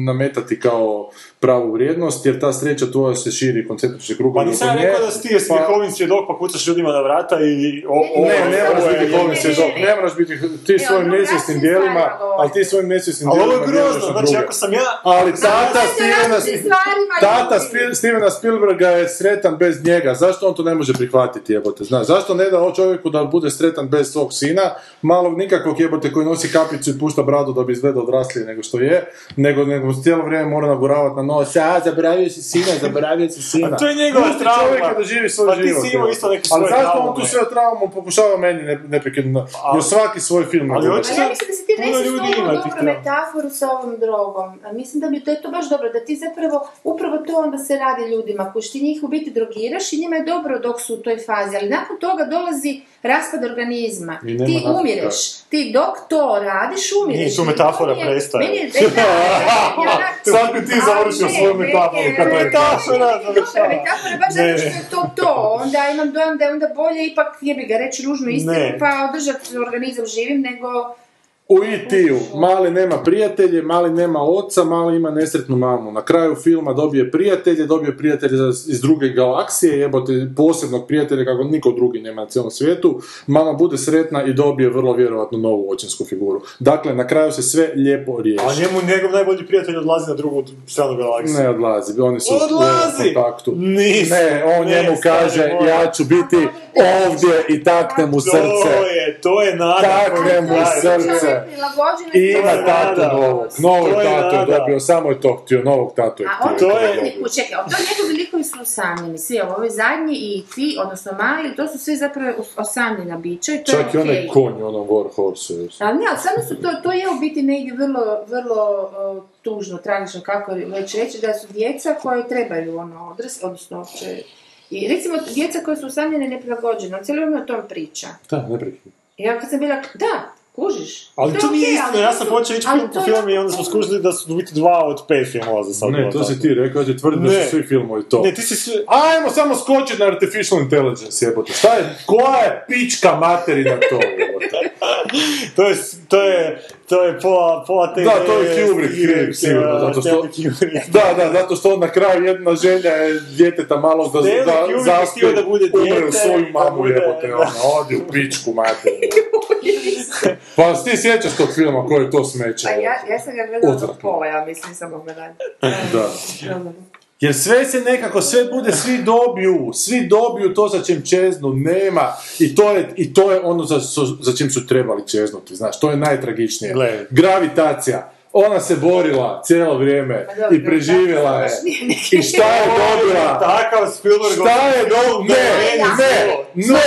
S1: nametati kao pravu vrijednost, jer ta sreća tvoja se širi koncentrični krug.
S3: Pa nisam ja rekao da si ti smijehovin svjedok pa kucaš ljudima na vrata i... O,
S2: Ne,
S3: o,
S1: Ne, ne
S3: ovo
S1: moraš
S3: je-
S1: biti
S2: ne,
S1: hovin
S2: ne,
S1: svjedok,
S2: ne.
S1: ne moraš biti ti svojim
S2: ono,
S1: nesvjesnim
S2: jasnim
S1: djelima,
S2: stvarima govori.
S1: ali ti svojim nesvjesnim
S3: Ali
S1: djelima
S3: ovo je
S1: djeluješ
S3: grozno,
S1: na
S3: znači
S1: druge.
S3: ako sam ja... Znači,
S1: Ali
S2: to
S1: tata
S2: je
S1: Stevena,
S2: različitim stvarima,
S1: tata
S2: ljudi.
S1: Spil- Stevena Spielberga je sretan bez njega. Zašto on to ne može prihvatiti, jebote? Znaš, zašto ne da o čovjeku da bude sretan bez svog sina, malog nikakvog jebote koji nosi kapicu i pušta bradu da bi izgledao odraslije nego što je, nego, nego cijelo vrijeme mora naguravati na nos. A, zaboravio si sina, zaboravio si sina.
S3: A to je njegova
S1: Pusti
S3: trauma.
S1: čovjeka da živi svoj
S3: Pa ti si
S1: život,
S3: imao
S1: jebote.
S3: isto neke
S1: Ali
S3: svoje
S1: zašto on
S3: traume.
S1: tu sve traumu pokušava meni ne- neprekidno,
S3: Ali-
S1: kroz svaki svoj film.
S3: ali
S1: naguravati?
S3: hoće-
S2: Pa ja mislim da si ti
S3: Puno
S2: nešto
S3: ljudi
S2: stvorila
S3: ima tih
S2: dobru
S3: tema.
S2: metaforu sa ovom drogom. A Mislim da bi to je to baš dobro, da ti zapravo, upravo to onda se radi ljudima, koji ti njih u biti drogiraš i njima je dobro dok su u toj fazi, ali nakon toga dolazi raspad organizma.
S1: I nema
S2: Ti
S1: natrag.
S2: umireš, ti dok to radiš umireš.
S3: Nije, tu
S2: I to
S3: metafora
S2: mi je-
S3: prestaje.
S2: Meni je- e, da, da, da, da.
S1: Sad bi ti završio
S2: Ali ne,
S1: svoju
S2: ne,
S1: metaforu
S2: ne,
S1: kako
S2: ne,
S1: je
S3: metafora
S2: ne, ne,
S3: završava.
S2: dobra Metafora baš zato što je to to, onda imam dojam da je onda bolje ipak jebi ga reći ružnu istinu
S3: Ne.
S2: pa održati organizam živim nego
S1: U IT-u, mali nema prijatelje, mali nema oca, mali ima nesretnu mamu. Na kraju filma dobije prijatelje, dobije prijatelje za- iz druge galaksije, jebote posebnog prijatelja kako niko drugi nema na cijelom svijetu. Mama bude sretna i dobije vrlo vjerojatno novu očinsku figuru. Dakle, na kraju se sve lijepo
S3: A
S1: riješi.
S3: njemu njegov najbolji prijatelj odlazi na drugu stranu galaksije.
S1: Ne odlazi, oni su
S3: Odlazi!
S1: u kontaktu.
S3: Nis-
S1: Ne, on
S3: ne,
S1: njemu
S3: stari
S1: kaže,
S3: moj.
S1: ja ću biti ovdje i taknem u
S3: To
S1: srce.
S3: je, to je nada.
S1: Taknem u
S3: Daj,
S1: srce. je.
S2: prilagođene
S1: I
S2: su-
S1: na tatu novog. Novog
S3: To je
S1: tatu je
S3: Nada.
S1: dobio, samo je to htio, novog tatu je
S2: A
S1: htio.
S2: oni
S3: To
S2: to
S3: je-
S2: je... čekaj, to njegovi likovi su usamljeni, svi ovo, ovi zadnji i ti, odnosno mali, to su svi zapravo os- osamljena bića i to
S1: Čak i
S2: je
S1: onaj
S2: okej.
S1: konj, onom war horse.
S2: Ali ne, ali stvarno su to, to je u biti negdje vrlo, vrlo uh, tužno, tragično, kako već reći, da su djeca koje trebaju ono odrast, odnosno opće... I recimo, djeca koje su usamljene neprilagođene, on cijelo vrijeme o tom priča.
S1: Da, neprekidno.
S2: Ja kad sam bila, da, kužiš.
S3: Ali to
S2: je
S3: nije
S2: okej,
S3: istina,
S2: ali
S3: ja
S2: to
S3: sam
S2: su-
S3: počeo ići
S2: ali
S3: film po
S2: to je
S3: film i onda smo
S2: tako-
S3: skužili da su u biti dva od pet filmova za sad.
S1: Ne,
S3: bila
S1: to
S3: tako.
S1: si ti rekao, ja ti tvrdim da
S3: Ne.
S1: su svi filmovi to.
S3: Ne, ti si sve...
S1: Ajmo samo skočiti na artificial intelligence, jebote. Šta je, koja je pička materina to, jebote?
S3: To je, to je, to je pola, pola te...
S1: Da, to je Kubrick, Kubrick, sigurno, zato što- Da, da, zato što on na kraju jedna želja je djeteta malo da,
S3: Stanley
S1: da
S3: Kubrick
S1: zaspe,
S3: je htio da bude
S1: umre u
S3: dijete,
S1: svoju
S3: da
S1: mamu
S3: bude-
S1: jebote,
S3: da.
S1: ona, odi u pičku materinu. pa se ti sjećaš tog filma koji je to smeće?
S2: Pa ja, ja sam ga gledala do
S1: Odvratno.
S2: pola, ja mislim, sam ga gledala.
S1: Da. Jer sve se nekako, sve bude, svi dobiju, svi dobiju to za čim čeznu, nema. I to je, i to je ono za, su- za čim su trebali čeznuti, znaš, to je najtragičnije.
S3: Gle.
S1: Gravitacija. Ona se borila cijelo vrijeme
S2: Pa
S1: i preživjela je. I šta je dobila?
S3: Takav Spielberg...
S1: Šta je do... Ne, ne, ne, ne, ne,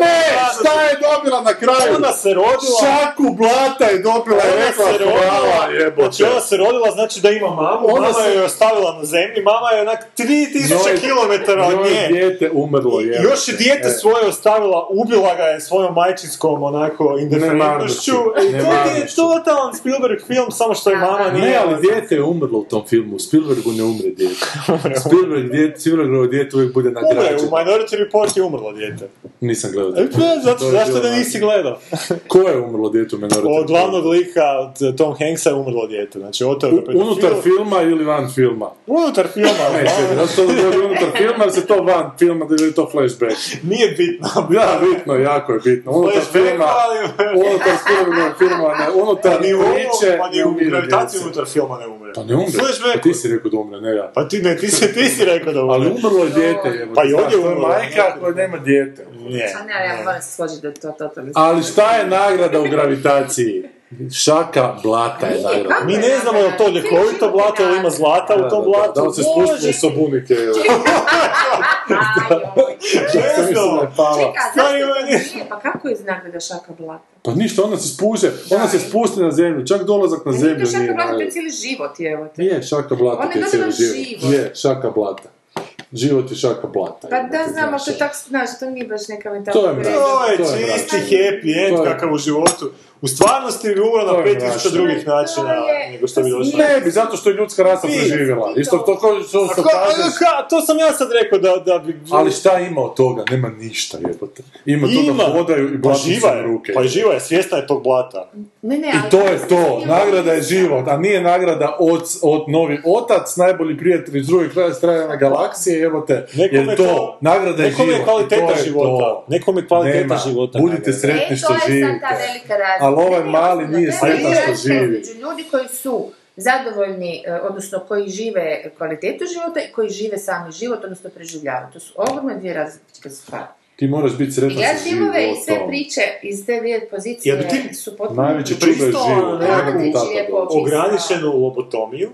S1: ne, šta je dobila na kraju?
S3: Ona se rodila...
S1: Šaku blata je dobila i
S3: Ona
S1: rekla
S3: se
S1: hvala
S3: rodila, znači
S1: jebote.
S3: ona se rodila znači da ima mamu,
S1: Ona
S3: mama
S1: se-
S3: je ostavila na zemlji, mama je onak 3000
S1: Njoj-
S3: km od
S1: njoj
S3: nje.
S1: E. dijete umrlo je.
S3: Još je dijete svoje ostavila, ubila ga je svojom majčinskom onako indiferentnošću. I to je
S1: Nemarnošću.
S3: totalan Spielberg film, samo što je mama nije...
S1: Ne, ali dijete je umrlo u tom filmu. Spielbergu ne umre dijete. Spielberg dijete, Spielbergovo dijete uvijek bude
S3: Umre, u
S1: nagrađeno.
S3: Minority Report je umrlo dijete.
S1: Nisam gledao.
S3: E,
S1: to.
S3: pa, zato,
S1: To je
S3: zašto
S1: bilo
S3: da
S1: na-
S3: nisi gledao?
S1: Ko je umrlo dijete u Minority?
S3: Od glavnog lika od Tom Hanksa je umrlo dijete, znači oteo ga
S1: U-
S3: pedofil.
S1: Unutar filma ili van filma?
S3: Unutar filma,
S1: Ne,
S3: uglavnom.
S1: zato što je bilo unutar filma, jer se to van filma, da je to flashback.
S3: nije bitno.
S1: Da, bitno, je, jako je bitno. Unutar
S3: Flashback,
S1: filma,
S3: ali-
S1: unutar filma, filma, ne, unutar
S3: Ni u ovom,
S1: priče,
S3: pa ni
S1: ne
S3: u
S1: umire
S3: gravitaciji
S1: djece.
S3: unutar filma ne umre.
S1: Pa ne umre,
S3: Flashbacku.
S1: pa ti si rekao da umre, ne ja.
S3: Pa ti ne, ti si, ti si rekao da umre.
S1: Ali umrlo je dijete, jebote.
S3: Pa i ovdje
S1: Znaš, to je
S3: umrlo.
S1: majka koja nema dijete.
S3: Nije.
S2: Pa ne, ja moram se složiti da je to totalno...
S1: Ali šta je nagrada u gravitaciji? Šaka blata je nagrada.
S3: Mi ne znamo je li to ljekovito blato ili ima zlata u tom blatu.
S1: Da, da se
S3: Bože,
S1: spušta u sobunike. ili-
S2: Ajoj.
S1: Mislim da
S3: Često.
S1: je pala.
S2: Čekaj, a
S3: Stari
S2: zašto
S3: meni-
S2: to nije? Pa kako je znak da je šaka blata?
S1: Pa ništa, ona se spuže, ona se spusti na zemlju, čak dolazak na
S2: Pa Nije
S1: zemlju
S2: to šaka
S1: nije
S2: blata, to je
S1: nagrada.
S2: cijeli život, evo te.
S1: Nije šaka blata,
S2: Ona
S1: to je
S2: je
S1: cijeli
S2: dobila
S1: život.
S2: život.
S1: Je, šaka blata. Život je šaka blata.
S2: Pa da,
S1: jebote,
S2: znamo,
S1: znaš.
S2: to je tako, znaš, to nije baš neka
S1: To je
S2: mentalna
S1: mrak.
S3: To je
S1: To je
S3: čisti
S1: mrak.
S3: happy
S1: To
S3: end
S1: je-
S3: kakav u životu. U stvarnosti bi umro na
S1: To je
S3: 5000
S1: mračno.
S3: drugih
S2: To je-
S3: načina nego što bi došlo.
S1: Ne bi, zato što je ljudska rasa
S3: Ti-
S1: preživjela.
S2: ti
S1: Isto
S2: to-
S1: to kao što
S3: A
S1: se
S3: ko-
S1: kažeš,
S3: ka- to sam ja sad rekao da, da bi...
S1: ali šta ima od toga? Nema ništa, jebote. Ima to da hodaju i
S3: pa
S1: blatu
S3: živa
S1: se
S3: je,
S1: ruke.
S3: pa živa je, svjesna je tog blata.
S2: Ne, ne,
S1: I
S2: ali-
S1: to je to, nagrada je život, a nije nagrada od, od novi otac, najbolji prijatelj iz druge kraja strane galaksije, evo te,
S3: Nekome
S1: jer to,
S3: to-
S1: nagrada je život.
S3: Nekome je kvaliteta
S1: i to je
S3: života.
S1: to.
S3: Nekome je kvaliteta
S1: Nema,
S3: života.
S1: Budite
S3: nagrada.
S2: E, to
S1: sretni
S2: je
S1: što
S2: sad
S1: živite.
S2: ta velika razlika.
S1: Ali ovaj
S2: Ne,
S1: mali
S2: osobno,
S1: nije
S2: velika
S1: sretan što
S2: razlika
S1: živi.
S2: između ljudi koji su zadovoljni, e, odnosno koji žive kvalitetu života i koji žive sami život, odnosno preživljavaju. To su ogromne dvije različite stvari.
S1: Ti moraš biti sretan
S2: Ja
S1: što živi.
S2: filmove i
S1: o
S2: sve
S1: tom.
S2: priče iz te dvije pozicije
S3: Jer bi ti
S2: su potpuno...
S1: najveće čudo je
S2: čisto
S1: život,
S2: ono,
S3: ne mogu
S2: različite
S1: tako dobro.
S2: ljepoće i
S3: ograničenu Pa lobotomiju,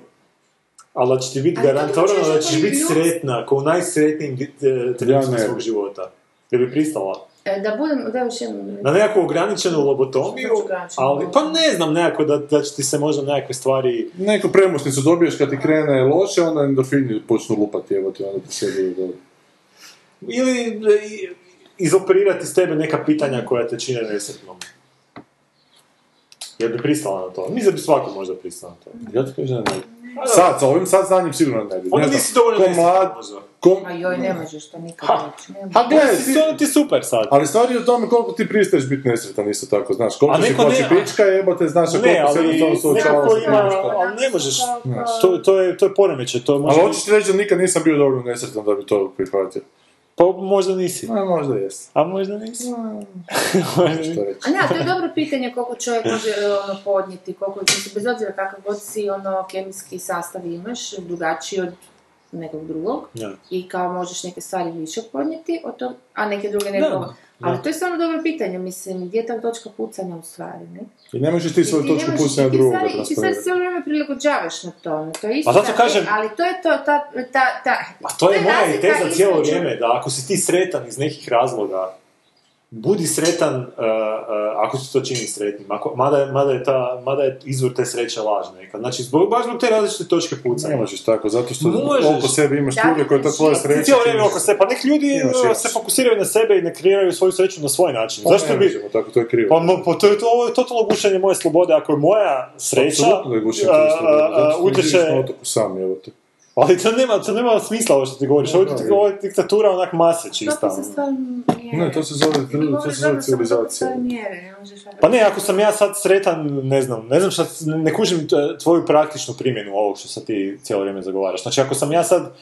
S3: ali da će ti biti
S2: Ali to
S3: garantirano
S2: hoćeš
S3: da ćeš
S2: da
S3: biti
S2: budeš
S3: sretna, kao u najsretnijim eh, trenucima
S1: ne.
S3: svog života. Jel bi pristala?
S2: stvari. E, Da budem, da još jednom...
S3: Na nekakvu ograničenu lobotomiju,
S2: Znači, ograničenu
S3: ali pa
S2: lobotomiju.
S3: ne znam nekako da, da će ti se možda nekakve stvari...
S1: Neku premušnicu dobiješ kad ti krene loše, onda endorfini počnu lupati, evo te, onda ti sve bude dobro.
S3: Ili eh, i- izoperirati s tebe neka pitanja koja te čine nesretnom. Jel bi pristala na to? Mislim da bi svako možda pristao na to.
S1: Ja ti kažem da ne. Sad, sa ovim sad znanjem sigurno ne bi.
S3: Onda
S1: Ne znam,
S3: nisi dovoljno
S1: ko
S3: nesretna
S1: mlad-
S3: možda.
S1: ko-
S2: Ma joj, ne možeš to nikad reći. ne
S1: Ha,
S2: možeš.
S1: gledaj,
S3: Onda si-
S1: ti-
S3: onda ti super sad.
S1: Ali stvar je u tome koliko ti pristaješ biti nesretan isto tako, znaš, koliko
S3: A
S1: si
S3: neko
S1: hoće
S3: ne-
S1: pička jebote, znaš, a
S3: Ne,
S1: koliko se
S3: ali
S1: jednostavno suočavaš
S3: nekako
S1: s tim
S3: ima,
S1: što...
S3: ali ne možeš, to, to je, to je poremeće, to može
S1: Ali
S3: biti-
S1: hoćeš ti reći da nikad nisam bio dovoljno nesretan da bi to prihvatio?
S3: pa možda nisi,
S1: No, možda jesam.
S3: a možda nisi. Možda nisi.
S1: Što reći?
S2: A ne, ali to je dobro pitanje koliko čovjek može e, ono, podnijeti, koliko, mislim, bez obzira kakav god si ono, kemijski sastav imaš, drugačiji od nekog drugog
S3: Da.
S2: i kao možeš neke stvari više podnijeti, od tog, a neke druge ne
S3: Da,
S2: dobro.
S3: da.
S2: Ali to je stvarno dobro pitanje, mislim, gdje je ta točka pucanja u stvari, ne?
S1: I ne možeš ti svoju
S2: I
S1: točku
S2: nemaš-
S1: pustiti na
S2: i ti
S1: drugoga
S2: stvari- i Ti sad
S1: transferirati.
S2: cijelo vrijeme prilagođavaš na to, ono, to je isto.
S3: zato
S2: tako,
S3: kažem-
S2: Ali to je to, ta, ta, ta,
S3: Pa to je moja i
S2: razlika
S3: teza cijelo
S2: između-
S3: vrijeme, da ako si ti sretan iz nekih razloga, budi sretan uh, uh, ako se to čini sretnim, ako, mada, mada, je ta, mada je izvor te sreće laž neka. Znači, zbog, baš zbog te različite točke
S1: Ne
S3: pucanja.
S1: možeš tako, zato što
S3: Možeš.
S1: oko sebe imaš
S2: Da,
S1: ljude koji ta
S2: znači,
S1: tvoja
S2: ti
S1: sreća...
S3: Cijelo vrijeme oko sebe, pa nek ljudi
S1: Imaš,
S3: uh,
S1: imaš.
S3: se fokusiraju na sebe i ne kreiraju svoju sreću na svoj način.
S1: Pa
S3: Zašto
S1: ne
S3: bi,
S1: možemo tako, to je krivo.
S3: Pa, mo- pa to, je, to, ovo je totalno gušenje moje slobode, ako je moja sreća,
S1: Apsolutno da je gušenje
S3: a,
S1: tvoje slobode,
S3: a, a,
S1: zato što ti
S3: utječe-
S1: živiš na otoku sam, evo te.
S3: ali to nema, to nema smisla ovo što ti govoriš, ovo je
S1: Da,
S3: dik-
S1: da.
S3: ovo je diktatura onak mase čista. ono.
S2: To se stvarno mjere.
S1: Ne, to se zove,
S2: Ti
S1: to
S2: govoriš
S1: se zove
S2: dobro, samo dobro
S1: civilizacija.
S2: svoje mjere, ne možeš ono-
S3: Pa ne, ako sam ja sad sretan, ne znam, ne znam šta, ne kužim t- tvoju praktičnu primjenu ovog što sad ti cijelo vrijeme zagovaraš. Znači, ako sam ja sad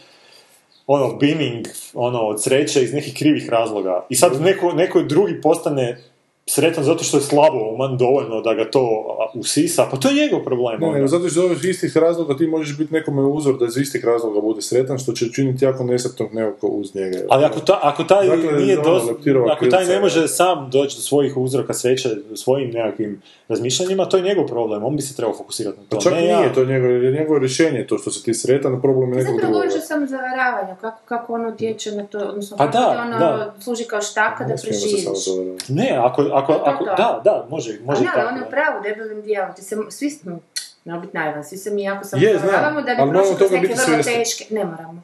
S3: ono, beaming, ono, od sreće iz nekih krivih razloga i
S1: Mhm.
S3: sad neko, neko drugi postane sretan zato što je slabo uman dovoljno da ga to a, usisa, pa to je njegov problem.
S1: Ne,
S3: onda.
S1: nego zato što iz istih razloga ti možeš biti nekome uzor da iz istih razloga bude sretan, što će učiniti jako nesretnog nekog uz njega.
S3: Ali ako, ta, ako taj
S1: Dakle,
S3: nije
S1: ono,
S3: dos-
S1: leptirova
S3: ako taj
S1: krivca,
S3: ne
S1: da.
S3: može sam doći do svojih uzroka sreće svojim nekakvim razmišljanjima, to je njegov problem, on bi se trebao fokusirati na to.
S1: Pa čak
S3: ne
S1: nije
S3: ja.
S1: to njegovo, jer je njegovo rješenje, to što si ti sretan, problem je
S2: Ti
S1: nekog
S2: zapravo
S1: drugog.
S2: govoriš o samo zavaravanju, kako, kako ono dječe na to, odnosno
S3: Pa
S2: kako
S3: da,
S2: ti ono
S3: da.
S2: služi kao štaka da
S1: Ne smijemo se
S2: preživiš.
S1: samo zavaravati.
S3: Ne, ako, ako,
S2: To je to
S3: ako
S2: to.
S3: da, da, može,
S2: A
S3: može i
S2: ne, ali
S3: tako.
S2: ono je
S3: da.
S2: pravo, debelim dijelom, ti se, svi smo, ne biti naivan, svi se mi jako samo
S1: Je, znam,
S2: zavaravamo da bi
S1: ali
S2: prošli
S1: moramo
S2: kroz
S1: toga
S2: neke
S1: biti
S2: vrlo
S1: svjesni.
S2: teške, ne moramo.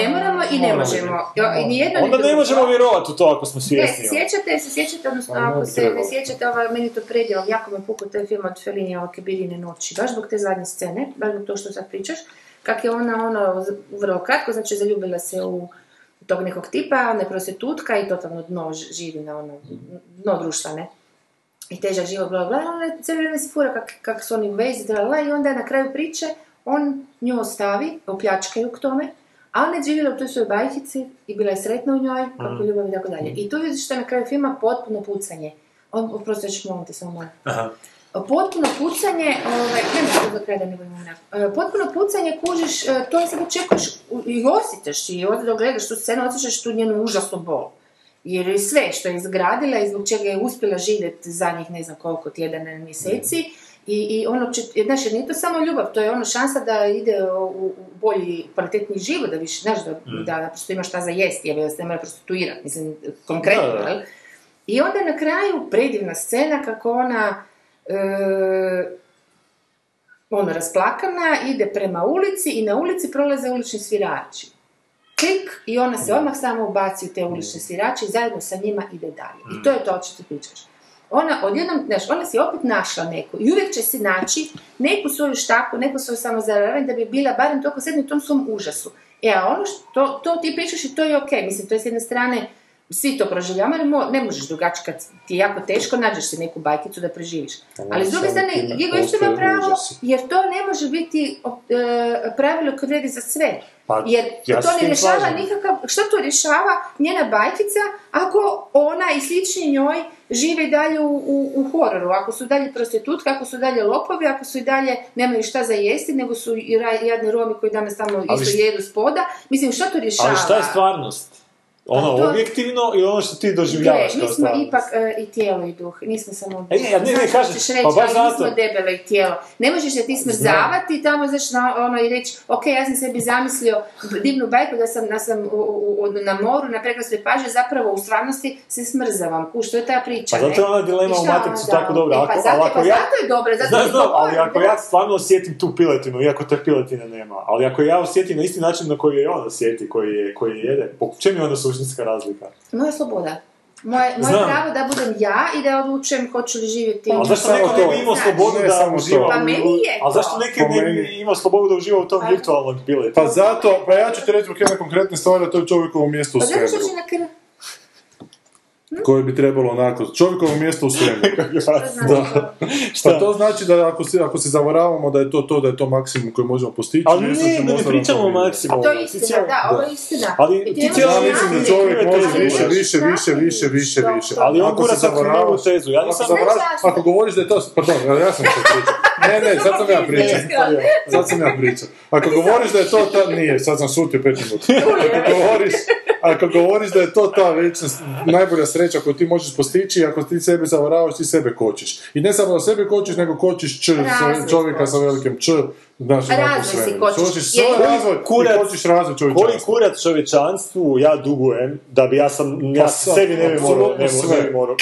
S2: Ne moramo i ne možemo. Jo, i ni jedno, ni
S3: Onda ne
S2: drugo.
S3: možemo vjerovati u to ako smo
S2: Ne,
S3: svjesni. ono.
S2: se E, sjećate, se sjećate, odnosno
S1: Pa ne
S2: ako
S1: bi
S2: se ne
S1: trebalo.
S2: sjećate, ovaj, meni to predjelo, jako me pukao taj film od Felinija o Kibirine noći, baš zbog te zadnje scene, baš zbog to što sad pričaš, kak je ona ono, z- vrlo kratko, znači zaljubila se u tog nekog tipa, ona je prostitutka i totalno dno ž- živi na ono, dno društva, ne? I težak život, bla, bla, bla, ona je cijelo vrijeme se fura kak, kak su oni u vezi, da, la, i onda na kraju priče on nju ostavi, opljačkaju k tome, a ona je živjela u toj svojoj bajkici i bila je sretna u njoj, kako ljubav i tako dalje. I tu vidiš što je na kraju filma potpuno pucanje. On, oprosti, ja ću molim te samo malo.
S3: Aha.
S2: Potpuno pucanje, ovaj, ne mislim do kraja da ne budem onak. E, Potpuno pucanje kužiš, e, to je sad očekuješ u- i osjetiš i onda dok gledaš tu scenu, osjećaš tu njenu užasnu bol. Jer je sve što je izgradila i zbog čega je uspjela živjeti zadnjih ne znam koliko tjedana ili mjeseci, i, i ono, će- jer, znaš, jer nije to samo ljubav, to je ono šansa da ide u, u bolji, kvalitetni život, da više, znaš, da,
S3: Mm.
S2: da naprosto ima šta za jesti, jer da se ne mora prostituirati, mislim, konkretno,
S3: Da, da.
S2: jel? I onda na kraju predivna scena kako ona e, ono, rasplakana, ide prema ulici i na ulici prolaze ulični svirači. Klik i ona se odmah samo ubaci u te ulične svirače i zajedno sa njima ide dalje. I to je to o čemu ti pričaš. Ona odjednom, znaš, ona si opet našla neku i uvijek će si naći neku svoju štaku, neku svoju samozararavanje da bi bila barem toliko sretna u tom svom užasu. E, a ono što, to, to ti pričaš i to je okej, mislim, to je s jedne strane svi to proživljavamo, jer mo- ne možeš drugačije, kad ti je jako teško, nađeš si neku bajkicu da preživiš. Ali s druge
S1: Samim
S2: strane,
S1: time
S2: Gigo isto ima
S1: postoje
S2: pravo,
S1: užasi.
S2: jer to ne može biti o, e, pravilo koje vrijedi za sve.
S3: Pa,
S2: Jer
S3: ja se
S2: to
S3: s
S2: ne
S3: tim
S2: rješava
S3: slažem.
S2: nikakav, što to rješava njena bajkica ako ona i slični njoj žive i dalje u, u, u hororu, ako su dalje prostitutke, ako su dalje lopovi, ako su i dalje nemaju šta za jesti, nego su i ra- jadni Romi koji danas tamo
S3: Ali
S2: isto
S3: št-
S2: jedu spoda. Mislim, što to rješava?
S3: Ali šta je stvarnost? Ono
S2: Pa to-
S3: objektivno i ono što ti
S2: Gle,
S3: doživljavaš
S2: mi
S3: kao
S2: smo
S3: stvarnost.
S2: ipak e, i tijelo i duh, nismo samo...
S3: E, ne, ja ne, ne,
S2: Znaš što
S3: kažem,
S2: ćeš
S3: pa
S2: reći,
S3: baš
S2: ali mi
S3: zato.
S2: smo debelo i tijelo. Ne možeš da ti smrzavati tamo, znaš, na, ono, i reći, ok, ja sam sebi zamislio divnu bajku da sam, da sam u, u- u- na moru, na prekrasnoj paži, zapravo u stvarnosti se smrzavam. Kuš, to je ta priča,
S3: Pa zato je ona dilema
S2: I
S3: u
S2: šta
S3: Matrixu
S2: onda?
S3: tako dobra.
S2: E,
S3: Ako,
S2: pa zato,
S3: ali ako
S2: pa
S3: ja,
S2: zato je dobra, zato
S3: Znam,
S2: ti
S3: znam, ali
S2: govorim,
S3: ako
S2: da.
S3: ja stvarno osjetim tu piletinu, iako te piletine nema, ali ako ja osjetim na isti način na koji je on osjeti, koji je, koji je jede, po čem je onda suštinska razlika?
S2: Moja sloboda. Moje, moje
S3: Znam.
S2: pravo da budem ja i da odlučujem hoću li živjeti.
S3: Ali zašto
S1: samo
S3: neko ne bi
S1: to.
S3: imao
S2: Znači,
S3: slobodu
S1: ne
S3: da
S1: samo to.
S3: uživa?
S2: Pa
S3: u-
S2: meni je
S3: Ali
S2: to.
S3: zašto neki
S1: Po
S3: ne bi
S1: meni-
S3: imao slobodu da uživa u tom
S2: Pa-
S3: virtualnom biletu?
S1: Pa zato, pa ja ću ti reći neke konkretne stvari, a to je čovjekovo mjesto u
S2: Pa zato što
S1: svemiru,
S2: će Hm? na krv...
S1: koje bi trebalo onako, čovjekovo mjesto u svemiru.
S2: Da.
S1: Pa to znači da ako se, ako se zavaravamo da je to to, da je to maksimum koji možemo postići,
S3: Ali
S1: nešto
S3: ne,
S1: ćemo
S3: ne, ne
S1: ostati
S3: pričamo
S1: na
S3: o
S1: tom
S3: maksimumu.
S1: Ovaj,
S2: To je
S3: Ti
S2: istina,
S3: cijelo-
S2: da, ovo je istina.
S3: Ali
S2: I
S3: ti
S2: nemaš
S3: cijelo
S1: Ja
S3: vrijeme
S1: mislim da
S3: krivite
S1: čovjek
S3: tezu.
S1: može
S2: Ali
S1: više,
S2: možeš
S1: više, više,
S2: napraviti
S1: više, više,
S2: što-
S1: više.
S2: Ali
S3: on
S1: Ako
S3: gura
S1: se
S3: sad krivu
S1: zavaravaš-
S3: tezu, ja
S1: ako
S3: nisam-
S1: zavaravaš-
S2: Ne, zašto?
S1: ako govoriš da je to, pardon, ja, ja sam to pričao. Ne, ne, sad sam ja pričao. Sad sam ja pričao. Ako govoriš da je to ta... Nije, sad sam šutio pet minuta. Ako govoriš, ako govoriš da je to ta veća, najbolja sreća koju ti možeš postići, ako ti sebe zavaravaš, ti sebe kočiš. I ne samo da sebe kočiš, nego kočiš č,
S2: Razvoj
S1: čovjeka sa
S2: kočiš.
S1: velikim č, znaš,
S2: Razvoj
S1: onako
S2: si
S1: svemir.
S2: kočiš.
S1: Kočiš svoj
S2: Jer-
S1: razvoj i
S3: Kurac-
S1: kočiš razvoj
S3: Koji
S1: čovječanstva.
S3: kurac čovječanstvu ja dugujem da bi ja sam, ja
S1: Pa
S3: sam
S1: sad,
S3: sebi ne bi morao, ne bi-
S1: apsolutno
S3: ne bi
S1: sve.
S3: morao.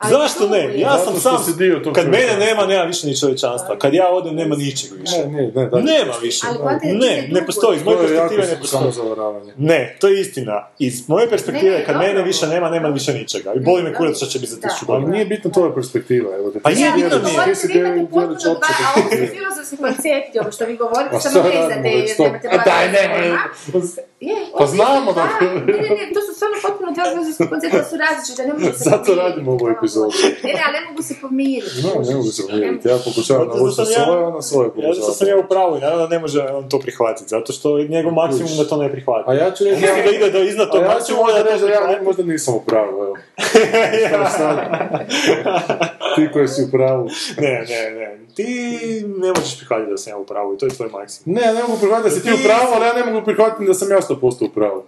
S2: Ali
S3: Zašto ne?
S2: dugujem.
S3: Ja sam
S1: Zato
S3: sam,
S1: što si dio tog
S3: kad mene
S1: čovječanstva.
S3: nema, nema više ni čovječanstva. Kad ja odem, nema ničeg više.
S1: Ne, ne, ne, da.
S3: Nema više.
S2: Ali hvata je ti se
S3: Ne, ne
S2: dugo.
S3: postoji. Znači, Iz moje
S1: To je
S3: perspektive
S1: jako
S3: ne
S1: samo
S3: postoji.
S1: zavaravanje.
S3: Ne, to je istina. Iz moje perspektive,
S2: Ne, ne,
S3: kad
S2: dobro.
S3: mene više nema, nema više ničega. I boli me kurac što će biti za
S2: Da.
S3: tisuću
S1: Ali
S3: godina.
S1: nije bitna tvoja perspektiva, evo te.
S3: Pa
S1: Ti
S3: je,
S2: Ja,
S1: si
S2: vi
S3: bitno
S1: djeliš-
S3: nije.
S1: ti
S2: govorite,
S1: si
S2: vi imate
S1: djeliš-
S2: potpuno
S1: djeliš
S2: dva, a
S1: opće
S2: ovo su
S1: perspektive.
S2: filozofski koncepti, ovo što vi govorite,
S1: Pa
S2: samo
S1: šta
S2: ne znate,
S1: radimo, već
S2: jer
S1: to?
S2: nemate
S1: A daj,
S2: vlada
S1: nemoj.
S2: pojma. Je,
S1: Pa
S2: ovo su
S1: znamo da-
S2: dva- Ne, ne, ne, to su stvarno potpuno dva filozofska koncepta, su različita, ne mogu se
S1: Zato
S2: pomiriti.
S1: radimo ovu epizodu.
S2: Ne, ne, ali ne mogu se pomiriti.
S1: Znam, ne mogu se uvjeriti. Ja pokušavam
S3: Zato
S1: naučiti
S3: što
S1: na
S3: sam
S1: svoje,
S3: ja,
S1: ona svoje
S3: ja, zato što sam ja
S1: pokušava.
S3: u pravu i naravno ne može on to prihvatiti, zato što je njegov maksimum da to ne prihvati.
S1: A ja ću reći...
S3: Mislim da ide do iznad
S1: A
S3: tog
S1: ja ću
S3: maksimuma
S1: možda
S3: da
S1: reći
S3: to
S1: da ja
S3: prihvati.
S1: možda nisam u pravu, evo. Šta sad? Ti koji si u pravu.
S3: Ne, ne, ne. Ti ne možeš prihvatiti da sam ja u pravu i to je tvoj maksimum.
S1: Ne, ja ne mogu prihvatiti da si ti u pravu, ali ja ne mogu prihvatiti da sam ja 100% u pravu.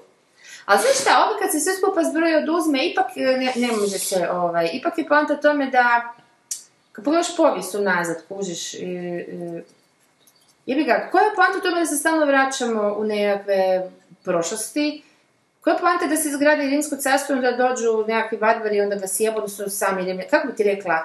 S2: Ali znaš šta, ovo kad se sve skupa zbroje oduzme, ipak e, ne, ne može se, ovaj, ipak je poanta tome da kad pogledaš povijest unazad, kužiš, e, e, jebi ga, koja je poanta tome da se stalno vraćamo u nekakve prošlosti, koja je poanta da se izgradi rimsko carstvo, i onda dođu nekakvi vadvari, i onda ga sjebu, odnosno sami Rimljani, kako bi ti rekla, e,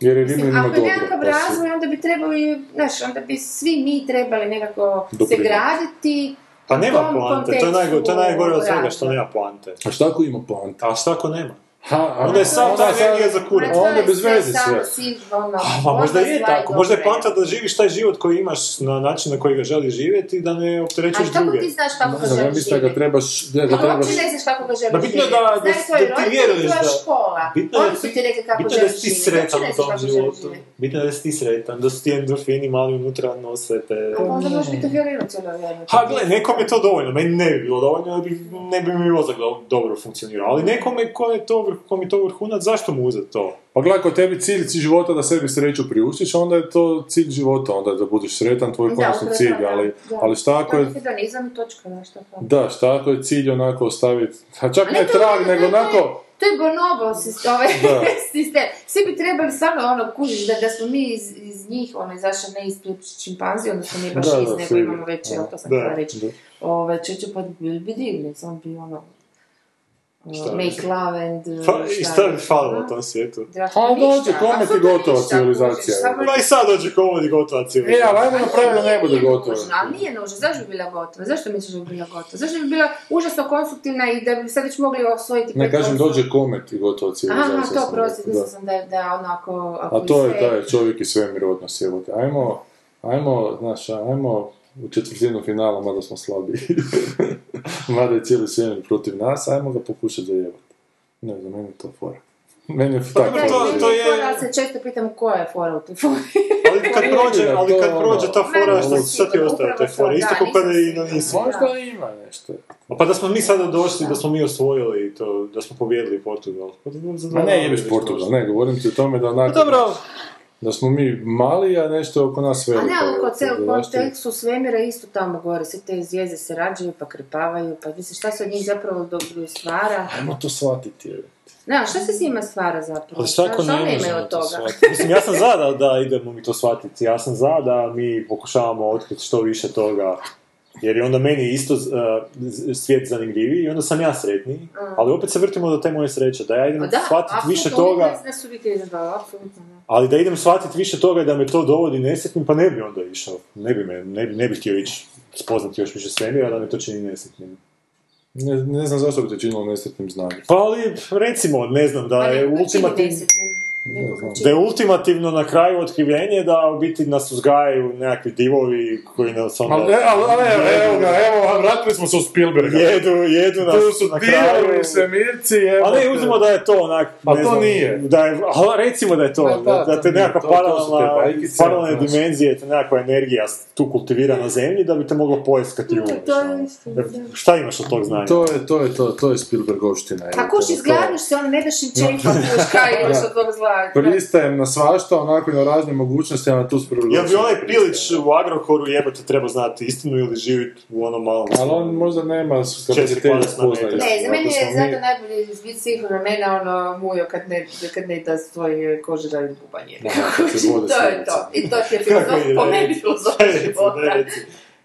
S1: Jer je
S2: Mislim,
S1: Rimljanima
S2: ako je
S1: dobro,
S2: nekakav
S1: pa su-
S2: razvoj, onda bi trebali, znaš, onda bi svi mi trebali nekako se
S1: Doprinijeti.
S2: graditi.
S3: Pa
S2: u
S3: nema
S2: tom
S3: poante, to je, najgo, to je najgore od svega što nema poante.
S1: A šta ako ima poanta?
S3: A šta ako nema?
S1: Ha, a
S3: Onda je sav ta energija za kurac.
S2: Ma Pa to
S1: Onda
S2: je
S1: bez
S2: sve
S1: veze
S2: samo ono,
S1: sve.
S2: simbolno.
S3: Pa možda je
S2: zla i
S3: tako, možda je
S2: dobra.
S3: poanta da živiš taj život koji imaš na način na koji ga želiš živjeti i da ne
S2: Ali
S3: opterećuješ
S2: kako
S3: druge.
S2: ti znaš kako ga
S1: Ne znam, ja
S2: želiš
S1: mislim da ga
S2: živjeti?
S1: trebaš... Ne, da
S2: Ali
S1: trebaš...
S2: uopće ne znaš kako ga
S3: Da
S2: želiš
S3: bitno je
S2: živjeti.
S3: da- da-
S2: Znaš tvoji
S3: da ti
S2: roditelji,
S3: vjeruješ
S2: tvoja
S3: da-
S2: škola.
S3: Bitno je
S2: Oni
S3: da
S2: su
S3: ti-
S2: ti rekli kako
S3: bitno je da
S2: želiš
S3: si ti
S2: živjeti.
S3: sretan
S2: Uopće ne
S3: u
S2: znaš
S3: tom
S2: kako
S3: životu.
S2: želiš živjeti.
S3: Bitno je da si ti sretan, da su ti endorfini mali unutra nose te...
S2: Ali onda možeš biti violiracijona vjerojatno.
S3: Ha, gle, nekom E, je to dovoljno, meni ne bi bilo dovoljno, jer bi- ne bi mi mozak do- dobro funkcionirao, ali nekome ko je to, vrh- kom je to vrhunac, zašto mu uzeti to?
S1: Pa gledaj, ako je tebi cilj cilj života da sebi sreću priuštiš, onda je to cilj života, onda je da budeš sretan, tvoj
S2: Da,
S1: konačni
S2: upravo,
S1: cilj,
S2: da,
S1: ali,
S2: da.
S1: ali šta ako
S2: To je
S1: je...
S2: hedonizam i točka, znaš šta to.
S1: Da, šta ako je cilj onako ostaviti, a čak
S2: A
S1: ne
S2: to-
S1: trag,
S2: to-
S1: nego
S2: to- to je-
S1: onako...
S2: To je bonobo sist- ovaj
S1: Da.
S2: sistem. Svi bi trebali stvarno ono kužiš da, da smo mi iz, iz njih ono, izašli ne ispred čimpanzi, odnosno ne baš
S1: Da,
S2: iz
S1: da,
S2: nego
S1: svi.
S2: imamo već, evo to sam
S3: Da,
S2: htjela reći.
S1: da.
S2: Ovaj, čeče, pa bi bi divni, samo bi ono... uh,
S3: Šta?
S2: make love and... uh,
S3: Pa, I šta bi falilo
S2: A?
S3: tom svijetu?
S2: Draško,
S1: A
S2: ništa.
S1: dođe kome ti
S2: Apsolutno
S1: gotova
S2: ništa,
S1: civilizacija,
S2: kužiš,
S1: evo.
S2: samo
S3: Pa i sad dođe komod i gotova
S1: E,
S3: cijelica.
S1: ali ajmo napraviti da ne bude gotovo.
S2: nužno, ali nije nužno. Zašto bi bila gotova? Zašto misliš da bi bila gotova? Zašto bi bila užasno konstruktivna i da bi sad već mogli osvojiti...
S1: Ne,
S2: pet
S1: kažem,
S2: osoba?
S1: dođe komet i gotovo civilizacija.
S2: Aha, to
S1: sam
S2: prosti,
S1: rekao,
S2: mislila
S1: da.
S2: sam da je, da je onako... Ako
S1: A to
S2: i
S1: je
S2: sve-
S1: taj čovjek i svemir odnos, jebote. Ajmo, ajmo, znaš, ajmo u četvrtinu finala, mada smo slabi. mada je cijeli svemir protiv nas, ajmo ga pokušati zajebati. Ne znam, meni je to fora. Meni Pa je tako
S2: Da,
S3: to-
S2: meni
S3: to
S2: je
S3: je-
S2: fora, ali se često pitam koja je fora u toj fori.
S3: Ali kad
S1: Ne,
S3: prođe,
S1: ne,
S3: ali
S1: to
S3: kad
S1: ono-
S3: prođe ta fora,
S2: Ne,
S3: šta,
S2: nisam
S3: šta ti
S2: sigurna,
S3: ostaje od te
S2: upravo to,
S3: fore? Isto
S2: da,
S3: ko kada i na
S2: nisam
S3: nisi.
S2: sigurna.
S1: Možda ima nešto.
S3: Pa da smo mi sada došli, da smo mi osvojili to, da smo pobjedili Portugal. Pa da nam za dva
S1: Ma
S3: dana
S1: ne jebeš
S3: već
S1: Portugal,
S3: došli.
S1: ne, govorim ti o tome da
S3: Pa
S1: onako...
S3: dobro,
S1: Da smo mi mali, a nešto je oko nas
S2: A
S1: veliko.
S2: Pa ne,
S3: Pa,
S2: ali kod
S1: jebote,
S2: celog
S1: znaš ti.
S2: kontekstu svemira isto tamo gore, sve te zvijezde se rađaju, pa krpavaju, pa mislim šta se od njih zapravo do, do stvara.
S1: Ajmo to shvatiti, jebote.
S2: Ne, a šta se s njima stvara zapravo?
S3: Ali šta ako
S2: Šta
S3: ne
S2: oni imaju
S3: možemo
S2: od
S3: to
S2: toga?
S3: shvatiti? Mislim, ja sam za da, da idemo mi to shvatiti. Ja sam za da mi pokušavamo otkriti što više toga. Jer je onda meni isto eh, z- svijet zanimljiviji i onda sam ja sretniji. Ali opet se vrtimo do te moje sreće. Da ja idem
S2: Mm. Pa Da,
S3: shvatiti više
S2: apsolutno, oni
S3: toga,
S2: nas- nas uvijek je izazvalo, apsolutno. da.
S3: ali da idem shvatiti više toga i da me to dovodi nesretnim, pa ne bi onda išao. Ne bi, me, ne bi, ne bi htio ići spoznati još više svemira da me to čini nesretnim.
S1: Ne, ne znam zašto bi te činilo nesretnim znanjem.
S3: Pa ali, recimo, ne znam, da
S2: Pa
S3: je
S2: nekako čini
S3: ultimativno...
S2: nesretnim, nekako
S1: znam.
S2: čini.
S3: Da je ultimativno na kraju otkrivenje da u biti nas uzgajaju nekakvi divovi koji nas onda
S1: Ali, ali, ali evo, evo ga, evo, vratili smo se u Spielberga.
S3: jedu, jedu nas
S1: Tu su
S3: na kraju.
S1: dijelovi, svemirci, evo.
S3: Ali
S1: te.
S3: ne, uzmimo da je to onak,
S1: A
S3: ne
S1: to
S3: znam,
S1: nije.
S3: Da je, ali recimo da je to,
S1: Ma
S3: da,
S1: da,
S3: da
S1: to
S3: te
S1: nije,
S3: nekakva
S1: to- to su te
S3: paralelna,
S1: bajkice,
S3: paralelne
S1: znaš.
S3: dimenzije, te nekakva energija tu kultivira na zemlji da bi te moglo pojeskati u
S2: Da, to je istina, da.
S3: Šta imaš od tog znanja?
S1: To je, to je to, to je Spielbergovština. evo
S3: Pa
S2: A kuš
S1: te, to je.
S2: izgladniš se, ono, ne daš im čepa, kuš pa kaj imaš od tog zla. da...
S3: Pa Pristajem na svašta, onako i na raznim mogućnostima tu sprilično.
S1: Ja bi onaj pilić u Agrokoru jebote treba znati istinu ili živit u onom malom...
S3: Ali on možda nema
S1: Četiri
S3: kapaciteta
S1: kvadratna
S3: spoznaje.
S1: metra.
S2: Ne, za mene je
S3: Ako smo mi-
S2: zato najbolje biti sigurno mene ono mujo kad ne, kad ne da svoj koži da bubanje.
S3: Da, kad se vode
S2: to je
S3: sjednice.
S2: to. I to ti je
S1: Kako
S2: filozof,
S1: ide,
S2: po
S1: ne?
S2: meni filozof
S1: Ne, reci, ne,
S2: života.
S1: reci.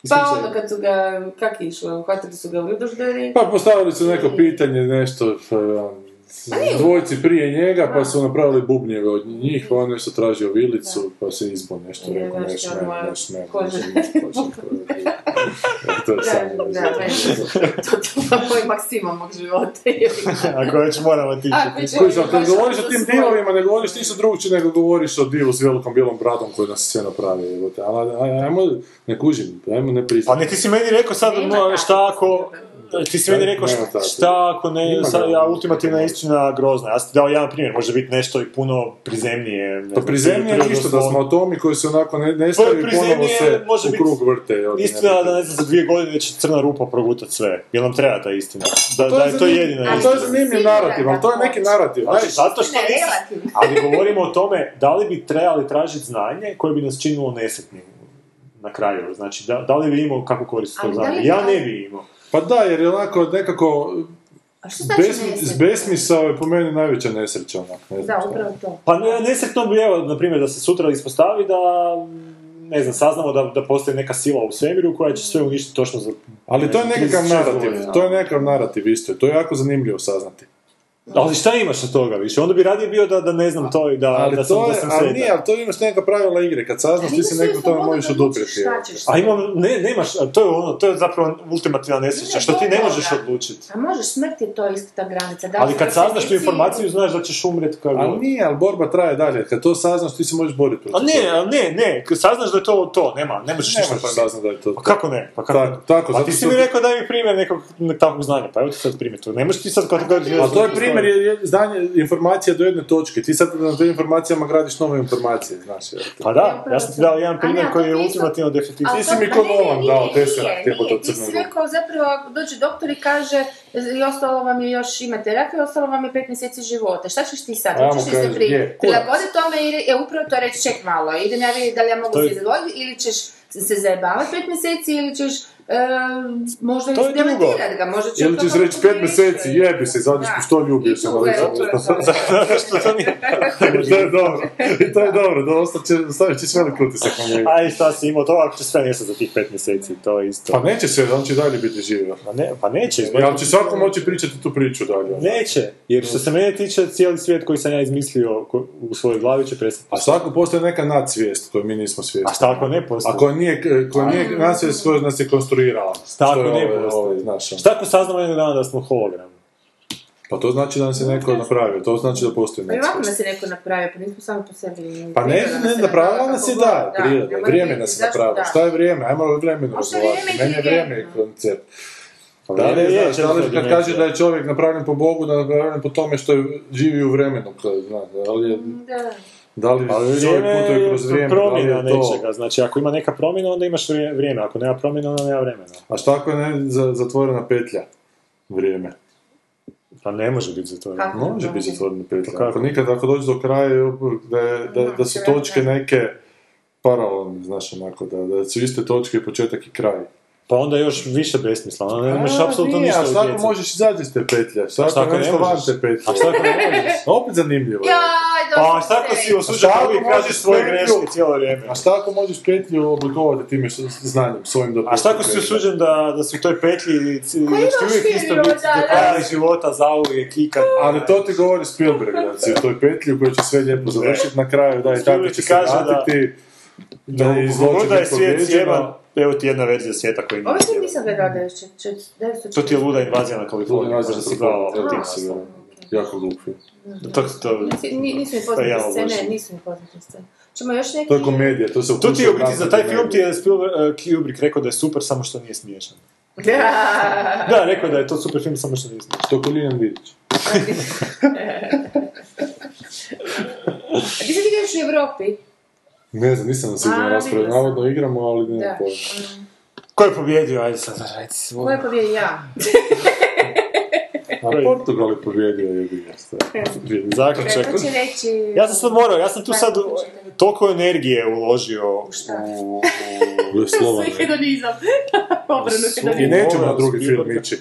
S1: Ispričaj.
S2: Pa ono kad su ga, kak je išlo, uhvatili su ga u Ljudoždari.
S3: Pa postavili su neko pitanje, nešto, pa, um, dvojci prije njega, pa su napravili bubnjeve od njih, on nešto tražio vilicu, pa se izbo nešto,
S2: Je,
S3: rekao,
S2: baš
S3: neš,
S2: je
S3: ne,
S2: moja
S3: neš, ne,
S2: koža.
S3: neš, neš, neš, to je
S2: Da,
S3: samo
S2: da,
S3: rezultat.
S2: meni- to to je moj maksimum mog života. je li.
S1: Ako već moramo ti
S2: Ako će-
S3: Koji sam, kad
S2: baš
S3: govoriš
S2: ono
S3: o tim
S2: za svoje-
S3: divovima, ne govoriš ništa drugče nego govoriš o divu s velikom bijelom bradom koji nas je sve napravio, evo te, ali aj- ajmo, ne kužim, ajmo ne
S1: Pa
S3: pristati.
S1: ne, ti si meni rekao sad,
S2: Nema
S1: no, šta
S2: takvih
S1: ako... Ti si meni rekao
S3: Nema
S1: šta,
S3: takvih.
S1: šta ako ne,
S3: Ima
S1: sad,
S3: ga.
S1: ja, ultimativna istina grozna. Ja sam ti dao jedan primjer, može biti nešto i puno prizemnije. ne
S3: Pa
S1: znam,
S3: prizemnije
S1: prirodno
S3: ništa da smo
S1: slovo.
S3: atomi koji se onako ne- nestaju i ponovo
S1: prizemnije
S3: se
S1: može
S3: u
S1: biti
S3: krug vrte. evo te, ne
S1: Istina
S3: znam.
S1: da ne znam, za dvije godine će crna rupa progutati sve. Jel nam treba ta istina? Da, da je to
S3: zanim-
S1: jedina
S3: ali
S1: istina.
S3: To je zanimljiv narativ, ali to je neki narativ.
S1: Znači,
S3: znaš.
S1: zato što
S2: Ne,
S1: nisam-
S2: relativno.
S1: Ali govorimo o tome da li bi trebali tražiti znanje koje bi nas činilo nesretnim na kraju. Znači, da, da li bi imao kako koristiti to
S2: Ali da
S1: znanje?
S2: li-
S1: Ja ne bi imao.
S3: Pa da, jer je onako nekako...
S2: A što znači
S3: besmi-
S2: nesretno?
S3: s besmisao je po meni najveća nesreća. Onak, ne znam
S2: Da,
S3: šta.
S2: upravo to.
S1: Pa ne, nesretno bi, evo, na primjer, da se sutra ispostavi da ne znam, saznamo da, da postoji neka sila u svemiru koja će sve uništiti točno za...
S3: Ali to je
S1: ne
S3: nekakav
S1: znam, 36
S3: narativ,
S1: godina.
S3: to je nekakav narativ isto. To je jako zanimljivo saznati.
S1: Ali šta imaš od toga više? Onda bi radije bio da, da ne znam to i da,
S3: Ali
S1: da sam,
S3: to
S1: da
S3: je,
S1: sam
S3: ali
S1: sretan.
S3: nije, ali to imaš neka pravila igre. Kad saznaš, ti se neko tome možeš oduprijeti. evo.
S1: A imam, ne, nemaš, a to je ono, to je zapravo ultimativna nesreća,
S2: Ne,
S1: što
S2: to
S1: ti
S2: je
S1: ne
S2: dobra.
S1: možeš odlučiti.
S2: A možeš smrt je to isto ta granica. Da,
S1: Ali kad
S2: da
S1: saznaš tu
S2: suicid-
S1: informaciju, znaš da ćeš umret kao
S3: Ali
S1: god.
S3: nije, ali borba traje dalje. Kad to saznaš, ti se možeš boriti protiv
S1: A ne, a ne, ne, kad saznaš da je to to, nema, ne možeš
S3: Ne
S1: ništa
S3: možeš
S1: protiv.
S3: saznat da je to
S1: Pa
S3: to.
S1: kako ne? Pa kako
S3: Tako,
S1: ne?
S3: tako,
S1: pa
S3: zato
S1: ti si
S3: što-
S1: mi rekao daj mi primjer nekog takvog znanja, pa evo ti sad primjer tu. Ne možeš ti sad kod
S3: A Pa to je primjer, je, je znanje, informacija do jedne točke. Ti sad na tim informacijama gradiš nove informacije, znaš. jel te.
S1: Pa da, ja sam ti dao jedan
S2: A
S1: primjer
S2: ne,
S1: koji je
S2: ali isto-
S1: ultimativno definitivan.
S2: Ali
S3: Ti si mi
S2: to- pa
S3: ko
S2: ne, ne,
S3: Nolan
S2: nije,
S3: dao Tesseract,
S2: nije,
S3: jebote,
S2: nije.
S3: od
S2: Ti si
S3: Crne Gore.
S2: rekao zapravo, ako dođe doktor i kaže i ostalo vam je još, imate terapiju, ostalo vam je pet mjeseci života. Šta ćeš ti sad?
S3: A ja mu
S2: Hoćeš li se
S3: kažem,
S2: pri-
S3: je, kurac.
S2: prilagoditi tome ili je upravo to reći ček malo, idem ja vidjeti da li ja mogu
S1: To je-
S2: se izvoditi ili ćeš se zajebavati pet mjeseci ili ćeš e, možda
S1: To je drugo.
S2: izdemantirati ga, možda će
S3: Ili
S2: to
S3: ćeš
S2: kako
S3: reći pet
S2: riješiti.
S3: mjeseci, jebi se, zadnji
S2: Da.
S3: pištolj ubio
S2: I
S3: se.
S2: tu,
S3: ali-
S2: evo, to je to.
S1: Što to nije?
S3: I to je dobro, i to je dobro, da ostat će, stavit će s velik utisak na njega.
S1: Aj šta si imao to, ako će sve nestati za tih pet mjeseci, to je isto.
S3: Pa neće se, on će dalje biti živio.
S1: Pa ne, pa neće,
S3: Ja će svako moći pričati tu priču dalje. ono.
S1: Neće, jer što se mene tiče, cijeli svijet koji sam ja izmislio ko- u svojoj glavi će prestati.
S3: A svako postoji neka nadsvijest koju mi nismo
S1: A
S3: svjesni.
S1: šta ako ne postoji?
S3: Pa- Ako nije, koja nije nadsvijest koja nas je konstruirala.
S1: šta ako
S3: Što je
S1: ne
S3: ovaj-
S1: postoji?
S3: ovaj, znaš, ono.
S1: šta ako saznamo jednog dana da smo hologram?
S3: Pa to znači da nas je neko napravio, to znači da postoji
S2: Ali Pa ovako
S3: nadsvijest.
S2: nas je neko napravio, pa nismo sami po sebi.
S3: Pa ne, ne, napravila nas je da, priroda, vrijeme nas je napravilo. Šta je vrijeme? Ajmo o vremenu
S2: Možda
S3: razgovarati.
S2: vrijeme
S3: Meni je
S2: ili
S3: vrijeme
S2: vrijeme?
S3: koncept.
S1: Pa
S3: Da li
S1: vrijeme
S3: je,
S1: je
S3: znaš, da li
S1: četvrta
S3: kad
S1: dimenzija.
S3: kaže da je čovjek napravljen po Bogu, da je napravljen po tome što je živi u vremenu, kad, znaš, da li je,
S2: Da.
S3: da li
S1: Ali
S3: čovjek
S1: Pa vrijeme
S3: putuje
S1: je
S3: kroz vrijeme, da li
S1: promjena
S3: je to...
S1: nečega, znači ako ima neka promjena onda imaš vrije- vrijeme, ako nema promjena onda nema vremena.
S3: A šta ako je ne, za- zatvorena petlja? Vrijeme.
S1: Pa ne može biti za to.
S2: Kako?
S3: Može biti zatvorena petlja.
S1: Pa kako?
S3: Ako nikad, ako dođe do kraja, da, je- da, da su
S2: Mhm,
S3: točke
S2: kraj,
S3: neke paralelne, znaš, onako, da, da su iste točke početak i kraj.
S1: Pa onda je još više besmisla, onda ne možeš
S3: A,
S1: apsolutno
S3: nije,
S1: ništa
S3: A šta ako
S1: utjecati.
S3: možeš izaći iz te petlje? Šta ako
S1: šta ako ne
S3: nešto van
S1: možeš?
S3: te petlje?
S1: A šta ako ne možeš?
S3: Opet zanimljivo. je.
S2: Jaj, dobro.
S1: Pa šta ako si
S3: A šta
S1: osuđen da
S3: ako
S1: uvijek
S3: možeš
S1: tražiš svoje
S3: petlju?
S1: greške cijelo vrijeme?
S3: A šta ako možeš petlju oblikovati time što znanjem, svojim dopuštenjem?
S1: A šta ako si osuđen da, da si u toj petlji i ci- da će
S2: imaš
S1: uvijek
S2: ti
S1: isto
S2: života,
S1: biti do kraja života, zauvijek, ikad?
S3: Ali to ti govori Spielberg, da si u toj petlji u kojoj će sve lijepo završiti na kraju, da i tako
S1: Spielberg
S3: će
S1: ti
S3: se
S1: kaže da-
S3: vratiti, da,
S1: Da,
S3: je
S1: je
S3: izločen
S1: da je
S3: neko
S1: svijet
S3: objeđeno.
S1: sjeban, evo ti jedna verzija svijeta koji nije
S2: Ovo sam
S1: sjeban.
S2: nisam gledala da je čet- čet- da je
S1: To ti je luda invazija na Kaliforniju,
S3: Invazija
S1: možda
S3: na
S1: si bravo,
S3: Kaliforniju,
S1: ali ti
S3: da.
S1: nisi bravo.
S3: Jako glup film.
S1: To, to,
S2: Ni- Nisu mi
S1: Pa ja
S2: poznate
S1: ovo
S2: scene,
S1: volim.
S2: nisu mi poznate scene. Čemo još neki...
S3: To je komedija, to se
S1: Tu ti je u
S3: upušta
S1: biti za taj film ti je Spielberg, eh, Kubrick rekao da je super, samo što nije smiješan.
S2: Da.
S1: Da, rekao je da je to super film, samo što nije smiješan.
S3: To Kolinijan Vidić.
S2: A Ti se igraš u Evropi?
S3: Ne znam, nisam
S2: A,
S3: siguran rasprave,
S2: vidjela sam.
S3: navodno igramo, ali ne
S2: Da. ono.
S3: pojma.
S1: Ko je pobjedio, ajde sad, reci
S2: Ovo
S1: svoj.
S2: je pobjedi ja.
S3: A Portugal je pobijedio je
S1: Zaključak.
S2: To će reći...
S1: Ja sam sad morao, ja sam tu sad toliko energije uložio u,
S2: šta?
S1: u
S3: Slovan.
S2: Hedonizam. Obranu
S3: I
S2: hedonizam.
S3: nećemo na drugi film ići.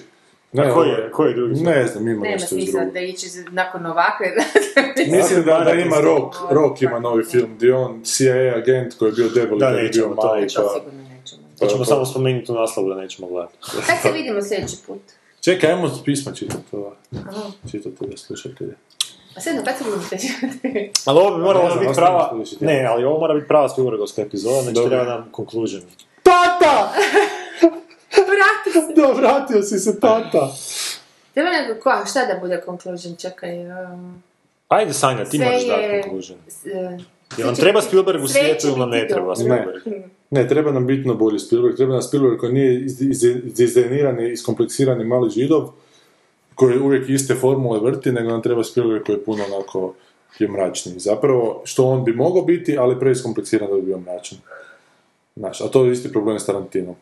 S3: Ne,
S1: koji je-
S3: ovo
S1: koji je drugi film?
S3: Ne znam, ima
S2: Nema
S3: nešto iz
S2: smisla
S3: drugog.
S2: da ići za- nakon ovakve...
S3: Mislim da, da ima Rock, Rock ima novi film, gdje on CIA agent koji je bio debeli,
S1: Da,
S3: kad je bio
S1: nećemo to,
S3: mali,
S1: nećemo
S3: pa...
S2: Sigurno nećemo.
S1: To ćemo samo spomenuti u naslovu da nećemo gledati.
S2: Kad se vidimo sljedeći put?
S3: Čekaj, ajmo pisma čitati ova. Čitati da slušate.
S2: A sedno, Pa kad se vidimo sljedeći put?
S1: Ali ovo bi morala
S3: Ne znam,
S1: biti
S3: ostavim
S1: prava...
S3: što više ti.
S1: Ne, ali ovo mora biti prava Spielbergovska epizoda, znači
S3: Dobro.
S1: treba nam conclusion.
S3: Tata!
S2: Vrati se.
S3: Da, vratio si se, tata!
S2: Treba nego koja, šta da bude conclusion, čekaj. Um,
S1: Ajde Sanja, ti
S2: Sve
S1: moraš
S2: je-
S1: dati conclusion.
S2: s- e,
S1: Jel
S2: sve
S1: nam
S2: će
S1: treba
S2: biti-
S1: Spielberg u
S2: sve će
S1: svijetu ili nam
S2: biti
S1: ne treba
S2: dobro.
S1: Spielberg?
S3: Ne, treba nam bitno bolji Spielberg, treba nam Spielberg koji nije iz- iz- izdizajniran i iskompleksirani mali židov, koji uvijek iste formule vrti, nego nam treba Spielberg koji je puno onako je mračniji. Zapravo, što on bi mogao biti, ali preiskompleksiran da bi bio mračan. Znaš, a to je isti problem s Tarantinom.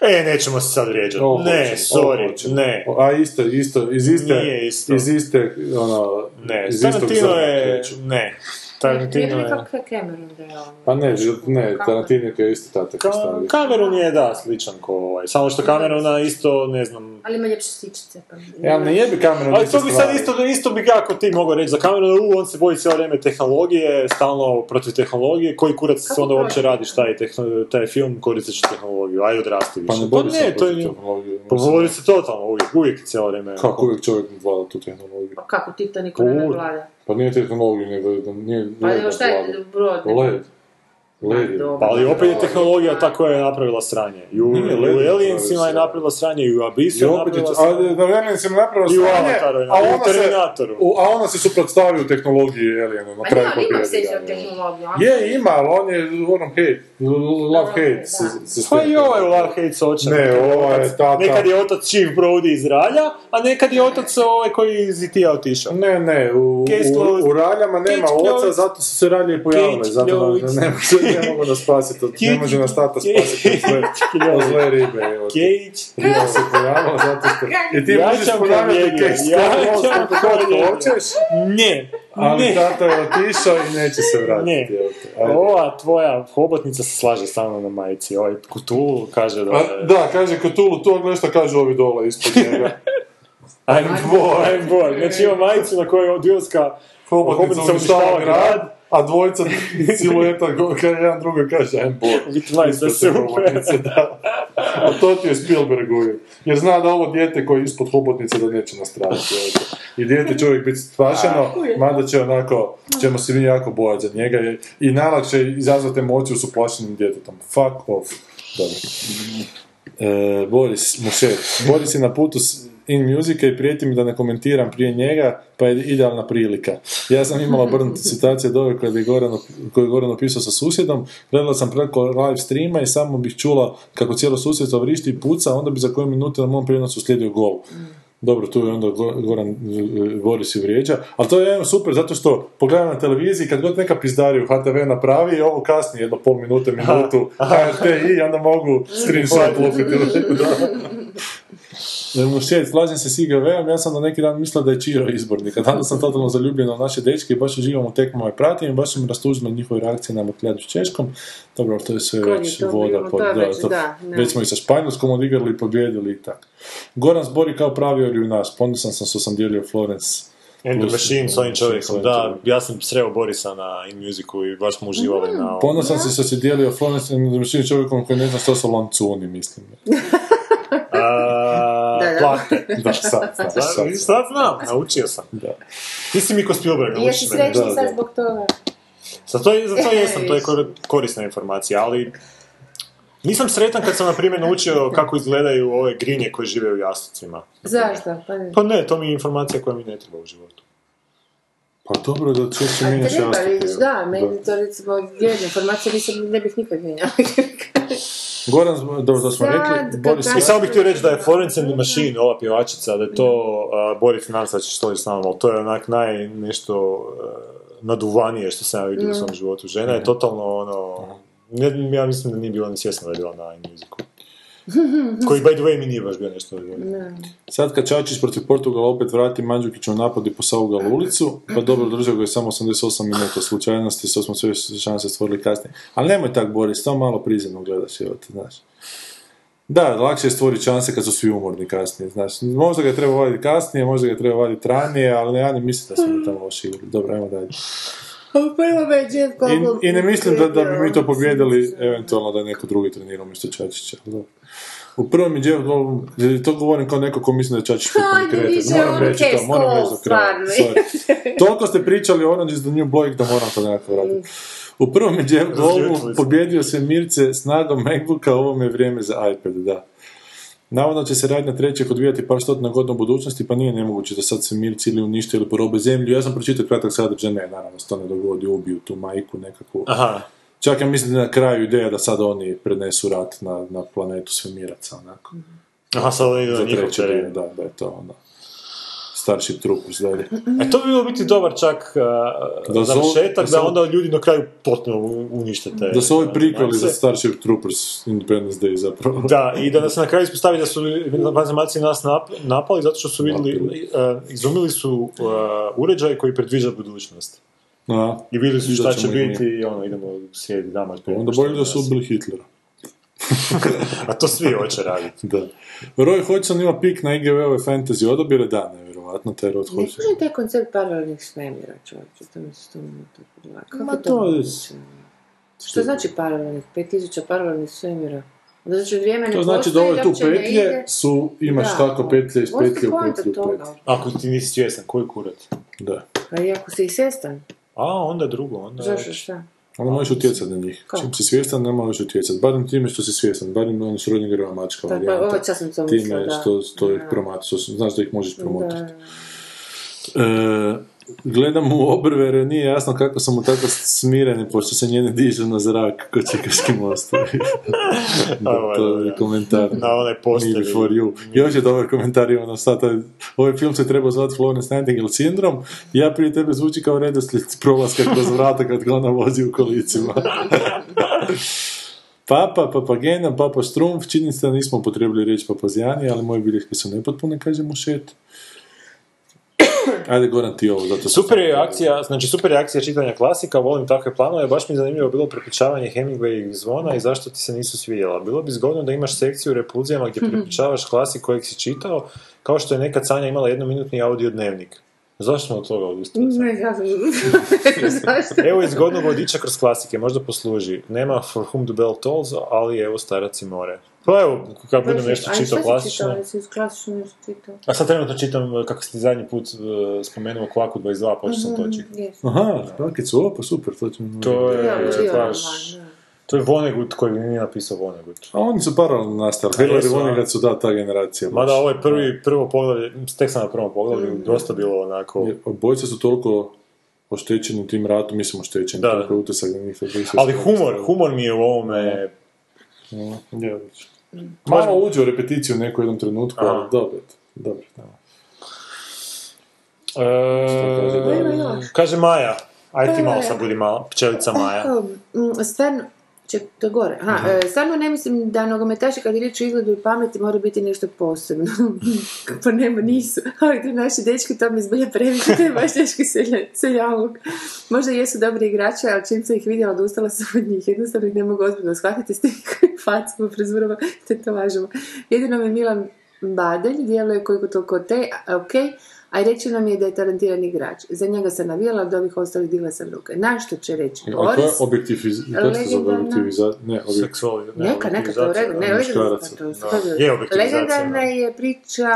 S1: E, nećemo se sad vrijeđati.
S3: Ovo
S1: Ne,
S3: hoćemo, ovo
S1: sorry,
S3: hoćemo.
S1: ne.
S3: A isto, isto, iz iste,
S1: Nije isto.
S3: iz iste, ono,
S1: Ne,
S3: iz istog
S1: Tarantino
S3: zrna
S1: je...
S3: kreću.
S1: Ne.
S2: Nije
S1: Tarantino
S2: li
S1: je...
S2: kako je Cameron da je on?
S3: Pa ne, žil- ne,
S2: Kako?
S3: Tarantino je isto tatak
S1: Ka-
S3: stavio.
S1: Cameron je, da, sličan ko ovaj. Samo što Camerona isto, ne znam...
S2: Ali ima ljepše sičice. Pa.
S3: Ja E, ne jebi kameru
S1: Ali to bi sad isto, isto bi kako ti mogao reći za Camerona, u, on se boji cijelo vrijeme tehnologije, stalno protiv tehnologije, koji kurac se
S2: Kako
S1: onda
S2: protiv?
S1: uopće radiš taj, tehno- taj film koristeći tehnologiju, aj odrasti više.
S3: Pa ne bori se
S1: to
S3: protiv
S1: je...
S3: tehnologije.
S1: Pa bori se totalno, uvijek, uvijek cijelo vrijeme.
S3: Kako uvijek čovjek vlada tu tehnologiju?
S2: Pa kako ti to niko ne
S3: Uvijek.
S2: vlada?
S3: Pa nije tehnologiju, nego je- nije
S2: Pa
S3: led
S2: evo šta je brod?
S3: vlada. Led. Led je.
S2: dobro.
S1: Pa ali opet je tehnologija ta koja je napravila sranje. I u,
S3: Nije,
S1: i u
S3: Lego je
S1: Aliencima
S3: napravio
S1: je napravila sranje, i u Abyssu
S3: I
S1: je
S3: opet je,
S1: napravila
S3: a
S1: sranje.
S3: na Alien sam napravio
S1: I u
S3: sranje,
S1: Avataru je,
S3: a
S1: i u
S3: ona se-
S1: Terminatoru.
S3: u- A ona se suprotstavio tehnologiji Aliena, na
S2: Pa
S3: kraju
S2: nije, ali ima
S3: pobjedi
S2: se
S3: ga,
S2: za
S3: ne.
S2: tehnologiju.
S3: Je, ima, ali on je u onom hate, l- l- love hate
S2: Da.
S3: s-
S1: Pa
S3: sistemu.
S1: i ovaj u Love Hates očar.
S3: Ne, ovo je tata.
S1: Nekad je otac Chief Brody iz Ralja, a nekad je otac ovaj koji je iz IT-a otišao.
S3: Ne, ne, u,
S1: Case
S3: u,
S1: closed.
S3: u raljama nema
S1: Case
S3: oca,
S1: closed.
S3: zato su se ralje i pojavile,
S1: Case
S3: zato ne,
S1: closed.
S3: ne, može- ne mogu nas spasiti, od- ne može nas tata spasiti od zle, od zle ribe. evo ti.
S1: Cage.
S3: Riba se pojavila, zato što... I ti
S1: Jačam
S3: možeš ponavljati
S1: kamjenje,
S3: case closed
S1: jačam
S3: koliko god
S1: kamjenje.
S3: hoćeš,
S1: Ne,
S3: ali
S1: ne.
S3: tata je otišao i neće se
S1: Ne.
S3: vratiti. evo te. Ajde.
S1: Ova tvoja hobotnica se slaže sa mnom na majici. Ovaj Cthulhu kaže da...
S3: Pa, da, kaže Cthulhu, tu a gle šta kažu ovi dole ispod njega.
S1: I'm bored, I'm bored. Znači ima majicu na kojoj je odilska
S3: Hobotnica uništava grad, a dvojica silueta, go- ka- jedan drugo kaže, ajmo bor.
S1: Biti majica super.
S3: da. A to ti je Spielberg uvijek. Jer zna da ovo dijete koje je ispod hobotnice da neće nastradati. evo te. I dijete će uvijek biti spašeno, mada će onako, ćemo se mi jako bojati za njega. jer- I najlakše je izazvati emociju s uplašenim djetetom. Fuck off. Dobro. E, Boris Mušet. Boris je na putu s in muzika i prijeti mi da ne komentiram prije njega, pa je idealna prilika. Ja sam imala obrnutu situaciju od ove koju je Goran, op- koju je Goran opisao sa susjedom. Gledala sam preko live streama i samo bih čula kako cijelo susjedstvo vrišti i puca, a onda bi za koju minutu na mom prijenosu slijedio gol. Dobro, tu je onda Go- Goran e, Boris i vrijeđa, ali to je jedan super, zato što pogledam na televiziji, kad god neka pizdariju HTV napravi, ovo kasni jedno pol minute, minutu, HRT i onda mogu screenshot lupiti. Da. Mušet, slažem se s IGV-om, ja sam do neki dan mislila da je Čiro izbornik, a danas sam totalno zaljubljena u naše dečke i baš uživam u tekmama i pratim i baš sam rastužila njihove reakcije na mrtljadu Češkom. Dobro, to je sve
S2: Kad je
S3: već
S2: to
S3: voda
S2: bilo?
S3: pod...
S2: To je
S3: da,
S2: već,
S3: to-
S2: da, ne.
S3: već smo i sa Španjolskom odigrali i pobjedili i tako. Goran zbori kao pravi orjunaš, ponosan sam što sam dijelio Florence.
S1: And the
S3: Plus-
S1: Machine s ovim čovjekom,
S3: Svojim
S1: da,
S3: čovjekom.
S1: ja sam sreo Borisa na In Musicu i baš smo uživali na ovom.
S3: Ponosan sam se što si dijelio Florence and the Machine čovjekom koji ne zna što su lancuni, mislim.
S1: A,
S2: Da, da.
S1: Plate.
S3: Da, sad, sad,
S1: Da,
S3: sad, sad.
S1: vidiš, sad znam, naučio sam.
S3: Da.
S1: Ti si mi ko Spielberg,
S2: I ja si
S1: naučiš mene.
S2: srećni
S3: Da,
S2: sad
S3: da.
S2: zbog toga.
S1: Za to, je- za to
S2: E,
S1: jesam, to je kor- korisna informacija, ali... Nisam sretan kad sam, na primjer, naučio kako izgledaju ove grinje koje žive u jaslicima.
S2: Zašto? Pa ne.
S1: Pa ne, to mi je informacija koja mi ne treba u životu.
S3: Pa dobro da češće
S2: A
S3: mijenjaš
S2: treba,
S3: jastuke,
S2: vidiš,
S3: evo.
S2: da, meni to recimo jedna informacija nisam, ne bih nikad mijenjala.
S3: Goran, zbori- dobro, to smo
S2: Sad,
S3: rekli,
S2: kad
S3: Boris
S1: I samo bih htio reći da je Florence and the Machine, ova pjevačica, da je to, uh, Boris nadam se da će što je s nama, ali to je onak naj nešto uh, naduvanije što sam ja vidio u svom
S3: Mhm.
S1: životu. Žena je totalno ono, ne, ja mislim da nije bila ni svjesna da je bila na In Musicu.
S3: Koji, by the way, mi nije baš bio nešto bolji.
S1: Sad kad Čačić protiv Portugala opet vrati Mandžukiću napad i po Saugalu ulicu, pa dobro držao ga je samo 88 minuta slučajnosti, sad smo sve šanse stvorili kasnije. Ali nemoj tak, Boris, samo malo prizemno gledaš, evo ti, znaš. Da, lakše je stvoriti šanse kad su svi umorni kasnije, znaš. Možda ga treba vaditi kasnije, možda ga treba vaditi ranije, ali ja ne mislim da smo mi tamo loši igrali. Dobro, ajmo dalje.
S2: Prvo već je koliko...
S1: I, I ne mislim da, da bi mi to pobjedili, eventualno da je neko drugi trenirao umjesto Čačića. ali dobro. U prvom je Jeff Goldblum, to govorim kao neko ko misli da je Čačić
S2: Ha,
S1: futbolni
S2: ne
S1: kreter.
S2: više,
S1: Moram
S2: ono
S1: reći
S2: cash
S1: to, moram reći
S2: call,
S1: do kraja.
S2: stvarno.
S1: Sorry. Toliko ste pričali o Orange is the New Black da moram to nekako vratiti. U prvom je Jeff Goldblum
S3: Razljutili smo.
S1: pobjedio se Mirce snagom MacBooka, ovo je vrijeme za iPad, da. Navodno će se radnja trećeg odvijati par stotina godina u budućnosti, pa nije nemoguće da sad se Mirci ili unište ili porobe zemlju. Ja sam pročitao kratak sadržaj, ne, naravno, se to ne dogodi, ubiju tu majku nekakvu.
S3: Aha.
S1: Čak ja mislim da je na kraju ideja da sad oni prenesu rat na, na planetu svemiraca, onako.
S3: Aha, sad oni idu na
S1: Za
S3: njihov
S1: treće
S3: teren.
S1: vrijeme, da, da je to ono. Starship Troopers dalje.
S3: E to bi bilo biti dobar čak uh,
S1: Da
S3: da
S1: su-
S3: završetak,
S1: da
S3: da,
S1: su-
S3: onda ljudi na kraju potpuno u- unište te...
S1: Da su ovi
S3: uh,
S1: prikvali za
S3: mance.
S1: Starship Troopers Independence Day zapravo.
S3: Da, i da se na kraju ispostavi da su vanzemaljci nas nap- napali zato što su vidjeli, uh, izumili su uh, uređaj koji predviđa budućnost.
S1: A,
S3: I vidjeli su šta
S1: da
S3: će
S1: ćemo ih
S3: biti i ono, idemo slijedi dama.
S1: mi. Onda bolje da su ubili Hitlera.
S3: A to svi hoće raditi.
S1: Da. Roy Hodgson ima pik na IGV-ove fantasy odabire, da, nevjerovatno, taj Roy
S2: Ne
S1: Hodgson.
S2: znam taj koncept paralelnih svemira, čovječe, to mi se to mi je tako gleda. Kako
S1: Ma to je-
S2: moguće? Što znači paralelnih, 5000 paralelnih svemira? Onda znači vrijeme ne
S1: To znači da
S2: postoji,
S1: ove tu
S2: uopće ne
S1: petlje
S2: ide.
S1: su, imaš
S2: Da.
S1: tako petlje iz
S2: What's the
S1: petlje u
S2: point
S1: petlju
S2: of
S1: u petlju.
S2: toga?
S3: Ako ti nisi svjestan, koji kurac?
S1: Da.
S2: Pa i ako si ih svjestan,
S3: A, onda je drugo, onda...
S1: Znači.
S3: je-
S2: zašto šta?
S1: Ali možeš utjecati na njih.
S2: Kako?
S1: Čim si svjestan, ne možeš utjecati. Barim time što si svjestan, barim ono Schrödingerova mačka.
S2: Pa, pa,
S1: varijanta.
S2: ovo čas sam to mislila,
S1: time
S2: da.
S1: što, što ih
S2: Da.
S1: promatra, što znaš da ih možeš promotriti.
S2: Da.
S1: E, gledam u obrvere, nije jasno kako sam mu tako smiren, pošto se njene diže na zrak kod Čikaški mostovi. da, to je komentar.
S3: Na onaj
S1: Me
S3: poster.
S1: before you. Još je dobar komentar ono, Ivana Sata. Ovaj film se treba zvati Florence Nightingale Syndrome. Ja prije tebe zvuči kao redoslijed prolaska kroz vrata kad ga ona vozi u kolicima. Papa, papagena, papa štrumf, čini se da nismo upotrebili riječ papazijani, ali moje bilješke su nepotpune, kaže mu šet. Ajde, Goran, ti ovo, zato što
S3: Super
S1: sam-
S3: je akcija, znači super je akcija čitanja klasika, volim takve planove, baš mi je zanimljivo bilo prepričavanje Hemingwayevih zvona i zašto ti se nisu svidjela. Bilo bi zgodno da imaš sekciju u repulzijama gdje prepričavaš klasik kojeg si čitao, kao što je neka Sanja imala jednominutni audio dnevnik. Zašto smo od toga odustali? sad?
S2: Ne, kako... Zašto?
S3: Evo je zgodno vodiča kroz klasike, možda posluži. Nema For Whom the Bell Tolls, ali evo Starac i more. Pa evo, kad budem nešto čitao
S2: Ali šta si čitao,
S3: klasično.
S2: recimo, klasično nešto čitao?
S3: A sad trenutno čitam, kako ste zadnji put eh, spomenuo Kvaku 22, počeo sam to čitati.
S2: Jes.
S1: Aha, rakicu, opa, super, to ćemo...
S3: To je,
S2: Ja,
S3: eh,
S2: bio
S3: baš,
S2: roman, da.
S3: to je Vonnegut koji nije napisao Vonnegut.
S1: A oni su paralelno nastali,
S3: A
S1: Hillary
S3: jesu, a?
S1: Vonnegut su da ta generacija.
S3: Mada
S1: baš.
S3: ovo je prvi, prvo poglavlje, tek sam na prvom poglavlju, dosta bilo onako...
S1: Jer Obojica su toliko oštećeni tim ratom, mislim oštećeni,
S3: Da.
S1: toliko je utisak na njih. toliko su-
S3: Ali humor, humor mi je u ovome...
S1: Je, odlično. Malo uđe u repeticiju u nekom jednom trenutku,
S3: Aha. E,
S1: ali dobro, eto, dobro. eto. kaže
S3: E,
S1: Nema
S2: još.
S3: kaže Maja, aj ti malo
S2: je.
S3: sad budi mala, pčelica Maja.
S2: Mm, Stvarno, ček, to je gore. Aha, e, stvarno ne mislim da nogometaši kad je riječ o izgledu i pameti mora biti nešto posebno. pa nema, nisu. Ali ti naši dečki, to mi zbilja previše, to je baš dečki selja- seljalog. Možda jesu dobri igrači, ali čim sam ih vidjela, odustala sam od njih. Jednostavno ih ne mogu ozbiljno shvatiti s pa tim kojim facima, frizurama, tetovažama. Jedino me Milan Badelj djeluje koliko toliko te, a, ok, a reći nam je da je talentiran igrač. Za njega se navijala, od ovih ostalih digla sam ruke. Na što će reći
S1: A to je
S2: Boris?
S1: objektivizacija, kako se zove
S2: Legendarna.
S1: objektivizacija? Ne, objektivizacija.
S3: Seksualni- ne,
S2: Neka, neka, to je u redu. Ne,
S3: da.
S2: legendarna,
S1: muškaraca.
S2: to je
S3: Da.
S2: skroz-
S3: Je objektivizacija,
S2: Legendarna
S3: da.
S2: je priča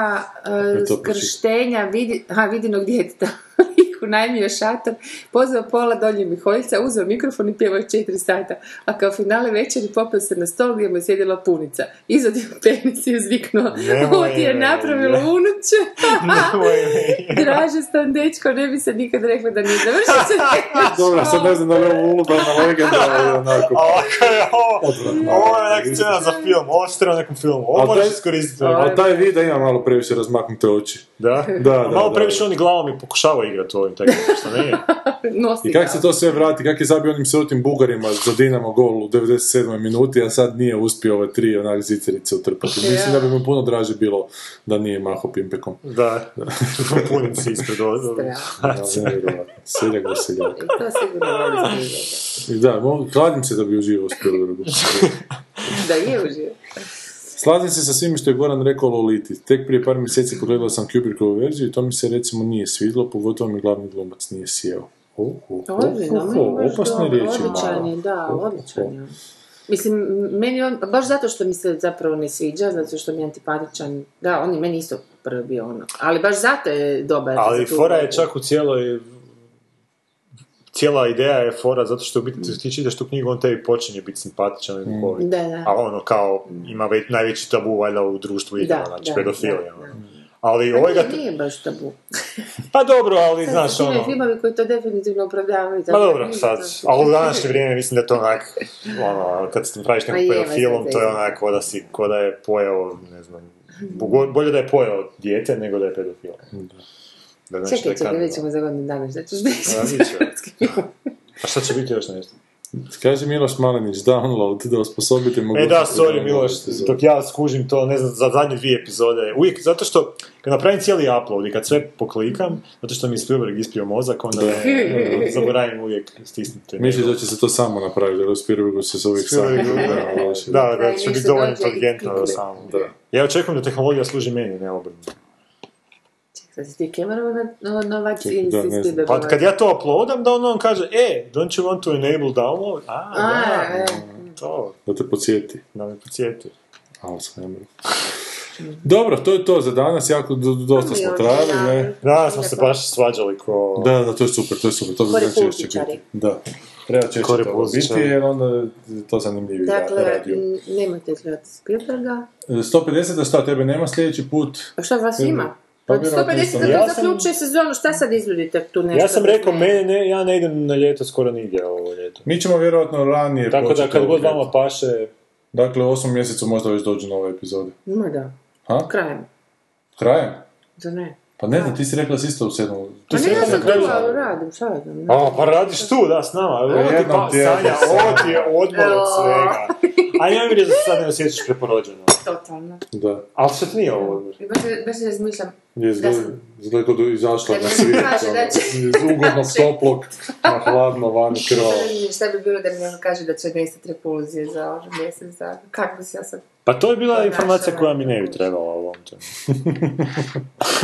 S1: E,
S2: uh,
S1: to priča.
S2: krštenja vidi, aha, vidinog djeteta. Lik unajmio šator, pozvao pola dolje Miholjca, uzeo mikrofon i pjevao četiri sata. A kao finale večeri popio se na stol gdje mu je sjedila punica. Izadio penis i uzviknuo.
S3: Nemoj,
S2: Ovo ti je napravilo
S3: ne.
S2: unuče.
S3: Nemoj me.
S2: Draže stan dečko, ne bi se nikad rekla da nije završit se.
S1: Dobro, sad ne znam da li je ovo uluda na legenda, ali onako.
S3: A Ovako je ovo, ovo je onak scena za film, ovo se treba u nekom filmu,
S1: A
S3: ovo moraš
S1: taj-
S3: iskoristiti.
S1: A taj vid da ima malo previše razmaknute oči. Da,
S3: da, da,
S1: Malo
S3: da.
S1: previše oni glavom i pokušavaju igrati u ovim takvim, što ne
S3: I kako se to sve vrati, kako je zabio onim srutim Bugarima za Dinamo gol u 97. minuti, a sad nije uspio ove tri onak zicerice utrpati. Mislim da bi mu puno draže bilo da nije maho pimpekom.
S1: Da, punim se ispred ovo.
S3: Ali nevjerojatno. Seljak do seljaka.
S2: To sigurno dobro
S3: I da, mo- kladim se da bi uživao u Spielbergu.
S2: Da je užio.
S3: Slažem se sa svim što je Goran rekao o Loliti. Tek prije par mjeseci pogledala sam Kubrickovu verziju i to mi se recimo nije svidjelo, pogotovo mi glavni glumac nije sjeo. O, o, o,
S2: Odlično,
S3: o,
S2: meni je baš
S3: opasne
S2: dobro,
S3: riječi
S2: odličan
S3: malo.
S2: je, da,
S3: O, o, o.
S2: odličan je. Mislim, m- meni on, baš zato što mi se zapravo ne sviđa, zato što mi je antipatičan, da, on je meni isto prvi bio ono, ali baš zato je dobar.
S1: Ali
S2: za tu
S1: fora je
S2: ulogu.
S1: čak u cijeloj cijela ideja je fora, zato što u biti ti čitaš tu knjigu, on tebi počinje biti simpatičan i duhovit.
S2: Da, da.
S1: A ono, kao, ima već, najveći tabu valjda u društvu igara,
S2: Da,
S1: znači
S2: da,
S1: pedofilija.
S2: da,
S1: ono. Ali
S2: Pa
S1: ovoga...
S2: nije, nije baš tabu.
S1: Pa dobro, ali
S2: Sad
S1: znaš,
S2: su fine
S1: ono...
S2: filmovi koji to definitivno opravdavaju.
S1: Ma
S2: tako
S1: dobro,
S2: nije
S1: sad,
S2: to-
S1: ali u današnje vrijeme mislim da je to onak, ono, kad se praviš
S2: Ma
S1: nekom
S2: Pa je, ma
S1: pedofilom,
S2: sad
S1: to je
S2: zezno.
S1: onak, ko da, si, ko da je pojeo, ne znam,
S2: Mm.
S1: bo- bolje da je pojeo dijete nego da je pedofil. Da, znači, da
S2: Čekaj,
S1: je
S2: čekaj,
S1: kadno.
S2: vidjet ćemo za godinu dana, šta ćeš reći?
S1: Da, vidjet ćemo. A šta će biti još nešto?
S3: Kaže Miloš Malenić, download, da osposobite
S1: E
S3: mogućnosti.
S1: da, sorry
S3: download
S1: Miloš,
S3: epizode.
S1: dok ja skužim to, ne znam, za zadnje dvije epizode, uvijek, zato što kad napravim cijeli upload i kad sve poklikam, zato što mi je Spielberg ispio mozak, onda ne, zaboravim uvijek stisnuti.
S3: Misliš da će se to samo napraviti, da u Spielbergu se zove
S1: Spielberg,
S3: sam.
S1: da. Da, da, ću biti dovoljno inteligentno da samo. Ja očekujem da tehnologija služi meni, ne obrnuto.
S2: Sad si ti Cameron no- Novak
S3: Čekaj,
S2: ili
S3: da,
S2: si
S3: ne
S2: Spielberg?
S1: Pa kad ja to uploadam, da onda on kaže, e, don't you want to enable download? A,
S2: A,
S1: da,
S2: e.
S1: to,
S3: Da te podsjeti.
S1: da me podsjeti.
S3: Alzheimer. Dobro, to je to za danas, jako d- d- dosta smo trajali, ne?
S1: Da, smo se baš svađali ko...
S3: Da, da, to je super, to je super, to bi
S2: Kori
S3: znači još će
S2: pulzičari.
S3: biti. Da. Treba će
S1: Kori
S3: to biti,
S1: pulzičari.
S3: jer onda je to zanimljivije
S2: Dakle,
S3: radio.
S2: n- nemojte gledati Spielberga.
S3: 150, šta, tebe nema sljedeći put?
S2: A šta vas ima?
S3: Pa
S2: Pa
S3: vjerojatno
S2: 150
S3: nisam.
S2: to
S1: Ja sam-
S2: zaključuje sezonu, šta sad izvodite tu nešto?
S1: Ja sam rekao, mene ne, ja ne idem na ljeto skoro nigdje ovo ljeto.
S3: Mi ćemo vjerojatno ranije ovaj
S1: Tako da
S3: početi
S1: kad
S3: ovo
S1: god
S3: ljeto.
S1: vama paše,
S3: Dakle, u osmom mjesecu možda već dođu nove epizode.
S2: Ma da,
S3: Ha?
S2: krajem,
S3: Krajem?
S2: da ne.
S3: Pa ne znam, ti si rekla da si isto u sedmom.
S2: Pa
S3: Ti si
S2: ne, ja
S3: rekla
S2: sam
S3: da je
S2: tu, ali
S3: Zadru.
S2: radim, šta ja znam.
S1: A, pa radiš tu, da, s nama. Ovo ti
S3: Jednom
S1: pa,
S3: tjedno.
S1: Sanja, ovo ti je odmor od svega. A ja mi reći da se sad ne osjećaš preporođeno.
S2: Totalno.
S3: Da.
S1: Ali sad nije ovo odmor.
S2: I Baš, baš razmišljam,
S3: Je
S2: Da
S3: izgleda,
S2: sam-
S3: izgleda kao da je izašla
S2: Da
S3: na
S2: mi
S3: svijet.
S2: kaže da
S3: ono,
S2: će-
S3: iz ugodnog toplog na hladno van krvavo.
S2: šta bi- šta bi bilo da mi on kaže da će nestati repulzije za ovaj mjesec za... Kako bi se ja sad...
S1: Pa to je bila
S2: naša
S1: informacija koja mi ne bi
S2: najbolja.
S1: trebala u ovom trenutku.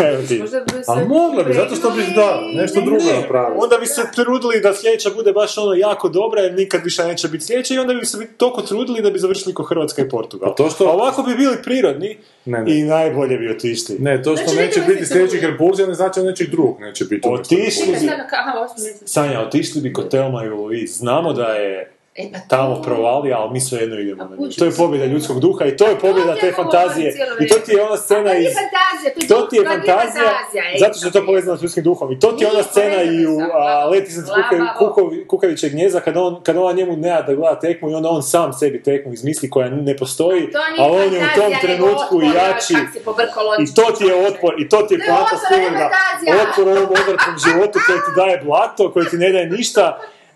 S1: Evo ti.
S2: Možda bi se...
S3: Ali mogla bi, zato što bi, da, nešto drugo napravila.
S1: Onda bi se trudili da sljedeća bude baš ono jako dobra jer nikad više neće biti sljedeća i onda bi se bit- toliko trudili da bi završili ko Hrvatska i Portugal.
S3: Pa to što-
S1: A ovako bi bili prirodni
S3: Ne, ne.
S1: i najbolje bi otišli.
S3: Ne, to što
S2: Znači,
S3: neće
S2: neka
S3: biti
S2: veze
S3: sljedećih
S2: bude.
S3: repulzija ne znači da nečeg drugog neće biti.
S1: Otišli bi,
S2: Aha, osam mjesec.
S1: Sanja, otišli bi kod Telma i Louise. Znamo da je
S2: E, pa
S1: tamo provali, ali mi svejedno idemo na nju.
S2: kući
S1: To je pobjeda ljudskog duha i to je pobjeda
S2: To
S1: te
S2: ja govorim
S1: fantazije.
S2: cijelo
S1: I to ti je
S2: vrijeme.
S1: ona scena iz...
S2: fantazija, je
S1: To ti je
S2: to nije
S1: fantazija,
S2: ej.
S1: zato što je to povezano s ljudskim duhom. I to ti je ona
S2: Nije
S1: scena i u
S2: povezano sa-
S1: a, Leti iznad kuka-
S2: Glava,
S1: kukovi- kukavičeg gnjeza, kad, on, kad ona njemu ne da gleda tekmu i onda on sam sebi tekmu izmisli koja ne postoji,
S2: To nije
S1: a on je u tom
S2: fantazija, nego
S1: trenutku
S2: otpor,
S1: jači.
S2: kak se pobrkalo
S1: I to ti je otpor, i to ti je
S2: Ne,
S1: planta
S2: otpor je
S1: Spielberga.
S2: fantazija.
S1: Otpor ovom odvrtnom životu koji ti daje blato, koji ti ne daje ništa,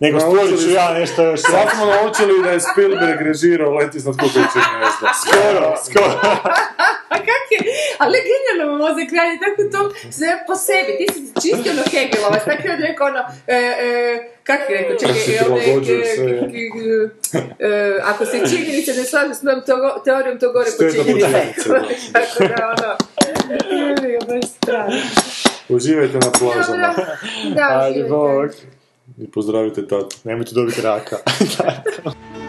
S1: nego stvorit ću ja nešto još.
S3: Sad smo naučili da je Spielberg režirao Let iznad kukućeg mjesta.
S1: Skoro, skoro.
S2: A kak je, ali genijalno mu mozak radi, tako to sve po sebi, ti si čisto ono Hegelovac, tako je on rekao ono, e, e, kak je rekao, čekaj,
S3: Se
S2: e, one,
S3: prilagođuje
S2: e,
S3: sve.
S2: k- k- k- e, ako se činjenice ne slažu s mojom togo- teorijom, to gore po
S3: Sve do
S2: činjenicama.
S3: počinjenice,
S2: Tako da ono, je, baš strano.
S3: Uživajte na plažama.
S2: Dobro, da,
S1: Ajde,
S2: uživajte.
S1: bok.
S3: I pozdravite tatu.
S1: Nemojte dobiti raka.